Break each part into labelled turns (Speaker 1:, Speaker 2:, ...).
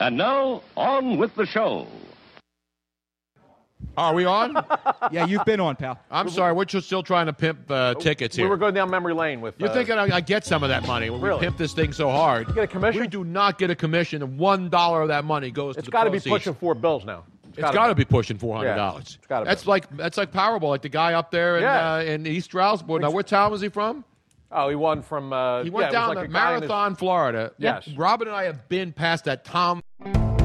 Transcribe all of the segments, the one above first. Speaker 1: And now, on with the show.
Speaker 2: Are we on?
Speaker 3: Yeah, you've been on, pal.
Speaker 2: I'm sorry, we're just still trying to pimp uh, tickets here.
Speaker 4: We were going down memory lane with.
Speaker 2: You're
Speaker 4: uh,
Speaker 2: thinking I, I get some of that money when
Speaker 4: Really?
Speaker 2: we pimp this thing so hard.
Speaker 4: get a commission?
Speaker 2: We do not get a commission, and one dollar of that money goes to
Speaker 4: it's
Speaker 2: the
Speaker 4: got to be
Speaker 2: proceeds.
Speaker 4: pushing four bills now.
Speaker 2: It's got to be pushing four hundred dollars.
Speaker 4: Yeah, it's gotta be.
Speaker 2: that's like that's like Powerball, like the guy up there in,
Speaker 4: Yeah.
Speaker 2: uh, in East Stroudsburg. Now, where town was he from?
Speaker 4: Oh, he won from. Uh,
Speaker 2: He went
Speaker 4: yeah, it was
Speaker 2: down
Speaker 4: like
Speaker 2: to
Speaker 4: a guy in his-
Speaker 2: Marathon, Florida.
Speaker 4: Yes.
Speaker 2: Robin and I have been past that Tom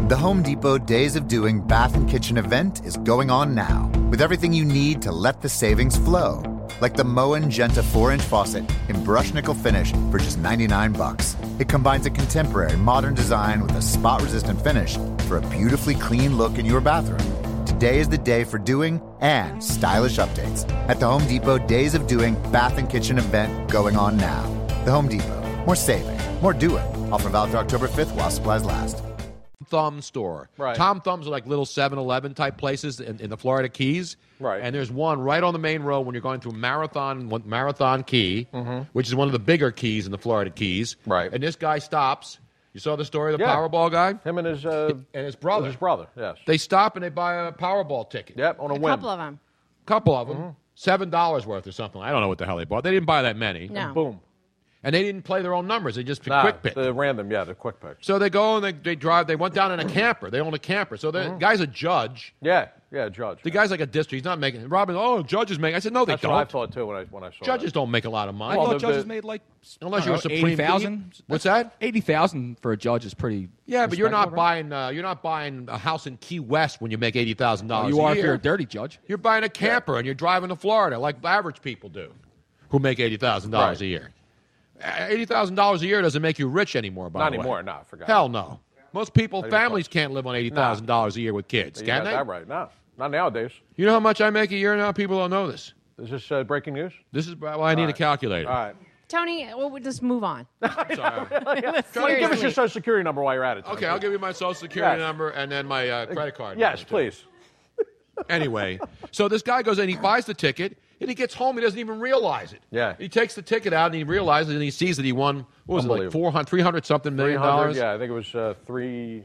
Speaker 5: The Home Depot Days of Doing Bath and Kitchen event is going on now with everything you need to let the savings flow. Like the Moen Genta 4 inch faucet in brush nickel finish for just 99 bucks. It combines a contemporary modern design with a spot resistant finish for a beautifully clean look in your bathroom. Today is the day for doing and stylish updates at the Home Depot Days of Doing Bath and Kitchen event going on now. The Home Depot. More saving, more doing. Offer valid through October 5th while supplies last.
Speaker 2: Thumb store.
Speaker 4: Right.
Speaker 2: Tom Thumbs are like little 7-Eleven type places in, in the Florida Keys.
Speaker 4: Right.
Speaker 2: And there's one right on the main road when you're going through Marathon one- Marathon Key, which is one of the bigger keys in the Florida Keys.
Speaker 4: Mm-hmm. Right.
Speaker 2: And this guy stops. You saw the story of the
Speaker 4: Yeah.
Speaker 2: Powerball guy?
Speaker 4: Him and his uh,
Speaker 2: And his brother.
Speaker 4: His brother. Yes.
Speaker 2: They stop and they buy a Powerball ticket.
Speaker 4: yep. On a,
Speaker 6: A
Speaker 4: whim.
Speaker 6: couple of them.
Speaker 2: couple of
Speaker 4: Mm-hmm.
Speaker 2: them. Seven dollars worth or something. I don't know what the hell they bought. They didn't buy that many.
Speaker 6: No.
Speaker 4: Boom.
Speaker 2: And they didn't play their own numbers. They just picked
Speaker 4: Nah,
Speaker 2: quick pick.
Speaker 4: The random. Yeah, the quick pick.
Speaker 2: so they go and they, they drive. They went down in a camper. They own a camper. So the
Speaker 4: Mm-hmm.
Speaker 2: guy's a judge.
Speaker 4: Yeah. Yeah. Judge.
Speaker 2: The guy's like a district. He's not making. Robin, oh, judges make. I said, no, they
Speaker 4: That's
Speaker 2: don't.
Speaker 4: what I thought too when I when I saw.
Speaker 2: Judges
Speaker 4: that.
Speaker 2: don't make a lot of money.
Speaker 3: I
Speaker 4: Well,
Speaker 3: thought
Speaker 4: the-
Speaker 3: Oh, judges
Speaker 4: the-
Speaker 3: made like
Speaker 2: Unless
Speaker 3: I don't
Speaker 2: you're a
Speaker 3: know,
Speaker 2: Supreme Being.
Speaker 3: 80,000?
Speaker 2: What's that?
Speaker 3: Eighty thousand for a judge is pretty.
Speaker 2: yeah, but you're not
Speaker 3: respectable, right?
Speaker 2: buying. Uh, you're not buying a house in Key West when you make eighty thousand dollars.
Speaker 3: You
Speaker 2: a
Speaker 3: are
Speaker 2: year.
Speaker 3: if you're a dirty judge.
Speaker 2: You're buying a camper and you're driving to Florida like average people do who make $80,000
Speaker 4: Right.
Speaker 2: a year. Uh, $80,000 a year doesn't make you rich anymore, by
Speaker 4: Not
Speaker 2: the way.
Speaker 4: anymore, no, I forgot.
Speaker 2: Hell no. Most people,
Speaker 4: even
Speaker 2: families
Speaker 4: close.
Speaker 2: can't live on $80,000 a year with kids,
Speaker 4: You
Speaker 2: can
Speaker 4: got
Speaker 2: they?
Speaker 4: that right. No. Not nowadays.
Speaker 2: You know how much I make a year now? People don't know this.
Speaker 4: Is this uh, breaking news?
Speaker 2: This is why I need a calculator.
Speaker 4: All right.
Speaker 6: Tony, well, we'll just move on. Seriously.
Speaker 4: Give us your social security number while you're at it. Tom.
Speaker 2: Okay, I'll give you my social security
Speaker 4: Yes.
Speaker 2: number and then my uh, credit card.
Speaker 4: Yes,
Speaker 2: number, too.
Speaker 4: please.
Speaker 2: Anyway, so this guy goes in, he buys the ticket, and he gets home, he doesn't even realize it.
Speaker 4: Yeah.
Speaker 2: He takes the ticket out and he realizes and he sees that he won what was it like
Speaker 4: Unbelievable.
Speaker 2: 400 300 something million
Speaker 4: 300,
Speaker 2: dollars.
Speaker 4: Yeah, I think it was uh, three. It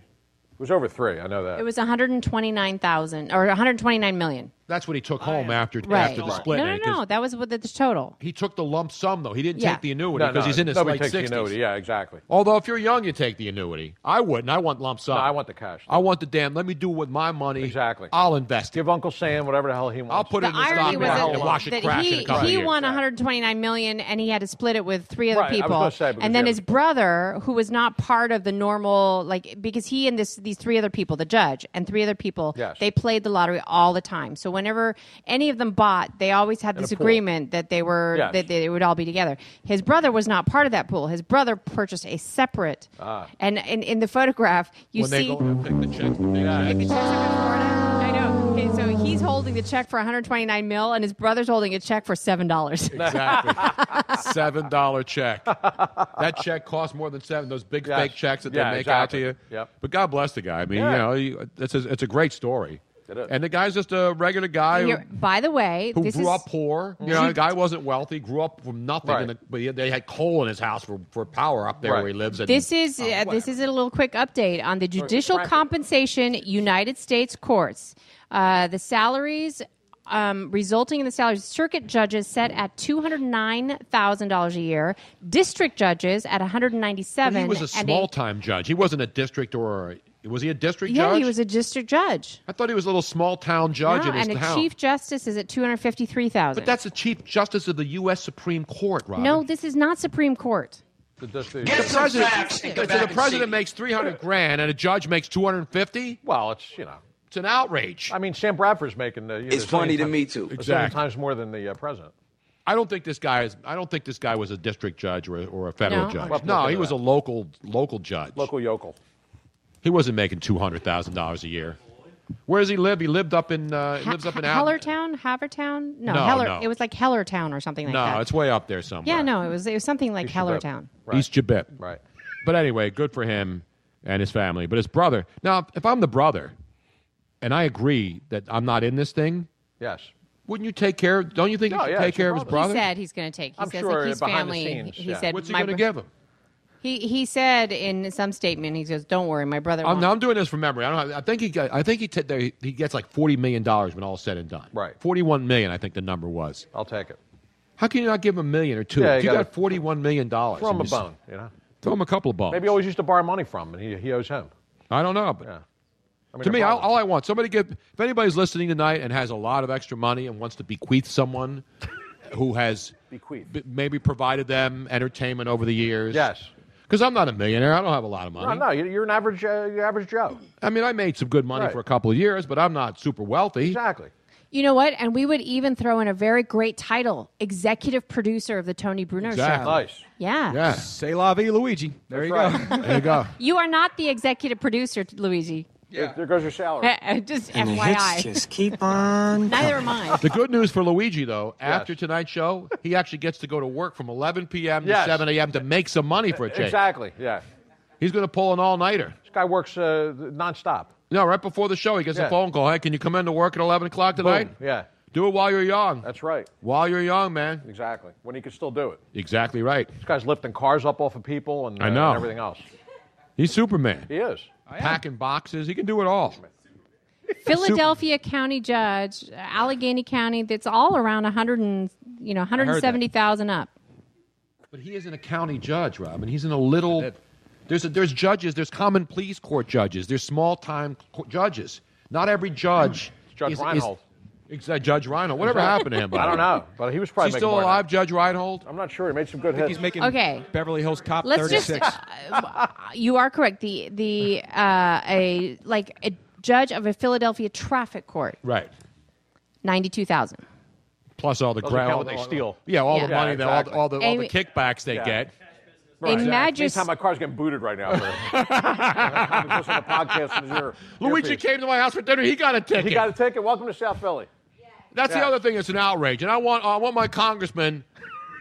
Speaker 4: was over three. I know that.
Speaker 6: It was 129,000 or 129 million.
Speaker 2: That's what he took home after
Speaker 6: Oh, Right.
Speaker 2: after the split.
Speaker 6: No, no,
Speaker 2: eh, 'cause
Speaker 6: no. That was what the total.
Speaker 2: He took the lump sum though. He didn't
Speaker 6: Yeah.
Speaker 2: take the annuity
Speaker 4: no,
Speaker 2: because
Speaker 4: no,
Speaker 2: he's in his
Speaker 4: nobody
Speaker 2: late
Speaker 4: takes the
Speaker 2: 60s.
Speaker 4: annuity. Yeah, exactly.
Speaker 2: Although if you're young, you take the annuity. I wouldn't. I want lump sum.
Speaker 4: No, I want the cash.
Speaker 2: I want the damn. Let me do with my money.
Speaker 4: Exactly.
Speaker 2: I'll invest it.
Speaker 4: Give Uncle Sam whatever the hell he wants.
Speaker 2: I'll put
Speaker 6: The
Speaker 2: it in the
Speaker 6: irony
Speaker 2: stock
Speaker 6: was
Speaker 4: it
Speaker 2: market and watch it
Speaker 6: that
Speaker 2: crash in
Speaker 6: he,
Speaker 2: a couple
Speaker 6: he
Speaker 2: of years.
Speaker 6: won 129 million and he had to split it with three other
Speaker 4: Right, I was
Speaker 6: people.
Speaker 4: gonna say, because
Speaker 6: and then
Speaker 4: the
Speaker 6: his
Speaker 4: other-
Speaker 6: brother, who was not part of the normal, like because he and this these three other people, the judge and three other people,
Speaker 4: Yes.
Speaker 6: they played the lottery all the time. So whenever any of them bought, they always had this
Speaker 4: a pool.
Speaker 6: agreement that they were
Speaker 4: Yes.
Speaker 6: that they would all be together. His brother was not part of that pool. His brother purchased a separate. And in, in the photograph,
Speaker 2: Ah.
Speaker 6: you
Speaker 2: When they
Speaker 6: see.
Speaker 2: go and pick the check, the big check.
Speaker 6: If the check's up in Florida, I know. Okay, so he's holding the check for 129 mil, and his brother's holding a check for seven dollars.
Speaker 2: Exactly. Seven dollar check. That check costs more than seven. Those big
Speaker 4: Yes.
Speaker 2: fake checks that
Speaker 4: Yeah,
Speaker 2: they make
Speaker 4: exactly.
Speaker 2: out to you.
Speaker 4: Yep.
Speaker 2: But God bless the guy. I mean,
Speaker 4: Yeah.
Speaker 2: you know, he, it's a, it's a great story.
Speaker 4: It is.
Speaker 2: And the guy's just a regular guy who,
Speaker 6: By the way,
Speaker 2: who
Speaker 6: this
Speaker 2: grew
Speaker 6: is
Speaker 2: up poor. You know, the guy wasn't wealthy. Grew up from nothing.
Speaker 4: Right.
Speaker 2: And the, but he- they had coal in his house for, for power up there
Speaker 4: Right.
Speaker 2: where he lives. And
Speaker 6: this is
Speaker 2: Oh,
Speaker 6: uh, this is a little quick update on the judicial
Speaker 4: crack it.
Speaker 6: compensation United States courts. Uh, the salaries. Um, resulting in the salaries, circuit judges set at two hundred nine thousand dollars a year, district judges at one hundred ninety
Speaker 2: But
Speaker 6: seven.
Speaker 2: he was a small time judge. He wasn't a district or a Was he a district
Speaker 6: Yeah,
Speaker 2: judge?
Speaker 6: he was a district judge.
Speaker 2: I thought he was a little small town judge
Speaker 6: No,
Speaker 2: in his
Speaker 6: and a
Speaker 2: town.
Speaker 6: chief justice is at two hundred fifty-three thousand.
Speaker 2: but that's the chief justice of the U.S. Supreme Court, Robin.
Speaker 6: no, this is not Supreme Court.
Speaker 7: The- just the-
Speaker 2: the president.
Speaker 8: facts and go
Speaker 2: so
Speaker 8: back
Speaker 2: the
Speaker 8: and
Speaker 2: president
Speaker 8: see.
Speaker 2: makes three hundred grand, and a judge makes two hundred fifty.
Speaker 7: well, it's you know.
Speaker 2: It's an outrage.
Speaker 7: I mean, Sam Bradford's making the.
Speaker 8: It's funny to me, too.
Speaker 2: Exactly.
Speaker 7: times more than the uh, president.
Speaker 2: I don't think this guy is. I don't think this guy was a district judge or a, or a federal
Speaker 6: No.
Speaker 2: judge.
Speaker 7: Well,
Speaker 2: no,
Speaker 7: look
Speaker 2: he
Speaker 7: at
Speaker 2: was a
Speaker 7: that.
Speaker 2: local local judge.
Speaker 7: Local yokel.
Speaker 2: He wasn't making two hundred thousand dollars a year. Where does he live? He lived up in. Uh, he lives up in Al-
Speaker 6: Hellertown, Havertown. No,
Speaker 2: No,
Speaker 6: Heller.
Speaker 2: no.
Speaker 6: It was like Hellertown or something like that.
Speaker 2: No, it's way up there somewhere.
Speaker 6: yeah, no, it was it was something like
Speaker 7: Tibet.
Speaker 6: Hellertown.
Speaker 7: Right.
Speaker 2: East Jibet.
Speaker 7: Right.
Speaker 2: But anyway, good for him and his family. But his brother. Now, if I'm the brother, and I agree that I'm not in this thing,
Speaker 7: Yes.
Speaker 2: wouldn't you take care? Don't you think
Speaker 7: No,
Speaker 2: you should
Speaker 7: yeah,
Speaker 2: take
Speaker 7: it's your
Speaker 2: care of his brother?
Speaker 7: brother.
Speaker 6: He said he's going to take. He
Speaker 7: I'm
Speaker 6: says
Speaker 7: sure
Speaker 6: like he's
Speaker 7: behind the
Speaker 6: family.
Speaker 7: scenes,
Speaker 6: he
Speaker 7: yeah.
Speaker 6: said
Speaker 2: What's he
Speaker 6: my
Speaker 2: going to
Speaker 6: bro-
Speaker 2: give him?
Speaker 6: He he said in some statement he goes, "Don't worry, my brother."
Speaker 2: I'm,
Speaker 6: won't."
Speaker 2: now I'm doing this from memory. I don't. Have, I think he. Got, I think he. T- they- he gets like forty million dollars when all is said and done.
Speaker 7: Right.
Speaker 2: Forty-one million. I think the number was.
Speaker 7: I'll take it.
Speaker 2: How can you not give him a million or two?
Speaker 7: Yeah,
Speaker 2: if
Speaker 7: you
Speaker 2: you
Speaker 7: gotta
Speaker 2: got forty-one million dollars,
Speaker 7: Throw
Speaker 2: and
Speaker 7: him a
Speaker 2: you s-
Speaker 7: bone. You know.
Speaker 2: Throw him a couple of bones.
Speaker 7: Maybe he always used to borrow money from, him, and he, he owes him.
Speaker 2: I don't know. But
Speaker 7: Yeah. I mean,
Speaker 2: to
Speaker 7: no
Speaker 2: me, all,
Speaker 7: problem.
Speaker 2: all I want somebody give. If anybody's listening tonight and has a lot of extra money and wants to bequeath someone who has
Speaker 7: Bequeath.
Speaker 2: b- maybe provided them entertainment over the years.
Speaker 7: Yes.
Speaker 2: Because I'm not a millionaire. I don't have a lot of money.
Speaker 7: No, no, you- you're an average, uh, you're average Joe.
Speaker 2: I mean, I made some good money
Speaker 7: Right.
Speaker 2: for a couple of years, but I'm not super wealthy.
Speaker 7: Exactly.
Speaker 6: You know what? And we would even throw in a very great title: executive producer of the Tony Bruno
Speaker 2: Exactly.
Speaker 6: Show.
Speaker 7: Nice.
Speaker 6: Yeah.
Speaker 2: Yeah.
Speaker 3: Say la vie, Luigi. There you
Speaker 7: That's
Speaker 3: go.
Speaker 2: There you go.
Speaker 6: You are not the executive producer, Luigi.
Speaker 7: There- There goes your salary.
Speaker 6: Just
Speaker 8: And the hits
Speaker 6: FYI.
Speaker 8: just keep on.
Speaker 6: Neither am I.
Speaker 2: The good news for Luigi, though, after tonight's show, he actually gets to go to work from 11 p.m. to
Speaker 7: Yes.
Speaker 2: 7 a.m. to make some money for a change.
Speaker 7: Exactly. Yeah.
Speaker 2: He's going to pull an all-nighter.
Speaker 7: This guy works uh, nonstop.
Speaker 2: No, right before the show, he gets a
Speaker 7: Yeah.
Speaker 2: phone call. Hey, can you come in to work at 11 o'clock tonight?
Speaker 7: Boom. Yeah.
Speaker 2: Do it while you're young.
Speaker 7: That's right.
Speaker 2: While you're young, man.
Speaker 7: Exactly. When he could still do it.
Speaker 2: Exactly right.
Speaker 7: This guy's lifting cars up off of people and,
Speaker 2: I
Speaker 7: uh,
Speaker 2: know.
Speaker 7: and everything else.
Speaker 2: He's Superman.
Speaker 7: He is.
Speaker 2: Packing boxes. He can do it all.
Speaker 6: Philadelphia County Judge, Allegheny County. That's all around 100 and you know 170,000 up.
Speaker 2: But he isn't a county judge, Robin. He's in a little. There's, a, there's judges. There's common pleas court judges. There's small time judges. Not every judge.
Speaker 7: Judge
Speaker 2: is,
Speaker 7: Reinhold.
Speaker 2: Is, exactly, Judge Reinhold. Whatever happened to him? by
Speaker 7: I
Speaker 2: the
Speaker 7: don't
Speaker 2: way?
Speaker 7: know, but he was probably
Speaker 2: Is he
Speaker 7: making
Speaker 2: still
Speaker 7: more than
Speaker 2: alive,
Speaker 7: that.
Speaker 2: Judge Reinhold?
Speaker 7: I'm not sure. He made some good hits.
Speaker 3: He's making
Speaker 6: Okay.
Speaker 3: Beverly Hills Top
Speaker 6: Let's
Speaker 3: 36.
Speaker 6: just. Uh, you are correct. The the uh, a like a judge of a Philadelphia traffic court,
Speaker 2: Right.
Speaker 6: 92,000.
Speaker 2: Plus all the
Speaker 7: Doesn't
Speaker 2: crap.
Speaker 7: count what they steal.
Speaker 2: Yeah, all
Speaker 6: Yeah.
Speaker 2: the money,
Speaker 7: Yeah,
Speaker 2: that all the-
Speaker 7: exactly.
Speaker 2: all, the, all, the,
Speaker 6: And-
Speaker 2: kickbacks they
Speaker 7: Yeah.
Speaker 2: get.
Speaker 6: A magis-
Speaker 7: Anytime my car's getting booted right now. For, I'm just listening to podcasts in his ear-
Speaker 2: Luigi
Speaker 7: earpiece.
Speaker 2: came to my house for dinner. He got a ticket.
Speaker 7: He got a ticket. Welcome to South Philly.
Speaker 2: That's the
Speaker 7: Yeah.
Speaker 2: other thing that's an outrage. And I want, I want my congressman,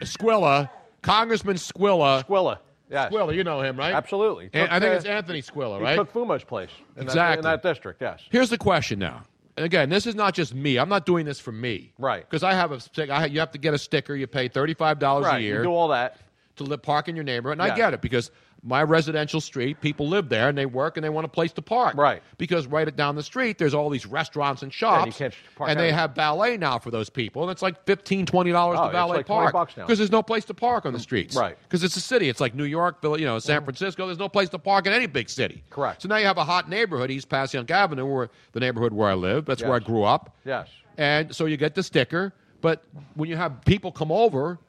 Speaker 2: Squilla, Congressman Squilla.
Speaker 7: Squilla. Yes.
Speaker 2: Squilla, you know him, right?
Speaker 7: Absolutely.
Speaker 2: And
Speaker 7: Took,
Speaker 2: I think
Speaker 7: uh,
Speaker 2: it's Anthony Squilla,
Speaker 7: He
Speaker 2: right?
Speaker 7: took Fumo's place. In That,
Speaker 2: Exactly.
Speaker 7: in that district, yes.
Speaker 2: Here's the question now. And again, this is not just me. I'm not doing this for me.
Speaker 7: Right.
Speaker 2: Because I have a stick. I, you have to get a sticker. You pay $35
Speaker 7: Right.
Speaker 2: a
Speaker 7: You
Speaker 2: year.
Speaker 7: do all that.
Speaker 2: to live, park in your neighborhood. And I
Speaker 7: Yeah.
Speaker 2: get it because my residential street, people live there and they work and they want a place to park.
Speaker 7: Right.
Speaker 2: Because right down the street, there's all these restaurants and shops.
Speaker 7: can't park
Speaker 2: and they
Speaker 7: anywhere.
Speaker 2: have ballet now for those people. And it's like $15, $20
Speaker 7: Oh,
Speaker 2: to
Speaker 7: it's
Speaker 2: ballet
Speaker 7: like 20
Speaker 2: park.
Speaker 7: bucks now.
Speaker 2: Because there's no place to park on the streets.
Speaker 7: Right. Mm-hmm.
Speaker 2: Because it's a city. It's like New York, Philly, you know, San Francisco. There's no place to park in any big city.
Speaker 7: Correct.
Speaker 2: So now you have a hot neighborhood, East Passyunk Avenue, where the neighborhood where I live. That's where I
Speaker 7: Yes.
Speaker 2: grew up.
Speaker 7: Yes.
Speaker 2: And so you get the sticker. But when you have people come over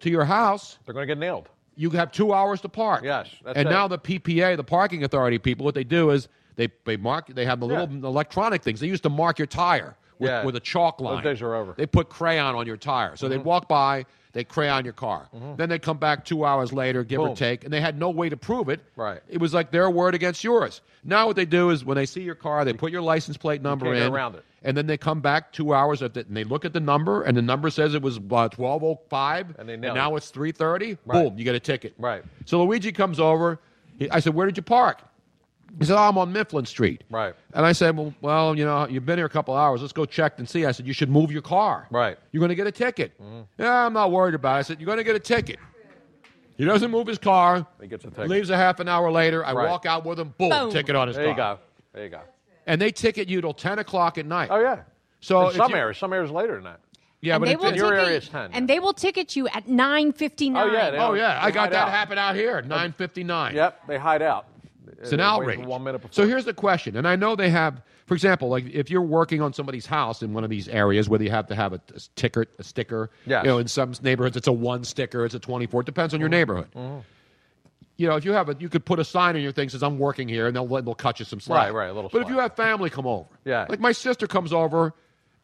Speaker 2: to your house,
Speaker 7: They're going to get nailed.
Speaker 2: you have two hours to park.
Speaker 7: Yes, that's
Speaker 2: and
Speaker 7: it.
Speaker 2: now the PPA, the parking authority people, what they do is they, they mark. They have the
Speaker 7: Yeah.
Speaker 2: little electronic things. They used to mark your tire with,
Speaker 7: Yeah.
Speaker 2: with a chalk
Speaker 7: Those
Speaker 2: line.
Speaker 7: days are over. Mm-hmm.
Speaker 2: They put crayon on your tire, so they'd walk by, they crayon your car. Then they come back two hours later, give or
Speaker 7: Boom.
Speaker 2: take, and they had no way to prove it.
Speaker 7: Right.
Speaker 2: It was like their word against yours. Now what they do is when they see your car, they put your license plate number
Speaker 7: can't get
Speaker 2: in
Speaker 7: around it.
Speaker 2: And then they come back two hours of it, and they look at the number, and the number says it was uh, twelve oh five,
Speaker 7: And they nail it.
Speaker 2: now it's three thirty.
Speaker 7: Right.
Speaker 2: Boom, you get a ticket.
Speaker 7: Right.
Speaker 2: So Luigi comes over. He, I said, "Where did you park?" He said, oh, "I'm on Mifflin Street."
Speaker 7: Right.
Speaker 2: And I said, "Well, well, you know, you've been here a couple hours. Let's go check and see." I said, "You should move your car.
Speaker 7: Right. Mm-hmm.
Speaker 2: You're going to get a ticket." Yeah, I'm not worried about. it. I said, "You're going to get a ticket." He doesn't move his car.
Speaker 7: He gets a ticket.
Speaker 2: Leaves a half an hour later. I
Speaker 7: Right.
Speaker 2: walk out with him. Boom,
Speaker 6: Boom.
Speaker 2: Ticket on his
Speaker 7: There you
Speaker 2: car.
Speaker 7: go. There you go.
Speaker 2: And they ticket you till ten o'clock at night.
Speaker 7: Oh, yeah.
Speaker 2: So
Speaker 7: In
Speaker 2: if
Speaker 7: some
Speaker 2: you-
Speaker 7: areas, some areas later than that.
Speaker 2: Yeah,
Speaker 6: and
Speaker 2: but
Speaker 6: they
Speaker 2: it-
Speaker 6: will
Speaker 2: it-
Speaker 7: your
Speaker 6: ticket,
Speaker 7: area is 10,
Speaker 6: And
Speaker 7: yeah.
Speaker 6: they will ticket you at 9.59.
Speaker 7: Oh, yeah, they
Speaker 2: oh
Speaker 7: are.
Speaker 2: yeah, I
Speaker 7: They
Speaker 2: got
Speaker 7: hide
Speaker 2: that
Speaker 7: out.
Speaker 2: happen out here at nine fifty nine.
Speaker 7: Yep, they hide out.
Speaker 2: It's an
Speaker 7: Uh, wait for
Speaker 2: outrage.
Speaker 7: one minute before.
Speaker 2: So here's the question, and I know they have, for example, like if you're working on somebody's house in one of these areas, whether you have to have a, a ticker, a sticker,
Speaker 7: Yes. Mm-hmm.
Speaker 2: you know, in some neighborhoods it's a one sticker, it's a twenty-four. It depends on your neighborhood. You know, if you have a, you could put a sign on your thing that says "I'm working here," and they'll they'll cut you some slack.
Speaker 7: Right, right, a little
Speaker 2: But if
Speaker 7: slack.
Speaker 2: you have family come over,
Speaker 7: Yeah.
Speaker 2: like my sister comes over.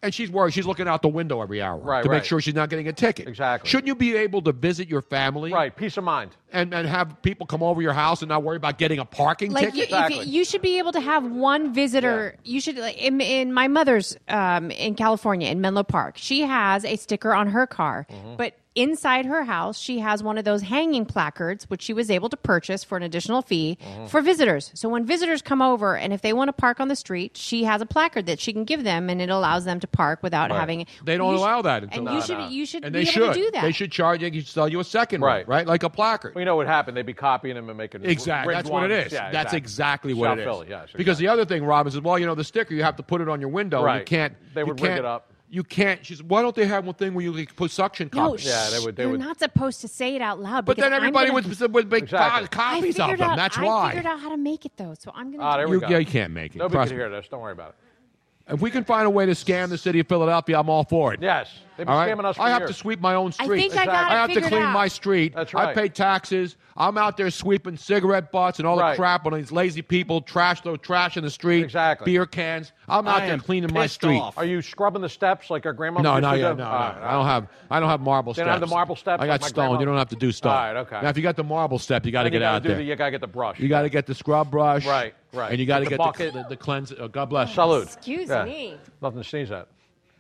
Speaker 2: And she's worried. She's looking out the window every hour
Speaker 7: Right,
Speaker 2: to
Speaker 7: right.
Speaker 2: make sure she's not getting a ticket. Exactly. Shouldn't you be able to visit your family? Right.
Speaker 7: Peace of mind.
Speaker 2: And and have people come over your house and not worry about getting a parking
Speaker 6: like
Speaker 2: ticket.
Speaker 6: you, if you, you should be able to have one visitor you should like in, in my mother's um, in california in menlo park she has a sticker on her car
Speaker 2: Mm-hmm.
Speaker 6: but inside her house she has one of those hanging placards which she was able to purchase for an additional fee
Speaker 2: Mm-hmm.
Speaker 6: for visitors so when visitors come over and if they want to park on the street she has a placard that she can give them and it allows them to park without having
Speaker 2: They don't
Speaker 6: You sh-
Speaker 2: allow that. Until
Speaker 6: and
Speaker 2: now.
Speaker 6: you should you should
Speaker 2: and
Speaker 6: be
Speaker 2: they
Speaker 6: able
Speaker 2: should.
Speaker 6: to do that
Speaker 2: They should charge. They should sell you a second right. one, right? Like a placard.
Speaker 7: We know what happened. They'd be copying him and making
Speaker 2: Exactly.
Speaker 7: ring
Speaker 2: That's what it
Speaker 7: ones.
Speaker 2: is.
Speaker 7: Yeah,
Speaker 2: That's exactly what
Speaker 7: South
Speaker 2: it is.
Speaker 7: Philly, yes,
Speaker 2: Because the other thing, Robin says, well, you know, the sticker you have to put it on your window. And you
Speaker 7: Right.
Speaker 2: can't.
Speaker 7: They
Speaker 2: you
Speaker 7: would rig it
Speaker 2: can't-
Speaker 7: up.
Speaker 2: You can't. She says, why don't they have one thing where you like, put suction
Speaker 6: no,
Speaker 2: cups?
Speaker 6: shh, you're not supposed to say it out loud.
Speaker 2: But
Speaker 6: because
Speaker 2: then
Speaker 6: I'm
Speaker 2: everybody
Speaker 6: gonna-
Speaker 2: would, would make
Speaker 7: Exactly.
Speaker 2: co- copies
Speaker 6: I
Speaker 2: of
Speaker 6: figured
Speaker 2: them.
Speaker 6: Out,
Speaker 2: That's
Speaker 6: I
Speaker 2: why.
Speaker 6: figured out how to make it though, so I'm gonna.
Speaker 7: Ah, there
Speaker 6: do it.
Speaker 7: we
Speaker 2: You-
Speaker 7: go.
Speaker 2: yeah, you can't make it.
Speaker 7: Nobody
Speaker 2: Trust
Speaker 7: can
Speaker 2: me.
Speaker 7: hear this. Don't worry about it.
Speaker 2: If we can find a way to scam the city of Philadelphia, I'm all for it.
Speaker 7: Yes. They've been
Speaker 2: All right?
Speaker 7: scamming us for
Speaker 2: I have
Speaker 7: years.
Speaker 2: to sweep my own
Speaker 7: I
Speaker 2: street.
Speaker 7: think I got
Speaker 2: I
Speaker 7: it
Speaker 2: have to
Speaker 7: figured
Speaker 2: clean
Speaker 7: out.
Speaker 2: my street.
Speaker 7: That's
Speaker 2: I
Speaker 7: right.
Speaker 2: pay taxes. I'm out there sweeping cigarette butts and all
Speaker 7: Right.
Speaker 2: the crap on these lazy people, trash though trash in the street, exactly. beer cans. I'm out
Speaker 7: I
Speaker 2: there
Speaker 7: am
Speaker 2: cleaning my
Speaker 7: pissed
Speaker 2: street.
Speaker 7: off. Are you scrubbing the steps like our grandma?
Speaker 2: No,
Speaker 7: used
Speaker 2: no,
Speaker 7: to
Speaker 2: yeah,
Speaker 7: do?
Speaker 2: no, no.
Speaker 7: All right,
Speaker 2: I don't have. I don't have marble
Speaker 7: They
Speaker 2: steps.
Speaker 7: don't have the marble steps
Speaker 2: I
Speaker 7: like
Speaker 2: got
Speaker 7: my
Speaker 2: stone.
Speaker 7: grandma?
Speaker 2: You don't have to do stone.
Speaker 7: All right, okay.
Speaker 2: Now, if you got the marble step, you got to
Speaker 7: Then
Speaker 2: get
Speaker 7: you gotta
Speaker 2: out
Speaker 7: do
Speaker 2: there.
Speaker 7: the- you gotta get the brush.
Speaker 2: You got to get the scrub brush.
Speaker 7: Right, right.
Speaker 2: And you got to
Speaker 7: Get
Speaker 2: get
Speaker 7: the bucket.
Speaker 2: the, the, the cleanse. Uh, God bless.
Speaker 7: Salute.
Speaker 6: Excuse
Speaker 7: Yeah.
Speaker 6: me.
Speaker 7: Nothing to sneeze at.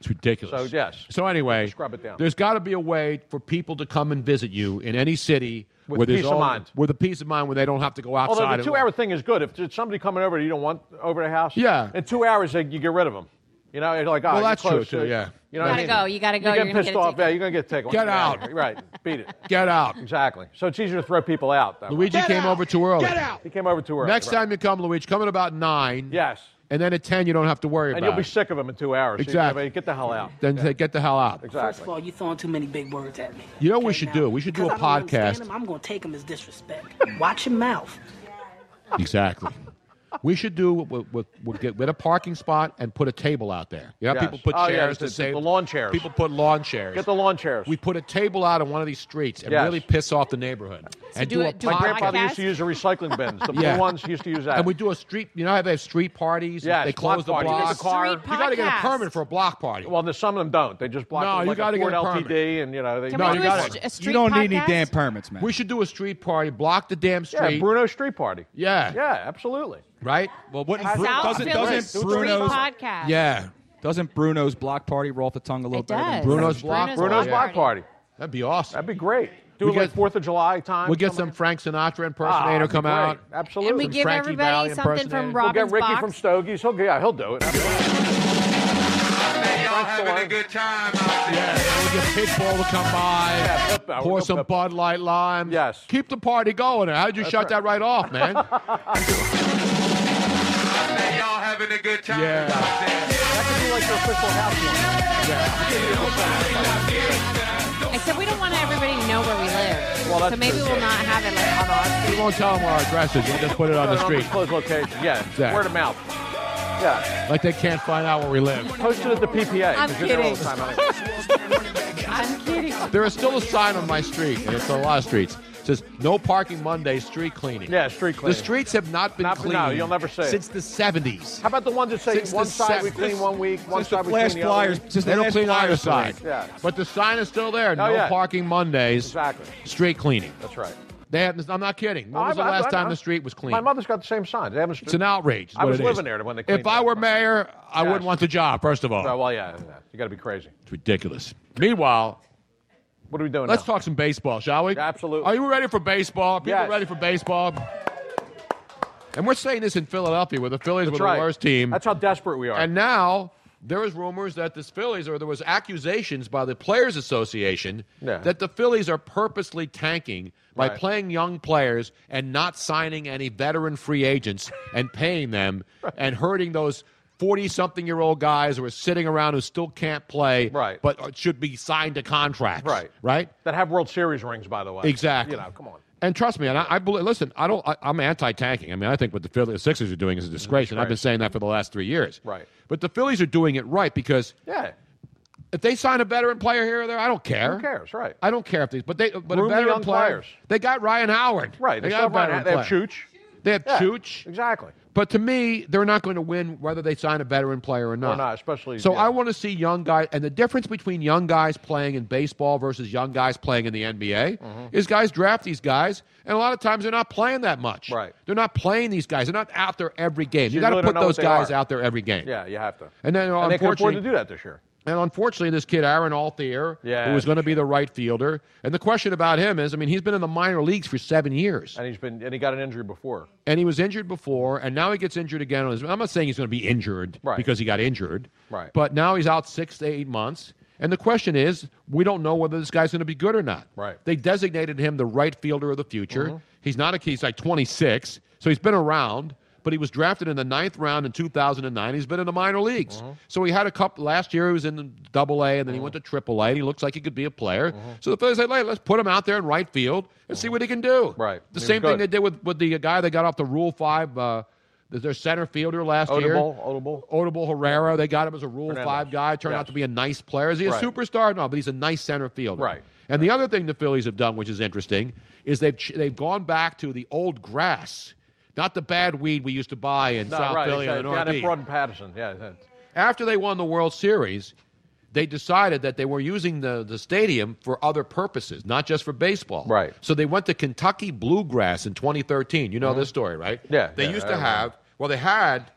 Speaker 2: It's ridiculous.
Speaker 7: So, yes.
Speaker 2: So anyway,
Speaker 7: Scrub it down.
Speaker 2: There's got to be a way for people to come and visit you in any city
Speaker 7: With
Speaker 2: where there's
Speaker 7: peace of
Speaker 2: all-
Speaker 7: mind.
Speaker 2: with a peace of mind where they don't have to go outside.
Speaker 7: Although the
Speaker 2: and-
Speaker 7: two-hour thing is good. If there's somebody coming over, you don't want over the house.
Speaker 2: Yeah.
Speaker 7: In two hours, they, you get rid of them. You know, you're like, oh,
Speaker 2: Well,
Speaker 7: you're
Speaker 2: that's true,
Speaker 7: close.
Speaker 2: too,
Speaker 7: Uh,
Speaker 2: yeah.
Speaker 7: You know, what I
Speaker 6: Gotta
Speaker 7: mean?
Speaker 6: go, you gotta go,
Speaker 7: You
Speaker 6: you're
Speaker 7: get
Speaker 6: gonna
Speaker 7: pissed
Speaker 6: get a
Speaker 7: off.
Speaker 6: ticket.
Speaker 7: Yeah, you're gonna get taken.
Speaker 2: Get out.
Speaker 7: Right. Beat it.
Speaker 2: Get out.
Speaker 7: Exactly. So it's easier to throw people out. That
Speaker 2: Luigi
Speaker 7: way.
Speaker 2: came over too early.
Speaker 7: Get out. He came over too early.
Speaker 2: Next
Speaker 7: right.
Speaker 2: time you come, Luigi, come at about nine.
Speaker 7: Yes.
Speaker 2: And then at ten, you don't have to worry
Speaker 7: And
Speaker 2: about
Speaker 7: you'll be
Speaker 2: it.
Speaker 7: sick of him in two hours. So you-
Speaker 2: Exactly.
Speaker 7: I mean, get the hell out.
Speaker 2: Then say, get the hell out.
Speaker 7: Exactly.
Speaker 9: First of all, you're throwing too many big words at me.
Speaker 2: You know what we should do? We should do a
Speaker 9: Because I don't understand
Speaker 2: podcast.
Speaker 9: Him, I'm going to take him as disrespect. Watch your mouth.
Speaker 2: Exactly. We should do what what- what- get, get a parking spot and put a table out there. Yeah,
Speaker 7: Yes.
Speaker 2: people put
Speaker 7: Oh, yeah,
Speaker 2: chairs
Speaker 7: the-
Speaker 2: to save
Speaker 7: the lawn chairs.
Speaker 2: People put lawn chairs.
Speaker 7: Get the lawn chairs.
Speaker 2: We put a table out on one of these streets and
Speaker 7: Yes.
Speaker 2: really piss off the neighborhood. and
Speaker 6: do
Speaker 2: a
Speaker 6: it- do a
Speaker 7: My grandfather
Speaker 6: podcast?
Speaker 7: used to use the recycling bins. The
Speaker 2: Yeah.
Speaker 7: blue ones he used to use that.
Speaker 2: And we do a street. You know how they have street parties?
Speaker 7: Yes,
Speaker 2: they close
Speaker 7: block
Speaker 2: the
Speaker 7: parties. You get
Speaker 2: block.
Speaker 7: the car-
Speaker 2: You got to get a
Speaker 6: podcast.
Speaker 2: permit for a block party.
Speaker 7: well, there's some of them don't. They just block
Speaker 2: No,
Speaker 7: them
Speaker 2: you
Speaker 7: like
Speaker 2: gotta
Speaker 7: a
Speaker 2: get
Speaker 7: Ford
Speaker 2: a permit.
Speaker 7: LTD, and you know they.
Speaker 6: Can
Speaker 2: No, you
Speaker 6: we do
Speaker 2: got
Speaker 6: a,
Speaker 2: it.
Speaker 6: st- a street
Speaker 3: You don't need any
Speaker 6: podcast?
Speaker 3: damn permits, man.
Speaker 2: We should do a street party. Block the damn
Speaker 7: yeah,
Speaker 2: street.
Speaker 7: Bruno Street Party.
Speaker 2: Yeah.
Speaker 7: Yeah, absolutely.
Speaker 2: Right? Well, what?
Speaker 3: Bru-
Speaker 6: South
Speaker 3: doesn't-
Speaker 6: Philly
Speaker 3: doesn't
Speaker 6: Street
Speaker 3: Bruno's-
Speaker 6: podcast.
Speaker 2: Yeah.
Speaker 3: Doesn't Bruno's block party roll off the tongue a little
Speaker 6: It
Speaker 3: bit?
Speaker 6: does.
Speaker 2: Bruno's block.
Speaker 6: Bruno's
Speaker 7: Bruno's
Speaker 6: Block
Speaker 7: block
Speaker 6: party.
Speaker 7: party.
Speaker 2: That'd be awesome.
Speaker 7: That'd be great. Do
Speaker 2: We
Speaker 7: it like
Speaker 2: get-
Speaker 7: Fourth of July time.
Speaker 2: We'll get some
Speaker 7: somewhere.
Speaker 2: Frank Sinatra
Speaker 7: Ah,
Speaker 2: impersonator
Speaker 7: it'd be
Speaker 2: come
Speaker 7: great.
Speaker 2: out.
Speaker 7: Absolutely.
Speaker 6: And we give
Speaker 2: Frankie Valli
Speaker 6: everybody something
Speaker 2: impersonator.
Speaker 6: from
Speaker 2: We'll
Speaker 7: We'll get
Speaker 6: Robin's
Speaker 7: Ricky
Speaker 6: box.
Speaker 7: from Stogies. He'll, yeah, he'll do it.
Speaker 2: We'll get Pitbull to come by.
Speaker 7: Yeah, Pitbull.
Speaker 2: Pour
Speaker 7: We'll
Speaker 2: some
Speaker 7: Pitbull.
Speaker 2: Bud Light Lime.
Speaker 7: Yes.
Speaker 2: Keep the party going. How'd you shut that right off, man?
Speaker 10: Y'all having a good time.
Speaker 2: yeah.
Speaker 7: That could be like your official house
Speaker 6: Except we don't want everybody to know where we live.
Speaker 7: Well, that's
Speaker 6: so maybe
Speaker 7: true.
Speaker 6: we'll not have it like on our.
Speaker 2: We won't tell them our address is. We'll just put it on
Speaker 7: one.
Speaker 2: the street.
Speaker 7: Closed location. Yeah.
Speaker 2: Exactly.
Speaker 7: Word of mouth. Yeah.
Speaker 2: Like they can't find out where we live.
Speaker 7: Post it at the PPA.
Speaker 6: I'm
Speaker 7: 'cause you're there all the
Speaker 6: kidding.
Speaker 7: time anyway.
Speaker 6: I'm kidding.
Speaker 2: There is still a sign on my street, and it's on a lot of streets. It says, no parking Monday, street cleaning.
Speaker 7: Yeah, street
Speaker 2: The
Speaker 7: cleaning.
Speaker 2: streets have not been
Speaker 7: Not- no,
Speaker 2: cleaned.
Speaker 7: you'll never see it.
Speaker 2: Since the 70s.
Speaker 7: How about the ones that say
Speaker 2: Since the
Speaker 7: one side we
Speaker 2: seventh-
Speaker 7: clean one week, one
Speaker 3: Just the
Speaker 7: side we
Speaker 3: flash
Speaker 7: clean the other
Speaker 3: flyers.
Speaker 7: week?
Speaker 3: Just
Speaker 2: They don't
Speaker 3: the
Speaker 2: clean
Speaker 3: flash
Speaker 2: either
Speaker 3: flyers.
Speaker 2: side.
Speaker 7: Yeah. Oh,
Speaker 2: But the sign is still there. No
Speaker 7: yeah.
Speaker 2: parking Mondays.
Speaker 7: Exactly.
Speaker 2: Street cleaning.
Speaker 7: That's right.
Speaker 2: They haven't, I'm not kidding. When was the
Speaker 7: I- I-
Speaker 2: last
Speaker 7: I-
Speaker 2: time
Speaker 7: I-
Speaker 2: the street was clean?
Speaker 7: My mother's got the same sign. They haven't.
Speaker 2: It's an outrage. is
Speaker 7: I
Speaker 2: what
Speaker 7: was
Speaker 2: it is.
Speaker 7: living there when they cleaned
Speaker 2: If I
Speaker 7: it.
Speaker 2: were mayor, I
Speaker 7: Yes.
Speaker 2: wouldn't want the job. First of all,
Speaker 7: Oh, well, yeah, yeah. you got to be crazy.
Speaker 2: it's ridiculous. Meanwhile,
Speaker 7: What are we doing?
Speaker 2: let's
Speaker 7: now?
Speaker 2: talk some baseball, shall we?
Speaker 7: Absolutely.
Speaker 2: Are you ready for baseball? Are People
Speaker 7: Yes.
Speaker 2: ready for baseball? And we're saying this in Philadelphia, where the Phillies
Speaker 7: That's
Speaker 2: were
Speaker 7: right.
Speaker 2: the worst team,
Speaker 7: That's how desperate we are.
Speaker 2: and now there is rumors that the Phillies, or there was accusations by the Players Association
Speaker 7: Yeah.
Speaker 2: that the Phillies are purposely tanking by
Speaker 7: Right.
Speaker 2: playing young players and not signing any veteran free agents and paying them and hurting those. 40 something year old guys who are sitting around who still can't play,
Speaker 7: Right.
Speaker 2: but should be signed to contracts.
Speaker 7: Right.
Speaker 2: Right?
Speaker 7: that have World Series rings, by the way.
Speaker 2: Exactly.
Speaker 7: You know, come on.
Speaker 2: And trust me, and I, I believe. Listen, I don't. I, I'm anti-tanking. I mean, I think what the Philly, the Sixers are doing is a disgrace, and I've been saying that for the last three years. Right. But the Phillies are doing it right because
Speaker 7: Yeah.
Speaker 2: if they sign a veteran player here or there, I don't care.
Speaker 7: Who cares? Right.
Speaker 2: I don't care if they. But they. But
Speaker 7: Groom
Speaker 2: a
Speaker 7: the
Speaker 2: veteran
Speaker 7: young
Speaker 2: player.
Speaker 7: players.
Speaker 2: They got Ryan Howard.
Speaker 7: Right.
Speaker 2: They,
Speaker 7: They
Speaker 2: got a
Speaker 7: still have
Speaker 2: veteran
Speaker 7: Ryan- they have
Speaker 2: player.
Speaker 7: Chooch.
Speaker 2: They have
Speaker 7: Yeah,
Speaker 2: Chooch.
Speaker 7: Exactly.
Speaker 2: But to me, they're not going to win whether they sign a veteran player or not.
Speaker 7: not, especially-
Speaker 2: So
Speaker 7: yeah.
Speaker 2: I want to see young guys, and the difference between young guys playing in baseball versus young guys playing in the NBA
Speaker 7: Mm-hmm.
Speaker 2: is guys draft these guys, and a lot of times they're not playing that much. Right. They're not playing these guys. They're not out there every game. you
Speaker 7: So you
Speaker 2: got to
Speaker 7: really
Speaker 2: put
Speaker 7: don't know what
Speaker 2: those
Speaker 7: they
Speaker 2: guys
Speaker 7: are.
Speaker 2: out there every game.
Speaker 7: Yeah, you have to.
Speaker 2: And then,
Speaker 7: they can afford
Speaker 2: unfortunately-
Speaker 7: to do that this year.
Speaker 2: And unfortunately, this kid Aaron Althier,
Speaker 7: Yeah,
Speaker 2: who was going to be the right fielder, and the question about him is, I mean, he's been in the minor leagues for seven years
Speaker 7: And he's been and he got an injury before.
Speaker 2: and he was injured before, and now he gets injured again. On his, I'm not saying he's going to be injured
Speaker 7: Right.
Speaker 2: because he got injured,
Speaker 7: Right.
Speaker 2: But now he's out six to eight months, and the question is, we don't know whether this guy's going to be good or not.
Speaker 7: Right. Mm-hmm.
Speaker 2: They designated him the right fielder of the future. He's not a he's like 26, so he's been around, but he was drafted in the ninth round in 2009. He's been in the minor leagues,
Speaker 7: Mm-hmm.
Speaker 2: so he had a couple last year. He was in the Double A, and then he went to Triple A, and he looks like he could be a player.
Speaker 7: Mm-hmm.
Speaker 2: So the Phillies said, "Hey, let's put him out there in right field and see what he can do." Right. The
Speaker 7: He was
Speaker 2: same thing
Speaker 7: good.
Speaker 2: they did with, with the guy that got off the Rule Five. Uh, there's their center fielder last year,
Speaker 7: Odubel, Odubel.
Speaker 2: Odubel Herrera. They got him as a Rule
Speaker 7: Hernandez.
Speaker 2: Five guy. Turned
Speaker 7: Yes.
Speaker 2: out to be a nice player. Is he a
Speaker 7: Right.
Speaker 2: superstar? No, but he's a nice center fielder.
Speaker 7: Right.
Speaker 2: And the other thing the Phillies have done, which is interesting, is they've ch- they've gone back to the old grass, not the bad weed we used to buy in
Speaker 7: No,
Speaker 2: South
Speaker 7: right,
Speaker 2: Philly or the
Speaker 7: exactly. Down at
Speaker 2: Northeast.
Speaker 7: Broad and Patterson. Yeah. that-
Speaker 2: After they won the World Series, they decided that they were using the, the stadium for other purposes, not just for baseball. Right. So they went to Kentucky Bluegrass in 2013. You know this story, right?
Speaker 7: Mm-hmm. Yeah,
Speaker 2: They
Speaker 7: yeah,
Speaker 2: used
Speaker 7: I
Speaker 2: to
Speaker 7: remember.
Speaker 2: have, well, they had,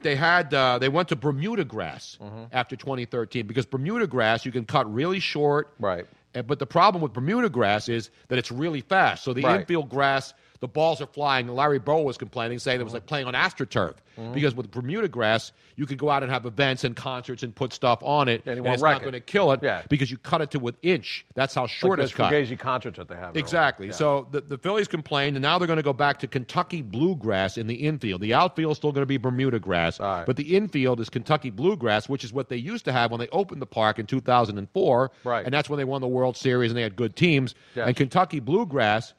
Speaker 2: they had, uh, they went to Bermuda grass
Speaker 7: Mm-hmm.
Speaker 2: after 2013 because Bermuda grass you can cut really short. Right. Eh, But the problem with Bermuda grass is that it's really fast. So the
Speaker 7: Right.
Speaker 2: infield grass, the balls are flying. Larry Bow was complaining, saying it was like playing on astroturf
Speaker 7: Mm-hmm.
Speaker 2: because with Bermuda grass, you could go out and have events and concerts and put stuff on it, and,
Speaker 7: won't
Speaker 2: it's
Speaker 7: wreck
Speaker 2: not
Speaker 7: it.
Speaker 2: going to kill it
Speaker 7: Yeah.
Speaker 2: because you cut it to an inch. That's how short
Speaker 7: like
Speaker 2: it's cut.
Speaker 7: Fugazi concerts that they have.
Speaker 2: Exactly. So the, the Phillies complained, and now they're going to go back to Kentucky bluegrass in the infield. The outfield is still going to be Bermuda grass, but the infield is Kentucky bluegrass, which is what they used to have when they opened the park in 2004.
Speaker 7: Right.
Speaker 2: And that's when they won the World Series and they had good teams.
Speaker 7: Yes.
Speaker 2: And Kentucky bluegrass. gr-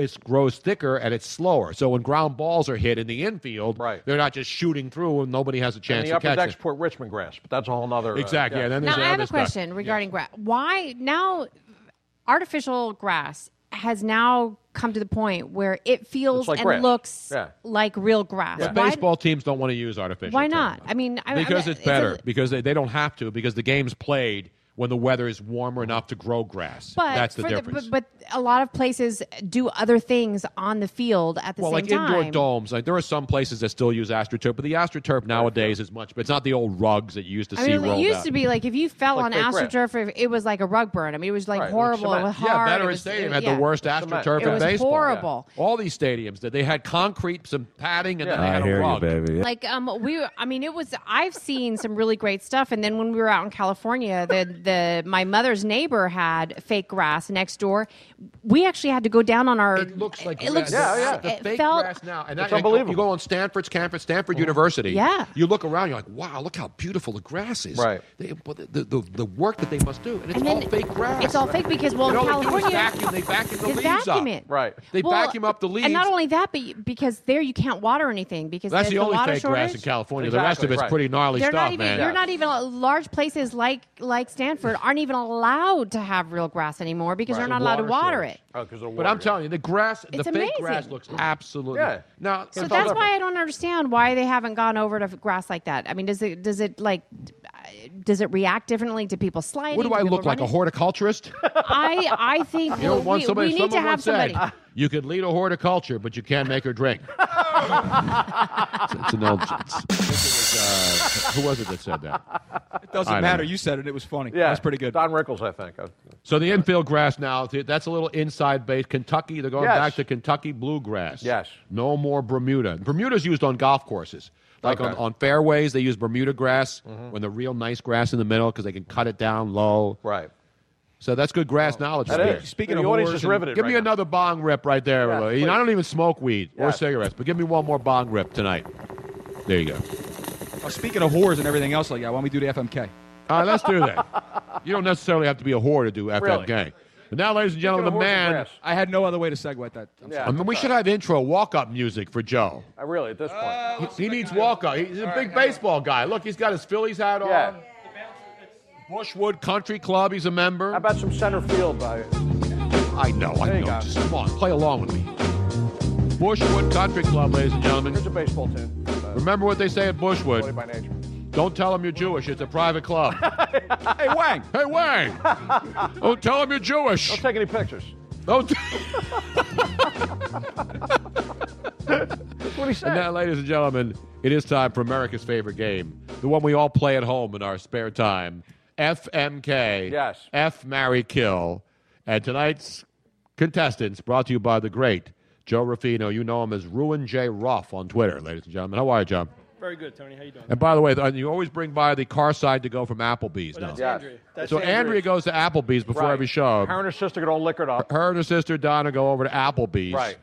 Speaker 2: is grows thicker and it's slower. So when ground balls are hit in the infield, right. they're not just shooting through and nobody has a chance
Speaker 7: And the
Speaker 2: to
Speaker 7: upper
Speaker 2: catch
Speaker 7: decks
Speaker 2: it.
Speaker 7: Port Richmond grass, but that's a whole uh, other.
Speaker 2: Exactly, yeah, then
Speaker 6: Now
Speaker 2: there's
Speaker 6: I
Speaker 2: the
Speaker 6: have
Speaker 2: other
Speaker 6: a
Speaker 2: stuff.
Speaker 6: question regarding grass. Why now? Artificial grass has now come to the point where it feels
Speaker 2: like
Speaker 6: and
Speaker 2: grass.
Speaker 6: looks
Speaker 2: Yeah.
Speaker 6: like real grass.
Speaker 2: But
Speaker 6: Why,
Speaker 2: baseball teams don't want to use artificial.
Speaker 6: why
Speaker 2: turf.
Speaker 6: not? I mean, I,
Speaker 2: because
Speaker 6: I,
Speaker 2: it's better. because they, they don't have to. Because the game's played when the weather is warmer enough to grow grass.
Speaker 6: But
Speaker 2: That's the
Speaker 6: for
Speaker 2: difference.
Speaker 6: but, but a lot of places do other things on the field at the
Speaker 2: well,
Speaker 6: same
Speaker 2: like
Speaker 6: time.
Speaker 2: indoor domes, like there are some places that still use astroturf, but the astroturf nowadays is much. But it's not the old rugs that you used to
Speaker 6: I
Speaker 2: see
Speaker 6: mean, it
Speaker 2: rolled
Speaker 6: used
Speaker 2: out.
Speaker 6: to be like if you fell
Speaker 2: It's
Speaker 6: on
Speaker 2: like fake grass.
Speaker 6: astroturf, if it was like a rug burn. I mean, it was like
Speaker 2: Right, it was
Speaker 6: horrible. It was
Speaker 2: yeah,
Speaker 6: hard.
Speaker 2: Veterans
Speaker 6: it was,
Speaker 2: Stadium
Speaker 6: it-
Speaker 2: had
Speaker 6: yeah.
Speaker 2: the worst astroturf
Speaker 6: It
Speaker 2: in
Speaker 6: was
Speaker 2: baseball.
Speaker 6: horrible.
Speaker 2: All these stadiums that they had concrete, some padding, and then
Speaker 11: Yeah.
Speaker 2: they
Speaker 11: I
Speaker 2: had
Speaker 11: hear
Speaker 2: a
Speaker 11: you,
Speaker 2: rug.
Speaker 11: baby.
Speaker 6: Like um, we, I mean, it was. I've seen some really great stuff, and then when we were out in California, the the my mother's neighbor had fake grass next door. We actually had to go down on our. It looks
Speaker 2: like
Speaker 6: it looks.
Speaker 2: grass. Yeah, yeah.
Speaker 6: It
Speaker 2: The fake
Speaker 6: felt
Speaker 2: grass now, and that- and go- You go on Stanford, Stanford, Stanford University.
Speaker 6: Yeah.
Speaker 2: You look around, you're like, wow, look how beautiful the grass is. Right. They, well, the, the, the work that they must do, and it's all fake grass.
Speaker 6: It's all fake because well,
Speaker 2: And all
Speaker 6: in
Speaker 2: they do is
Speaker 6: California,
Speaker 2: vacuum, they vacuum the
Speaker 6: they
Speaker 2: leaves
Speaker 6: vacuum
Speaker 2: up.
Speaker 6: it.
Speaker 2: Right. They
Speaker 6: Well,
Speaker 2: vacuum up the leaves.
Speaker 6: And not only that, but you, because there you can't water anything because
Speaker 2: That's
Speaker 6: there's
Speaker 2: the
Speaker 6: a
Speaker 2: only
Speaker 6: water
Speaker 2: fake
Speaker 6: shortage.
Speaker 2: grass in California. the rest of
Speaker 7: Exactly,
Speaker 2: it's
Speaker 7: right.
Speaker 2: pretty gnarly
Speaker 6: They're
Speaker 2: stuff,
Speaker 6: not even.
Speaker 2: man.
Speaker 6: You're not even uh, large places like like Stanford aren't even allowed to have real grass anymore because
Speaker 2: Right.
Speaker 6: they're not
Speaker 2: The
Speaker 6: allowed to
Speaker 2: water
Speaker 6: water
Speaker 2: shortage.
Speaker 6: it.
Speaker 7: Oh, because
Speaker 2: But I'm telling you, the grass, the
Speaker 6: It's
Speaker 2: fake grass
Speaker 6: amazing.
Speaker 2: looks absolutely.
Speaker 6: Yeah.
Speaker 2: Now,
Speaker 6: So that's why I don't understand why they haven't gone over to grass like that. I mean, does it does it like does it react differently to people sliding?
Speaker 2: What do I
Speaker 6: people
Speaker 2: look like, a
Speaker 6: running?
Speaker 2: horticulturist?
Speaker 6: I I think
Speaker 2: You know,
Speaker 6: we,
Speaker 2: once somebody,
Speaker 6: we need to
Speaker 2: someone
Speaker 6: have
Speaker 2: once said,
Speaker 6: somebody.
Speaker 2: You could lead a horticulture, but you can't make her drink. it's, it's an old. it's- uh, who was it that said that?
Speaker 3: It doesn't
Speaker 2: I don't
Speaker 3: matter.
Speaker 2: know.
Speaker 3: You said it. It was funny.
Speaker 2: Yeah.
Speaker 3: That's pretty good.
Speaker 7: Don Rickles, I think. Uh,
Speaker 2: So the infield grass now, th- that's a little inside base. Kentucky, they're going
Speaker 7: Yes.
Speaker 2: back to Kentucky bluegrass.
Speaker 7: Yes.
Speaker 2: No more Bermuda. Bermuda's used on golf courses. Like on,
Speaker 7: Okay. Mm-hmm.
Speaker 2: on fairways, they use Bermuda grass when the real nice grass in the middle because they can cut it down low.
Speaker 7: Right.
Speaker 2: So that's good grass knowledge.
Speaker 7: That
Speaker 2: right
Speaker 7: is.
Speaker 2: there.
Speaker 7: Speaking The of audience whores is and- riveted
Speaker 2: Give
Speaker 7: right
Speaker 2: me
Speaker 7: now.
Speaker 2: another bong rip right there.
Speaker 7: Yeah,
Speaker 2: Lou. You know, I don't even smoke weed or
Speaker 3: Yes.
Speaker 2: cigarettes, but give me one more bong rip tonight. There you go.
Speaker 3: Oh, speaking of whores and everything else like that, why don't we do the FMK?
Speaker 2: All right, let's do that. You don't necessarily have to be a whore to do FMK. And now, ladies and gentlemen, the man.
Speaker 3: I had no other way to segue that. I'm
Speaker 2: I mean, we should have intro walk up music for Joe.
Speaker 7: I really, at this point.
Speaker 2: He, he needs walk up. He's a big baseball guy. Look, he's got his Phillies hat
Speaker 7: Yeah.
Speaker 2: on. Bushwood Country Club, he's a member. How
Speaker 7: about some center field, by
Speaker 2: I know, I
Speaker 7: There you
Speaker 2: know.
Speaker 7: go.
Speaker 2: Just come on, play along with me. Bushwood Country Club, ladies and gentlemen.
Speaker 7: Here's a baseball tune. Uh,
Speaker 2: Remember what they say at
Speaker 7: play
Speaker 2: Bushwood.
Speaker 7: by nature.
Speaker 2: Don't tell them you're Jewish. It's a private club. hey, Wang. Hey, Wang. Don't tell them you're Jewish.
Speaker 7: Don't take any pictures.
Speaker 2: Don't.
Speaker 7: That's what he said.
Speaker 2: And now, ladies and gentlemen, it is time for America's favorite game, the one we all play at home in our spare time. FMK.
Speaker 7: Yes.
Speaker 2: F Marry Kill. And tonight's contestants brought to you by the great Joe Ruffino. You know him as Ruin J. Ruff on Twitter, ladies and gentlemen. How are you, John?
Speaker 11: Very good, Tony. How you doing?
Speaker 2: And by the way, th- you always bring by the car side to go from Applebee's
Speaker 11: Well, that's
Speaker 2: now.
Speaker 11: Andrea. That's
Speaker 2: so Andrea.
Speaker 11: Andrea.
Speaker 2: goes to Applebee's before
Speaker 7: Right.
Speaker 2: every show.
Speaker 7: Her and her sister get all liquored up.
Speaker 2: Her and her sister Donna go over to Applebee's.
Speaker 7: Right.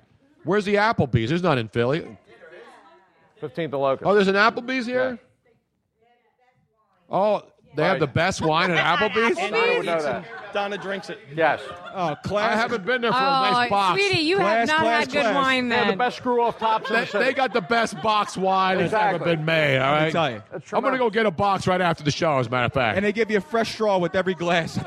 Speaker 2: Where's the Applebee's? There's none in Philly.
Speaker 7: 15th of Locust.
Speaker 2: Oh, there's an Applebee's here? Oh, they have
Speaker 7: Right.
Speaker 2: the best wine at Applebee's?
Speaker 11: And Donna eats and Donna drinks it.
Speaker 7: Yes.
Speaker 2: Oh, class. I haven't been there for
Speaker 6: Oh,
Speaker 2: a nice box.
Speaker 6: sweetie, you have not had good wine
Speaker 7: They have the
Speaker 6: then.
Speaker 7: best screw off tops in
Speaker 2: They,
Speaker 7: the city.
Speaker 2: they got the best box wine that's
Speaker 7: Exactly.
Speaker 2: ever been made, all
Speaker 3: Let
Speaker 2: right?
Speaker 3: me tell you. That's
Speaker 2: I'm going to
Speaker 3: tremendous.
Speaker 2: go get a box right after the show, as a matter of fact.
Speaker 3: And they give you a fresh straw with every glass.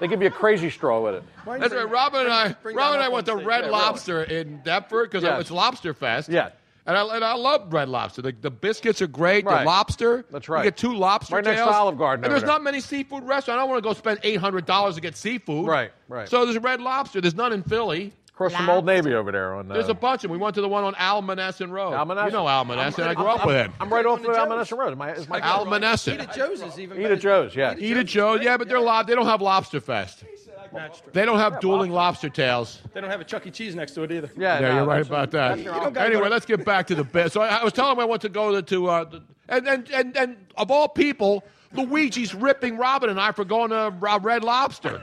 Speaker 7: They give you a crazy straw with it.
Speaker 2: That's right. Robin and I,
Speaker 7: bring
Speaker 2: Robin and
Speaker 7: that
Speaker 2: I
Speaker 7: up
Speaker 2: went
Speaker 7: on
Speaker 2: to
Speaker 7: stage.
Speaker 2: Red
Speaker 7: Yeah, really.
Speaker 2: Lobster in Deptford because
Speaker 7: Yes.
Speaker 2: it's Lobster Fest.
Speaker 7: Yeah.
Speaker 2: And I, and I love Red Lobster. The, the biscuits are great.
Speaker 7: Right.
Speaker 2: The lobster.
Speaker 7: That's
Speaker 2: You
Speaker 7: right.
Speaker 2: get two lobster
Speaker 7: Right next to
Speaker 2: tails.
Speaker 7: Olive Garden
Speaker 2: And
Speaker 7: over
Speaker 2: there's
Speaker 7: there.
Speaker 2: not many seafood restaurants. I don't want to go spend eight hundred dollars to get seafood.
Speaker 7: Right, right.
Speaker 2: So there's Red Lobster. There's none in Philly.
Speaker 7: Across from Old Navy over there on. Uh,
Speaker 2: There's a bunch of them. We went to the one on Almanesson Road.
Speaker 7: Almanesson.
Speaker 2: You know Almanesson.
Speaker 7: I'm-
Speaker 2: I grew
Speaker 7: I'm-
Speaker 2: up with
Speaker 7: I'm-
Speaker 2: him.
Speaker 7: I'm right off the Almanesson Road. My, is my
Speaker 2: Almanesson. Eat
Speaker 11: Joe's is even
Speaker 7: Eat at Joe's, yeah.
Speaker 2: Eat at Joe's. Yeah, but they're lob- they don't have Lobster Fest.
Speaker 11: matched.
Speaker 2: They don't have dueling lobster tails.
Speaker 11: They don't have a Chuck E. Cheese next to it either.
Speaker 7: Yeah,
Speaker 2: Yeah, you're right about that. Anyway, let's get back to the bit. So I, I was telling him I want to go to, to uh, the, and, and, and, and of all people, Luigi's ripping Robin and I for going to Ro- Red Lobster.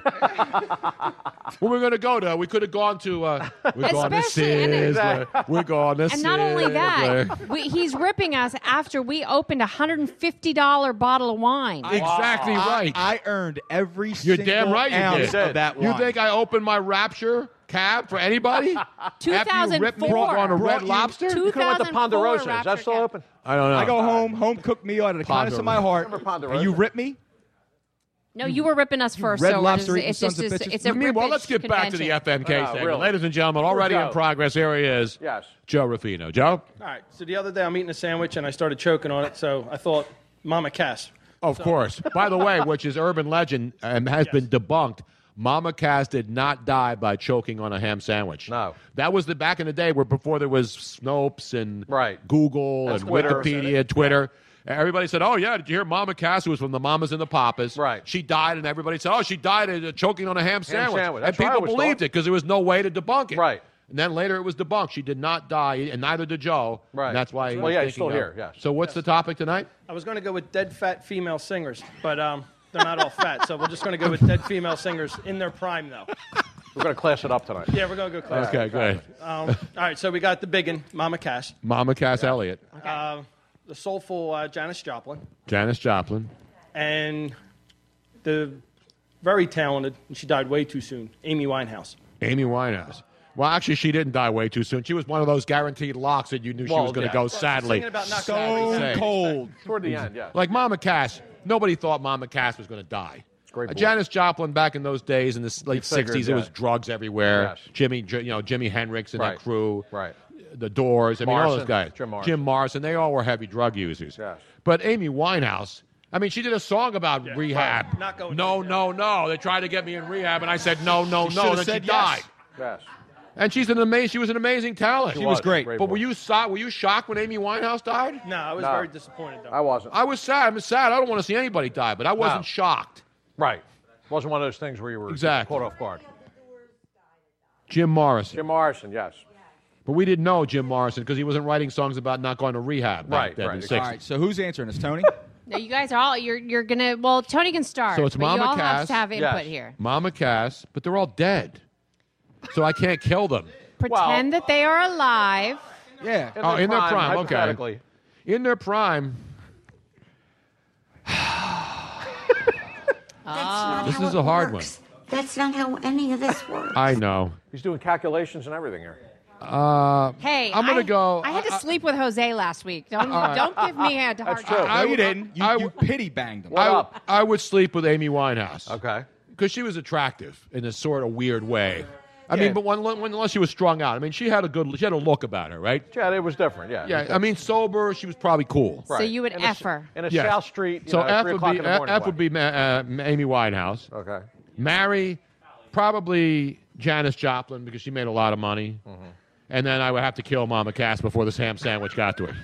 Speaker 2: when we were going to go to, we could have gone to, uh, we're going to
Speaker 6: Especially- and-
Speaker 2: Sizzler. We're going to
Speaker 6: And not only
Speaker 2: Sizzler.
Speaker 6: that, we, he's ripping us after we opened a $150 bottle of wine.
Speaker 2: Exactly right.
Speaker 3: I earned every
Speaker 2: You're
Speaker 3: single
Speaker 2: damn right you
Speaker 3: ounce
Speaker 2: did.
Speaker 3: of that
Speaker 2: you
Speaker 3: wine.
Speaker 2: think I opened my Rapture cab for anybody? After you ripped me
Speaker 6: 2004.
Speaker 2: on a
Speaker 3: Brought
Speaker 2: Red
Speaker 3: you-
Speaker 2: Lobster?
Speaker 7: You could have went to
Speaker 6: 2004
Speaker 7: Ponderosa. Is that
Speaker 6: Rapture
Speaker 7: still open?
Speaker 2: I don't know.
Speaker 3: I go home, home cooked meal out of the kindness of my heart.
Speaker 7: Remember Ponderosa?
Speaker 3: And you rip me?
Speaker 6: No, you were ripping us first.
Speaker 3: Red
Speaker 6: so
Speaker 3: Lobster eating
Speaker 6: it's, just-
Speaker 3: sons
Speaker 6: it's
Speaker 3: of
Speaker 6: just
Speaker 3: bitches.
Speaker 6: it's a
Speaker 3: You mean,
Speaker 6: rippage
Speaker 2: Well, let's get back to the
Speaker 6: convention.
Speaker 2: FMK
Speaker 7: No,
Speaker 2: segment.
Speaker 7: Oh, really.
Speaker 2: Ladies and gentlemen, already
Speaker 7: Joe.
Speaker 2: in progress, here he is.
Speaker 7: Yes.
Speaker 2: Joe Ruffino. Joe?
Speaker 11: All right. So the other day I'm eating a sandwich and I started choking on it. So I thought, Mama Cass.
Speaker 2: Of course. By the way, which is urban legend and has been debunked. Mama Cass did not die by choking on a ham sandwich.
Speaker 7: No.
Speaker 2: That was the back in the day where before there was Snopes and
Speaker 7: Right.
Speaker 2: Google
Speaker 7: That's
Speaker 2: and
Speaker 7: Twitter.
Speaker 2: Wikipedia and Twitter. Everybody said, "Oh yeah, did you hear Mama Cass who was from the Mamas and the Papas?"
Speaker 7: Right.
Speaker 2: She died, and everybody said, "Oh, she died uh, choking on a ham sandwich."
Speaker 7: sandwich.
Speaker 2: And
Speaker 7: That's what I
Speaker 2: people
Speaker 7: was
Speaker 2: believed
Speaker 7: taught.
Speaker 2: it because there was no way to debunk it.
Speaker 7: Right.
Speaker 2: And then later it was debunked. She did not die, and neither did Joe.
Speaker 7: Right.
Speaker 2: And that's why. he
Speaker 7: Well,
Speaker 2: was
Speaker 7: yeah, he's
Speaker 2: thinking
Speaker 7: still
Speaker 2: of-
Speaker 7: here, yes.
Speaker 2: So what's the topic tonight?
Speaker 11: I was going to go with dead fat female singers, but um, they're not all fat. So we're just going to go with dead female singers in their prime, though.
Speaker 7: We're going to class it up tonight.
Speaker 11: Yeah, we're going to go close.
Speaker 2: Okay, good.
Speaker 11: Um, all right. So we got the biggin, Mama Cass,
Speaker 2: Mama Cass Elliott,
Speaker 11: uh, the soulful uh, Janis Joplin,
Speaker 2: Janis Joplin,
Speaker 11: and the very talented, and she died way too soon, Amy Winehouse.
Speaker 2: Amy Winehouse. Well, actually, she didn't die way too soon. She was one of those guaranteed locks that you knew she
Speaker 7: Well,
Speaker 2: was going to
Speaker 7: yeah.
Speaker 2: go
Speaker 7: Well,
Speaker 2: sadly.
Speaker 11: Thinking about not
Speaker 3: So
Speaker 11: gonna-
Speaker 3: cold.
Speaker 7: Toward the end, yeah.
Speaker 2: Like Mama Cass, nobody thought Mama Cass was going to die.
Speaker 7: Great
Speaker 2: Uh,
Speaker 7: boy.
Speaker 2: Janis Joplin back in those days in the s- late
Speaker 7: figured
Speaker 2: '60s, it was
Speaker 7: that.
Speaker 2: drugs everywhere.
Speaker 7: Yes.
Speaker 2: Jimmy, J- you know Jimmy Hendrix and
Speaker 7: Right.
Speaker 2: that crew,
Speaker 7: Right.
Speaker 2: The Doors. I mean, all
Speaker 7: Morrison.
Speaker 2: those guys.
Speaker 7: Jim Morrison.
Speaker 2: Morrison, They all were heavy drug users.
Speaker 7: Yes.
Speaker 2: But Amy Winehouse. I mean, she did a song about rehab.
Speaker 11: Not going
Speaker 2: no,
Speaker 11: to
Speaker 2: no, no. They tried to get me in rehab, and I said no, no,
Speaker 3: She
Speaker 2: no.
Speaker 3: should
Speaker 2: And then
Speaker 3: have
Speaker 2: she
Speaker 3: said yes.
Speaker 2: died.
Speaker 7: Yes.
Speaker 2: And she's an amazing. She was an amazing talent.
Speaker 3: She was great.
Speaker 2: But were you so- were you shocked when Amy Winehouse died?
Speaker 11: No, I was
Speaker 7: No.
Speaker 11: very disappointed though.
Speaker 7: I wasn't.
Speaker 2: I was sad. I'm sad. I don't want to see anybody die, but I wasn't shocked.
Speaker 7: Right. Wasn't one of those things where you were
Speaker 2: Exactly.
Speaker 7: caught off guard.
Speaker 2: Jim Morrison.
Speaker 7: Jim Morrison, yes.
Speaker 2: But we didn't know Jim Morrison because he wasn't writing songs about not going to rehab. back
Speaker 7: Right,
Speaker 2: then in
Speaker 7: right.
Speaker 2: the
Speaker 3: All
Speaker 2: 60s.
Speaker 3: right, so who's answering this, Tony?
Speaker 6: No, you guys are all you're you're gonna. Well, Tony can start.
Speaker 2: So it's
Speaker 6: but
Speaker 2: Mama
Speaker 6: you all
Speaker 2: Cass.
Speaker 6: have to have input
Speaker 7: Yes.
Speaker 6: here.
Speaker 2: Mama Cass, but they're all dead. So I can't kill them.
Speaker 6: Pretend that they are alive.
Speaker 3: yeah.
Speaker 2: Oh, in their prime, okay.
Speaker 7: hypothetically.
Speaker 2: In their prime,
Speaker 6: Ah.
Speaker 2: This is a hard
Speaker 12: one. That's not how any of this works.
Speaker 2: one. I know.
Speaker 4: He's doing calculations and everything here.
Speaker 2: Uh,
Speaker 6: Hey,
Speaker 2: I'm gonna
Speaker 6: I-
Speaker 2: go.
Speaker 6: I had to sleep with Jose last week. Don't
Speaker 2: right.
Speaker 6: don't give me a hard time.
Speaker 3: No, you didn't. You, you pity banged him.
Speaker 2: I, I would sleep with Amy Winehouse. Okay. Because she was attractive in a sort of weird way. I
Speaker 7: Yeah.
Speaker 2: mean, but when, when, unless she was strung out. I mean, she had a good, she had a look about her, right?
Speaker 7: Yeah, it was different. Yeah.
Speaker 2: Yeah. I mean, sober, she was probably cool.
Speaker 6: So you would
Speaker 7: in
Speaker 6: F
Speaker 7: a,
Speaker 6: her.
Speaker 7: In a
Speaker 2: Yes.
Speaker 7: South Street, you
Speaker 2: so
Speaker 7: know,
Speaker 2: F
Speaker 7: 3
Speaker 2: would
Speaker 7: o'clock
Speaker 2: be
Speaker 7: in the morning.
Speaker 2: F would be Ma- uh, Amy Winehouse.
Speaker 7: Okay.
Speaker 2: Marry, probably Janis Joplin because she made a lot of money.
Speaker 7: Mm-hmm.
Speaker 2: And then I would have to kill Mama Cass before this ham sandwich got to her.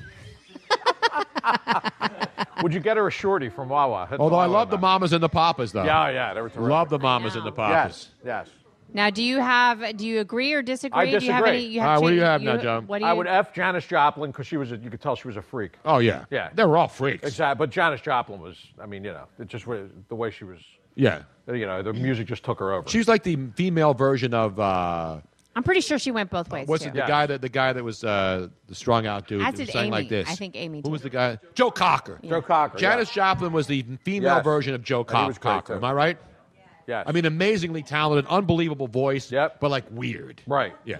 Speaker 7: Would you get her a shorty from Wawa? That's
Speaker 2: Although
Speaker 7: all
Speaker 2: I
Speaker 7: wanna
Speaker 2: love the
Speaker 7: Oh, know.
Speaker 2: mamas and the papas, though.
Speaker 7: Yeah, yeah, they were terrific.
Speaker 2: Love the mamas and the papas.
Speaker 7: Yes.
Speaker 6: Now, do you have? Do you agree or disagree?
Speaker 7: I
Speaker 6: Do you have
Speaker 7: disagree.
Speaker 6: any? You have to- What do you?
Speaker 7: I would F Janis Joplin because she was, a, you could tell she was a freak.
Speaker 2: Oh yeah.
Speaker 7: Yeah.
Speaker 2: They were all freaks.
Speaker 7: Exactly. But Janis Joplin was, I mean, you know, it just was the way she was,
Speaker 2: Yeah.
Speaker 7: you know, the music just took her over.
Speaker 2: She's like the female version of uh,
Speaker 6: I'm pretty sure she went both ways.
Speaker 2: what's
Speaker 6: too.
Speaker 2: it, the guy that the guy that was uh, the strung out dude
Speaker 6: I
Speaker 2: who
Speaker 6: did
Speaker 2: sang like
Speaker 6: Amy.
Speaker 2: this.
Speaker 6: I think Amy
Speaker 2: Who was the guy? Joe Cocker.
Speaker 7: Joe Cocker.
Speaker 2: Janis Joplin was the female
Speaker 7: Yes.
Speaker 2: version of Joe
Speaker 7: And he
Speaker 2: Co-
Speaker 7: was great,
Speaker 2: Cocker.
Speaker 7: too.
Speaker 2: Am I right?
Speaker 7: Yes.
Speaker 2: I mean, amazingly talented, unbelievable voice. Yep. But like weird.
Speaker 7: Right.
Speaker 2: Yeah.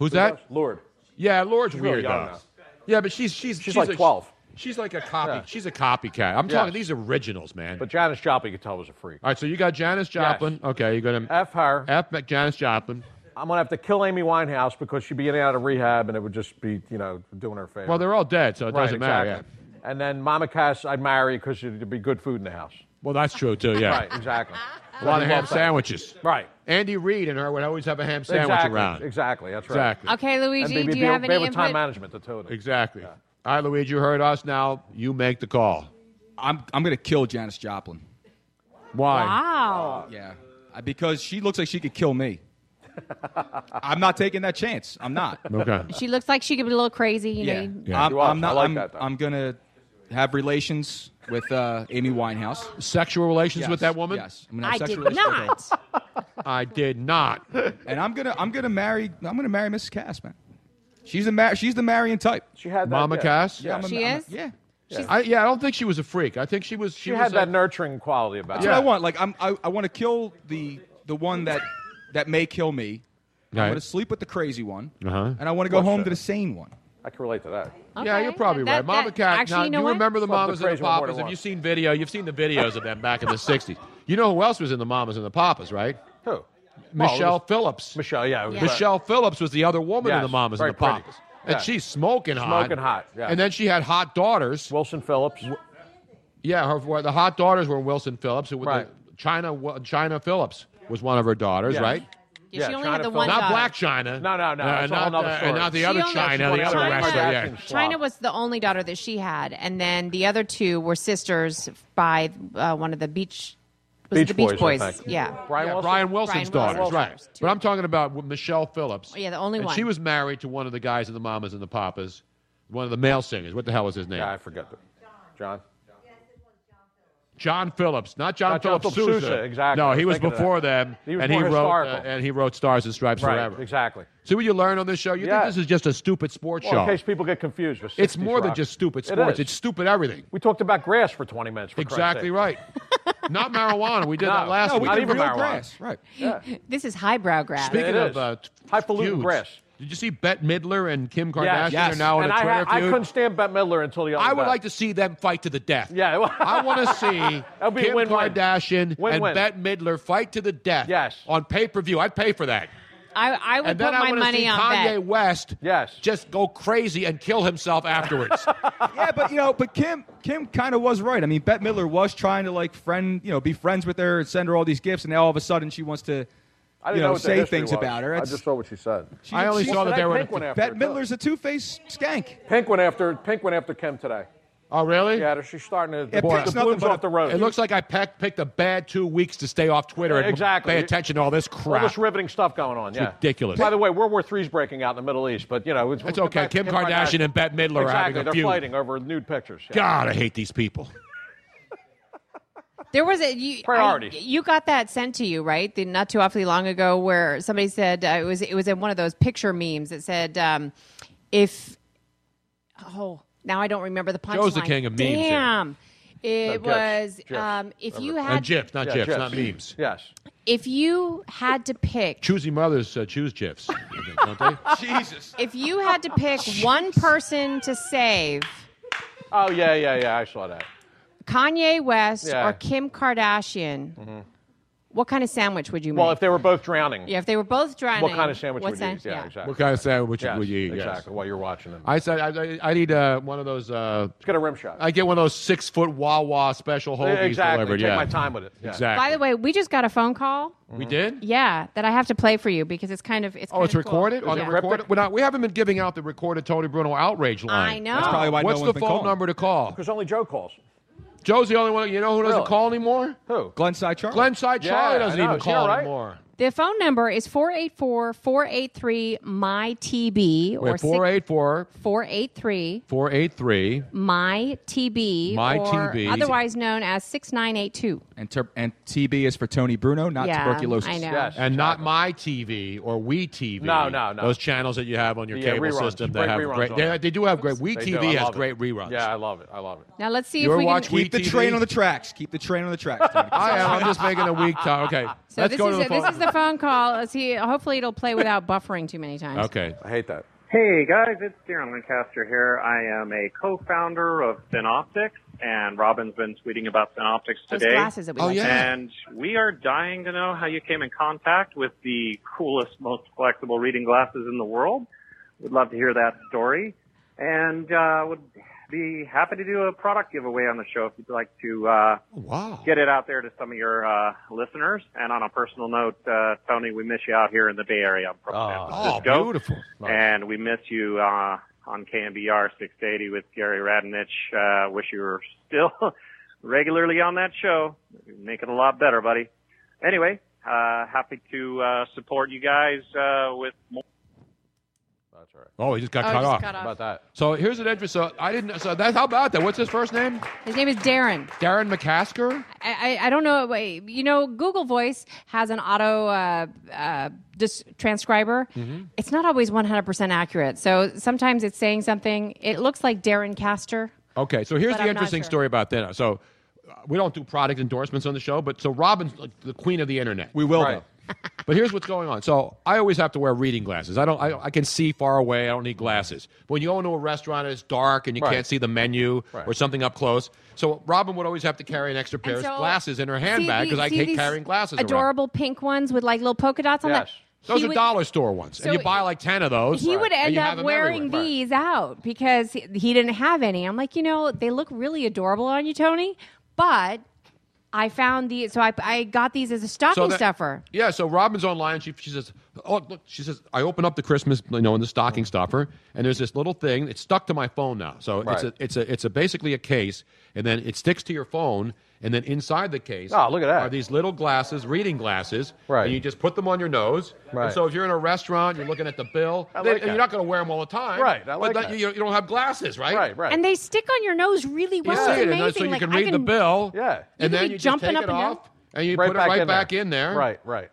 Speaker 2: Who's that?
Speaker 7: Lord.
Speaker 2: Yeah, Lord's
Speaker 7: She's really
Speaker 2: weird
Speaker 7: young
Speaker 2: though.
Speaker 7: now.
Speaker 2: Yeah, but she's she's
Speaker 7: She's like
Speaker 2: a-
Speaker 7: 12.
Speaker 2: She's like a copy. She's a copycat. I'm
Speaker 7: Yes.
Speaker 2: talking these originals, man.
Speaker 7: But Janis Joplin, you could tell was a freak.
Speaker 2: All right, so you got Janis Joplin. Okay, you're gonna
Speaker 7: F her.
Speaker 2: F Mac- Janis Joplin.
Speaker 7: I'm gonna have to kill Amy Winehouse because she'd be in and out of rehab, and it would just be, you know, doing her a favor.
Speaker 2: Well, they're all dead, so it
Speaker 7: Right,
Speaker 2: doesn't matter.
Speaker 7: exactly. And then Mama Cass, I'd marry because it'd be good food in the house.
Speaker 2: yeah. Well, that's true too. Yeah.
Speaker 7: Right. Exactly.
Speaker 2: A lot of ham
Speaker 7: Well said.
Speaker 2: sandwiches.
Speaker 7: Right.
Speaker 2: Andy Reid and her would always have a ham sandwich
Speaker 7: exactly.
Speaker 2: around.
Speaker 7: Exactly. That's right.
Speaker 2: Exactly.
Speaker 6: Okay, Luigi,
Speaker 7: and
Speaker 6: do you have any
Speaker 7: with time
Speaker 6: input?
Speaker 7: management, the two of them.
Speaker 2: Exactly. All right, Luigi, you heard us. Now you make the call.
Speaker 3: I'm I'm gonna kill Janis Joplin.
Speaker 2: Why?
Speaker 6: Wow.
Speaker 3: Yeah, I- because she looks like she could kill me. I'm not taking that chance. I'm not.
Speaker 2: Okay.
Speaker 6: She looks like she could be a little crazy. You
Speaker 3: Yeah. I'm,
Speaker 6: know.
Speaker 3: I'm not. I'm, I'm gonna have relations with uh, Amy Winehouse.
Speaker 2: Sexual relations with that woman?
Speaker 3: Yes. I'm gonna have
Speaker 6: I
Speaker 3: sexual
Speaker 6: did
Speaker 3: relations with her.
Speaker 2: I did not.
Speaker 3: And I'm gonna I'm gonna marry I'm gonna marry Mrs. Cass, man. She's the mar- she's the marrying type.
Speaker 7: She had
Speaker 2: Mama Cass?
Speaker 3: Yeah, I'm a-
Speaker 6: She
Speaker 3: I'm a-
Speaker 6: is?
Speaker 3: yeah.
Speaker 6: She's-
Speaker 2: I, yeah, I don't think she was a freak. I think she was. She,
Speaker 7: She,
Speaker 2: was
Speaker 7: had that
Speaker 2: a-
Speaker 7: nurturing quality about
Speaker 3: That's
Speaker 7: her.
Speaker 3: what I want. Like I'm, I, I want to kill the the one that that may kill me.
Speaker 2: Right.
Speaker 3: I'm going to sleep with the crazy one,
Speaker 2: Uh-huh.
Speaker 3: and I want to go
Speaker 7: What's
Speaker 3: home
Speaker 7: that?
Speaker 3: to the sane one.
Speaker 7: I can relate to that.
Speaker 2: Yeah,
Speaker 6: Okay.
Speaker 2: you're probably
Speaker 6: That-
Speaker 2: right. Mama
Speaker 6: that-
Speaker 2: Cat.
Speaker 6: actually,
Speaker 2: now,
Speaker 6: you know what?
Speaker 2: remember the
Speaker 7: Well, the
Speaker 2: mamas and the
Speaker 7: praise one more
Speaker 2: papas.
Speaker 7: to
Speaker 2: Have
Speaker 7: one.
Speaker 2: you seen video? You've seen the videos of them back in the '60s. You know who else was in the mamas and the papas, right?
Speaker 7: Who?
Speaker 2: Michelle
Speaker 7: Oh, it
Speaker 2: Phillips.
Speaker 7: Oh, was- Michelle, yeah. it was-
Speaker 2: Michelle Phillips was the other woman in
Speaker 7: Yes,
Speaker 2: the mamas and
Speaker 7: very
Speaker 2: the papas,
Speaker 7: pretty.
Speaker 2: and
Speaker 7: Yeah.
Speaker 2: she's smoking hot.
Speaker 7: Smoking hot, yeah.
Speaker 2: And then she had hot daughters.
Speaker 7: Wilson Phillips.
Speaker 2: Yeah, her well, the hot daughters were Wilson Phillips. Who were
Speaker 7: Right.
Speaker 2: the China China Phillips was one of her daughters,
Speaker 7: Yes.
Speaker 2: right?
Speaker 6: Yeah, she
Speaker 7: Yeah,
Speaker 6: only had
Speaker 7: China
Speaker 6: the one
Speaker 2: Not
Speaker 7: Phillips.
Speaker 6: daughter.
Speaker 2: Black China.
Speaker 7: No, no, no,
Speaker 2: Uh,
Speaker 7: it's a whole
Speaker 2: not,
Speaker 7: nother
Speaker 2: uh,
Speaker 7: story.
Speaker 2: and not the
Speaker 6: She
Speaker 2: other
Speaker 6: only-
Speaker 2: China,
Speaker 7: She's
Speaker 2: the
Speaker 7: one
Speaker 2: other
Speaker 7: of the
Speaker 2: wrestler.
Speaker 7: Kardashians.
Speaker 2: Yeah.
Speaker 6: China was the only daughter that she had, and then the other two were sisters by uh, one of the beach. Was it
Speaker 7: Beach
Speaker 6: the Beach
Speaker 7: Boys,
Speaker 6: Boys?
Speaker 7: I think.
Speaker 6: Yeah.
Speaker 7: Brian
Speaker 2: Yeah,
Speaker 7: Wilson.
Speaker 2: Brian Wilson's
Speaker 6: Brian
Speaker 2: daughters,
Speaker 6: Wilson's
Speaker 2: right?
Speaker 6: daughters, two
Speaker 2: But I'm talking about with Michelle Phillips.
Speaker 6: Oh, yeah, the only
Speaker 2: and
Speaker 6: one.
Speaker 2: She was married to one of the guys in the Mamas and the Papas, one of the male singers. What the hell was his name?
Speaker 7: Yeah, I forget that. John.
Speaker 2: John Phillips, not John
Speaker 7: Not John
Speaker 2: Phillips
Speaker 7: Phillips
Speaker 2: Sousa.
Speaker 7: Sousa, exactly.
Speaker 2: No,
Speaker 7: I was
Speaker 2: he was
Speaker 7: thinking of
Speaker 2: before
Speaker 7: that.
Speaker 2: them,
Speaker 7: He was
Speaker 2: and he
Speaker 7: more
Speaker 2: wrote uh,
Speaker 7: historical.
Speaker 2: and he wrote Stars and Stripes
Speaker 7: Right,
Speaker 2: forever.
Speaker 7: exactly.
Speaker 2: See what you learn on this show. You
Speaker 7: Yeah.
Speaker 2: think this is just a stupid sports
Speaker 7: Well,
Speaker 2: show?
Speaker 7: in case people get confused with
Speaker 2: it's
Speaker 7: 60s
Speaker 2: more than
Speaker 7: rock.
Speaker 2: just stupid
Speaker 7: It
Speaker 2: sports.
Speaker 7: is.
Speaker 2: it's stupid everything.
Speaker 7: we talked about grass for 20 minutes. For Christ's
Speaker 2: Exactly
Speaker 7: sake.
Speaker 2: right. not marijuana. We did that
Speaker 7: No,
Speaker 2: last
Speaker 7: no, we
Speaker 2: week.
Speaker 7: did Not even real marijuana.
Speaker 3: Grass, right?
Speaker 6: This is highbrow grass.
Speaker 2: Speaking
Speaker 7: It
Speaker 2: of
Speaker 7: is.
Speaker 2: uh, t-
Speaker 7: Highfalutin
Speaker 2: feuds,
Speaker 7: grass.
Speaker 2: did you see Bette Midler and Kim Kardashian
Speaker 7: Yes.
Speaker 2: are now in
Speaker 7: and
Speaker 2: a
Speaker 7: I,
Speaker 2: Twitter
Speaker 7: ha- I
Speaker 2: feud?
Speaker 7: couldn't stand Bette Midler until the other
Speaker 2: I would
Speaker 7: day.
Speaker 2: like to see them fight to the death.
Speaker 7: Yeah. well,
Speaker 2: I want to see
Speaker 7: That'd be a
Speaker 2: Kim
Speaker 7: win-win.
Speaker 2: Kardashian
Speaker 7: Win-win.
Speaker 2: and Bette Midler fight to the death.
Speaker 7: Yes.
Speaker 2: On pay per view, I'd pay for that.
Speaker 6: I, I would
Speaker 2: And then
Speaker 6: put
Speaker 2: I
Speaker 6: my
Speaker 2: want to see
Speaker 6: money on
Speaker 2: Kanye
Speaker 6: that.
Speaker 2: West
Speaker 7: Yes.
Speaker 2: just go crazy and kill himself afterwards.
Speaker 3: yeah, but you know, but Kim Kim kind of was right. I mean, Bette Midler was trying to like friend, you know, be friends with her and send her all these gifts, and now all of a sudden she wants to,
Speaker 7: I
Speaker 3: you
Speaker 7: didn't
Speaker 3: know,
Speaker 7: what the
Speaker 3: say
Speaker 7: history
Speaker 3: things
Speaker 7: was.
Speaker 3: about her.
Speaker 7: I
Speaker 3: It's-
Speaker 7: just saw what she said.
Speaker 2: I only
Speaker 3: she-
Speaker 2: saw that
Speaker 7: Today,
Speaker 2: they were.
Speaker 7: Pink went after
Speaker 3: Bette
Speaker 7: her, too.
Speaker 3: Midler's a two faced skank.
Speaker 7: Pink went after Pink went after Kim today.
Speaker 2: Oh, really?
Speaker 7: Yeah, she's starting to.
Speaker 3: Yeah,
Speaker 7: the,
Speaker 3: Pink's
Speaker 7: the
Speaker 3: nothing
Speaker 7: bloom's
Speaker 3: but a-
Speaker 7: off the rose.
Speaker 2: It looks like I packed, picked a bad two weeks to stay off Twitter and
Speaker 7: Exactly.
Speaker 2: pay attention to all this
Speaker 7: all
Speaker 2: crap.
Speaker 7: this riveting stuff going on. yeah,
Speaker 2: ridiculous.
Speaker 7: By the way, World War Three's breaking out in the Middle East, but you know it's,
Speaker 2: That's okay. Kim Kardashian and Bette Midler are
Speaker 7: exactly.
Speaker 2: having a
Speaker 7: They're
Speaker 2: feud.
Speaker 7: fighting over nude pictures. Yeah.
Speaker 2: God, I hate these people.
Speaker 6: There was a you,
Speaker 7: Priorities.
Speaker 6: I- you got that sent to you, right? The, not too awfully long ago, where somebody said uh, it was it was in one of those picture memes that said, um, "If oh now I don't remember the punchline."
Speaker 2: Joe's the king of memes here.
Speaker 6: Damn. It
Speaker 7: No,
Speaker 6: was
Speaker 7: GIFs, GIFs.
Speaker 6: um, if you
Speaker 7: Remember.
Speaker 6: had
Speaker 2: GIF, not
Speaker 7: Yeah,
Speaker 2: GIFs, not memes.
Speaker 7: Yes.
Speaker 6: if you had to pick
Speaker 2: Choosy mothers uh, choose GIFs, don't they?
Speaker 6: Jesus. If you had to pick one person to save,
Speaker 7: Oh yeah, yeah, yeah. I saw that.
Speaker 6: Kanye West
Speaker 7: Yeah. Mm-hmm.
Speaker 6: or Kim Kardashian, what kind of sandwich would you
Speaker 7: Well,
Speaker 6: make?
Speaker 7: if they were both drowning.
Speaker 6: yeah, if they were both drowning,
Speaker 7: What kind of sandwich
Speaker 6: what
Speaker 7: would
Speaker 6: san-
Speaker 7: you eat? Yeah, exactly.
Speaker 2: What kind of sandwich
Speaker 7: Yes,
Speaker 2: would you eat? Yes.
Speaker 7: Exactly. While you're watching them.
Speaker 2: I said I, I, I need uh, one of those. Uh, Let's
Speaker 7: get a rim shot.
Speaker 2: I get one of those six foot Wawa special hoagies
Speaker 7: Eh, exactly.
Speaker 2: delivered.
Speaker 7: Take
Speaker 2: yeah.
Speaker 7: my time with it. Yeah.
Speaker 2: Exactly.
Speaker 6: By the way, we just got a phone call.
Speaker 7: Mm-hmm.
Speaker 2: we did.
Speaker 6: Yeah, that I have to play for you because it's kind of it's.
Speaker 2: Oh, it's
Speaker 6: kind of cool.
Speaker 2: recorded on
Speaker 6: Yeah.
Speaker 2: the recorded. We're not, we haven't been giving out the recorded Tony Bruno outrage line.
Speaker 6: I know. That's probably why no
Speaker 2: What's the
Speaker 6: one's been
Speaker 2: phone
Speaker 6: calling.
Speaker 2: number to call?
Speaker 7: Because only Joe calls.
Speaker 2: Joe's the only one. You know who doesn't
Speaker 7: Really?
Speaker 2: call anymore?
Speaker 7: Who?
Speaker 3: Glenside Charlie.
Speaker 2: Glenside
Speaker 7: Yeah,
Speaker 2: Charlie
Speaker 7: I
Speaker 2: doesn't
Speaker 7: know.
Speaker 2: even
Speaker 7: Is he
Speaker 2: call
Speaker 7: all right?
Speaker 2: anymore.
Speaker 6: The phone number is 484 483 MyTB or
Speaker 2: Wait, 484
Speaker 6: 483
Speaker 2: 483
Speaker 6: MyTB.
Speaker 3: My
Speaker 6: or
Speaker 3: TB.
Speaker 6: Otherise known as 6982.
Speaker 3: And, ter- and TB is for Tony Bruno, not
Speaker 6: Yeah,
Speaker 3: tuberculosis.
Speaker 6: I know.
Speaker 3: Yes.
Speaker 2: and not my TV or We TV.
Speaker 3: No, no, no.
Speaker 2: Those channels that you have on your
Speaker 3: Yeah,
Speaker 2: cable
Speaker 3: reruns.
Speaker 2: system that
Speaker 3: Great
Speaker 2: have
Speaker 3: reruns
Speaker 2: great.
Speaker 3: on
Speaker 2: They,
Speaker 3: it.
Speaker 2: they do have great. We
Speaker 3: They
Speaker 2: TV
Speaker 3: do. I
Speaker 2: has
Speaker 3: love it.
Speaker 2: great reruns.
Speaker 7: Yeah, I love it. I love it.
Speaker 6: Now let's see
Speaker 2: You
Speaker 6: if
Speaker 2: ever
Speaker 6: we
Speaker 2: watch
Speaker 6: can.
Speaker 2: We
Speaker 3: Keep the
Speaker 2: TV?
Speaker 3: train on the tracks. Keep the train on the tracks. Tony.
Speaker 2: I am. I'm just making a weak time. Okay,
Speaker 6: So
Speaker 2: let's
Speaker 6: this
Speaker 2: go
Speaker 6: is
Speaker 2: to the
Speaker 6: it.
Speaker 2: phone.
Speaker 6: this is the phone call. Let's see. Hopefully it'll play without buffering too many times.
Speaker 2: okay,
Speaker 7: I hate that.
Speaker 13: Hey guys, it's Darren Lancaster here. I am a co-founder of Thinoptics, and Robin's been tweeting about Thinoptics
Speaker 6: Those
Speaker 13: today.
Speaker 6: glasses that we Oh, like. yeah.
Speaker 13: And we are dying to know how you came in contact with the coolest, most flexible reading glasses in the world. Would love to hear that story, and uh, would be happy to do a product giveaway on the show if you'd like to uh,
Speaker 2: wow.
Speaker 13: get it out there to some of your uh, listeners. And on a personal note, uh, Tony, we miss you out here in the Bay Area. I'm from San
Speaker 2: Oh,
Speaker 13: Francisco.
Speaker 2: beautiful.
Speaker 13: And we miss you uh, on KMBR 680 with Gary Radnich. Uh, wish you were still regularly on that show. You Make it a lot better, buddy. Anyway, uh, happy to uh, support you guys uh, with more.
Speaker 7: That's all right.
Speaker 2: Oh, he just got
Speaker 6: Oh,
Speaker 2: cut,
Speaker 6: just
Speaker 2: off.
Speaker 6: cut off. How about
Speaker 7: that?
Speaker 2: So here's an interest. So I didn't. So that. How about that? What's his first name?
Speaker 6: His name is Darren.
Speaker 2: Darren McCasker.
Speaker 6: I, I, I don't know. Wait, You know, Google Voice has an auto uh, uh, dis- transcriber.
Speaker 2: Mm-hmm.
Speaker 6: It's not always 100% accurate. So sometimes it's saying something. It looks like Darren Castor.
Speaker 2: Okay, so here's
Speaker 6: But
Speaker 2: the
Speaker 6: I'm not
Speaker 2: interesting
Speaker 6: sure.
Speaker 2: story about that. So uh, we don't do product endorsements on the show, but so Robin's like the queen of the internet. We
Speaker 3: will, Right.
Speaker 2: though. but here's what's going on. So I always have to wear reading glasses. I don't. I, I can see far away. I don't need glasses. But when you go into a restaurant, it's dark and you
Speaker 7: Right.
Speaker 2: can't see the menu
Speaker 7: Right.
Speaker 2: or something up close. So Robin would always have to carry an extra pair
Speaker 6: so-
Speaker 2: of glasses in her
Speaker 6: See
Speaker 2: handbag
Speaker 6: the-
Speaker 2: because I
Speaker 6: see
Speaker 2: hate
Speaker 6: these
Speaker 2: carrying glasses. around.
Speaker 6: Adorable pink ones with like little polka dots on
Speaker 2: Yes.
Speaker 6: them.
Speaker 2: Those
Speaker 6: He
Speaker 2: are
Speaker 6: would-
Speaker 2: dollar store ones,
Speaker 6: so
Speaker 2: and you buy like ten of those.
Speaker 6: He would
Speaker 2: and
Speaker 6: end
Speaker 2: you have
Speaker 6: up
Speaker 2: them
Speaker 6: wearing
Speaker 2: everywhere.
Speaker 6: these out because he, he didn't have any. I'm like, you know, they look really adorable on you, Tony, but I found the so I, I got these as a stocking
Speaker 2: that-
Speaker 6: stuffer.
Speaker 2: Yeah, so Robin's online. She, she says, "Oh, look!" She says, "I open up the Christmas, you know, in the stocking stuffer, and there's this little thing. It's stuck to my phone now. So it's
Speaker 7: Right.
Speaker 2: a, it's a, it's a basically a case, and then it sticks to your phone, and then inside the case,
Speaker 7: Oh, look at that.
Speaker 2: are these little glasses, reading glasses, right? And you just put them on your nose.
Speaker 7: Right.
Speaker 2: And so if you're in a restaurant, you're looking at the bill.
Speaker 7: I
Speaker 2: they-
Speaker 7: like
Speaker 2: and you're
Speaker 7: that.
Speaker 2: not going to wear them all the time,
Speaker 7: Right, I
Speaker 2: but
Speaker 7: like
Speaker 2: that-
Speaker 7: that.
Speaker 2: You, you don't have glasses, right? Right,
Speaker 7: right.
Speaker 6: And they stick on your nose really well.
Speaker 2: You see
Speaker 6: It's
Speaker 2: it, and
Speaker 6: amazing.
Speaker 2: then- so you
Speaker 6: like,
Speaker 2: can
Speaker 6: I
Speaker 2: read the bill.
Speaker 7: Yeah.
Speaker 6: You
Speaker 2: and then
Speaker 6: could be
Speaker 2: you just
Speaker 6: jumping
Speaker 2: take
Speaker 6: up
Speaker 2: it
Speaker 6: and
Speaker 2: off,
Speaker 6: down.
Speaker 2: and you
Speaker 7: Right
Speaker 2: put
Speaker 7: back
Speaker 2: it right
Speaker 7: in there.
Speaker 2: back in there.
Speaker 7: Right, right.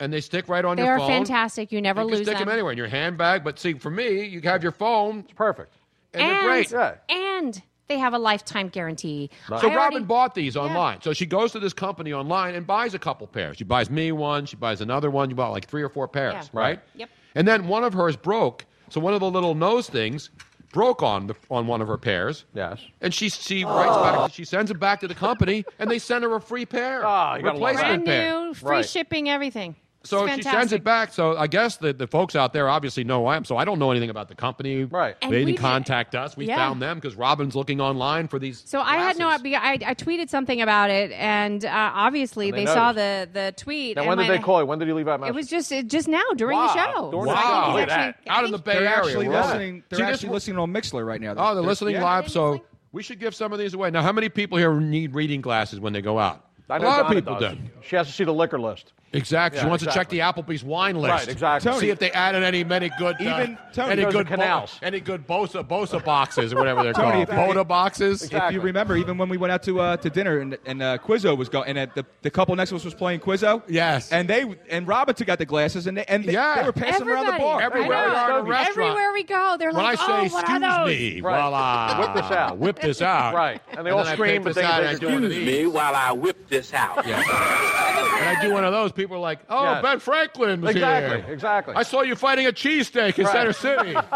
Speaker 2: And they stick right on
Speaker 6: They
Speaker 2: your
Speaker 6: are
Speaker 2: phone.
Speaker 6: fantastic. You never
Speaker 2: You can
Speaker 6: lose
Speaker 2: stick them.
Speaker 6: them.
Speaker 2: anywhere in your handbag. But see, for me, you have your phone. It's
Speaker 7: perfect.
Speaker 2: And, they're great.
Speaker 6: and they have a lifetime guarantee.
Speaker 2: So
Speaker 6: I
Speaker 2: Robin
Speaker 6: already-
Speaker 2: bought these online. So she goes to this company online and buys a couple pairs. She buys me one. She buys another one. You bought like three or four pairs,
Speaker 6: Yeah.
Speaker 2: right?
Speaker 6: Yep.
Speaker 2: And then one of hers broke. So one of the little nose things broke on the, on one of her pairs. Yes. And she she writes back. She sends it back to the company, and they send her a free pair,
Speaker 7: Ah, you gotta love
Speaker 2: replacement
Speaker 6: brand
Speaker 2: pair.
Speaker 6: new, free shipping, everything.
Speaker 2: So
Speaker 6: it's
Speaker 2: she
Speaker 6: fantastic.
Speaker 2: sends it back. So I guess the, the folks out there obviously know why I'm. So I don't know anything about the company. Right.
Speaker 6: And
Speaker 2: they
Speaker 6: we
Speaker 2: didn't
Speaker 6: did-
Speaker 2: contact us. We
Speaker 6: Yeah.
Speaker 2: found them because Robin's looking online for these.
Speaker 6: So I had no idea. I, I tweeted something about it, and uh, obviously
Speaker 2: And
Speaker 6: they,
Speaker 2: they
Speaker 6: saw the the tweet.
Speaker 7: Now,
Speaker 6: and
Speaker 7: when did
Speaker 6: my-
Speaker 7: they call you? When did you leave out?
Speaker 6: It was just it, just now during the
Speaker 7: Wow.
Speaker 6: show.
Speaker 7: During
Speaker 6: So
Speaker 7: the
Speaker 6: I
Speaker 7: show.
Speaker 6: think
Speaker 7: Look
Speaker 6: it's
Speaker 7: at that.
Speaker 6: actually- I
Speaker 2: out in
Speaker 6: think-
Speaker 2: the Bay
Speaker 3: They're
Speaker 2: Area.
Speaker 3: actually
Speaker 2: we're on.
Speaker 3: listening. They're
Speaker 2: See, this
Speaker 3: actually listening on Mixler right now.
Speaker 2: Oh, they're
Speaker 3: They're-
Speaker 2: listening
Speaker 3: yeah.
Speaker 2: live. So we should give some of these away. Now, how many people here need reading glasses when they go out?
Speaker 7: I
Speaker 2: A
Speaker 7: know
Speaker 2: lot of
Speaker 7: Donna
Speaker 2: people
Speaker 7: does.
Speaker 2: do.
Speaker 7: She has to see the liquor list.
Speaker 2: Exactly. she
Speaker 7: Yeah,
Speaker 2: wants
Speaker 7: exactly.
Speaker 2: to check the Applebee's wine list.
Speaker 7: Right, exactly.
Speaker 2: See if they added any many good, uh,
Speaker 7: Even Tony
Speaker 2: any
Speaker 7: knows
Speaker 2: good
Speaker 7: the canals.
Speaker 2: Bo- any good Bosa Bosa boxes or whatever they're
Speaker 3: Tony,
Speaker 2: called. Boda boxes.
Speaker 3: If you remember, even when we went out to uh, to dinner and and uh, Quizzo was going, and uh, the, the couple next to us was playing Quizzo.
Speaker 2: Yes.
Speaker 3: And they and Robert took out the glasses and they and they,
Speaker 2: Yeah.
Speaker 3: they were passing around the
Speaker 6: Everybody.
Speaker 3: bar
Speaker 6: I
Speaker 2: Everywhere
Speaker 6: know.
Speaker 2: we are in a restaurant.
Speaker 6: Everywhere we go, they're
Speaker 2: when
Speaker 6: like,
Speaker 2: I say,
Speaker 6: oh, what are those?
Speaker 2: excuse me, while I
Speaker 7: Whip this out.
Speaker 2: whip this out.
Speaker 7: Right. And they all
Speaker 2: then I
Speaker 7: scream,
Speaker 2: pick
Speaker 7: but
Speaker 2: this
Speaker 7: they-
Speaker 2: out
Speaker 7: they-
Speaker 2: and I do one of
Speaker 7: excuse
Speaker 2: these.
Speaker 7: me while
Speaker 14: I whip this out.
Speaker 2: And I do one of those. People are like, oh,
Speaker 7: Yes.
Speaker 2: Ben Franklin was
Speaker 7: Exactly,
Speaker 2: here.
Speaker 7: exactly.
Speaker 2: I saw you fighting a cheesesteak in
Speaker 7: Right.
Speaker 2: Center City.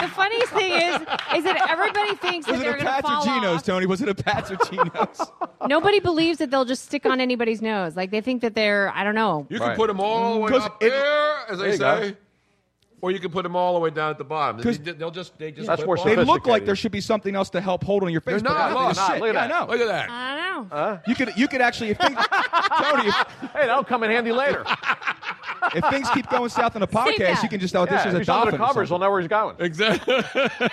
Speaker 6: The funniest thing is, is that everybody thinks that
Speaker 3: Was it
Speaker 6: they're
Speaker 3: a
Speaker 6: going to
Speaker 3: Pats
Speaker 6: fall
Speaker 3: or
Speaker 6: off.
Speaker 3: Geno's, Tony? Was it a Pats or Geno's?
Speaker 6: Nobody believes that they'll just stick on anybody's nose. Like they think that they're, I don't know.
Speaker 2: You can put them all the
Speaker 6: Mm-hmm.
Speaker 2: way
Speaker 3: 'Cause
Speaker 2: up
Speaker 3: it-
Speaker 2: there, as
Speaker 3: There
Speaker 2: they
Speaker 3: you go.
Speaker 2: say, or you can put them all the way down at the bottom.
Speaker 3: 'Cause-
Speaker 2: They- They'll just they just
Speaker 7: That's
Speaker 2: clip
Speaker 7: more
Speaker 2: on.
Speaker 3: They look like there should be something else to help hold on your
Speaker 2: They're
Speaker 3: face. but
Speaker 2: not.
Speaker 3: nothing.
Speaker 2: Look,
Speaker 3: It's shit.
Speaker 2: look at
Speaker 3: Yeah, I
Speaker 2: that.
Speaker 3: know.
Speaker 2: Look at that.
Speaker 6: I don't know.
Speaker 3: You could you could actually if things, Tony, if,
Speaker 7: Hey, that'll come in handy later.
Speaker 3: if things keep going south on the
Speaker 7: that.
Speaker 3: podcast, you can just
Speaker 7: yeah,
Speaker 3: audition
Speaker 7: if
Speaker 3: as a
Speaker 7: you show them
Speaker 3: dolphin.
Speaker 7: the covers, they'll know where he's going.
Speaker 2: Exactly.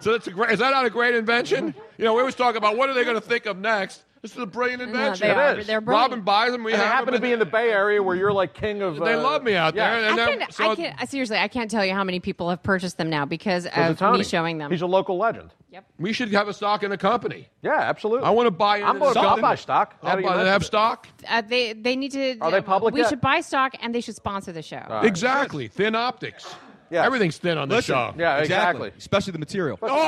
Speaker 2: so that's a great. Is that not a great invention? You know, we always talk about what are they going to think of next. This is a brilliant invention.
Speaker 7: they It are. is. They're brilliant.
Speaker 2: Robin buys them. We
Speaker 7: and they
Speaker 2: have
Speaker 7: happen to
Speaker 2: them,
Speaker 7: be in the Bay Area where you're like king of. uh,
Speaker 2: They love me out there, and
Speaker 6: I
Speaker 2: then-
Speaker 6: can,
Speaker 2: so-
Speaker 6: I can, I- seriously, I can't tell you how many people have purchased them now because
Speaker 7: Because
Speaker 6: of
Speaker 7: of Tony.
Speaker 6: me showing them.
Speaker 7: He's a local legend.
Speaker 2: We should have a stock in the company.
Speaker 7: Yeah, absolutely.
Speaker 2: I want to buy.
Speaker 7: I'm
Speaker 2: into
Speaker 7: gonna- I'll
Speaker 2: something.
Speaker 7: buy stock. Now
Speaker 2: I'll
Speaker 7: that you
Speaker 2: buy. They
Speaker 7: mentioned
Speaker 2: have
Speaker 7: it.
Speaker 2: stock.
Speaker 6: Uh, they they need to.
Speaker 7: Are they public
Speaker 6: We
Speaker 7: yet?
Speaker 6: should buy stock and they should sponsor the show.
Speaker 2: Exactly. Thin optics.
Speaker 7: Yes.
Speaker 2: Everything's thin on this
Speaker 3: Listen,
Speaker 2: show.
Speaker 7: Yeah, exactly.
Speaker 3: Especially the material. Oh! but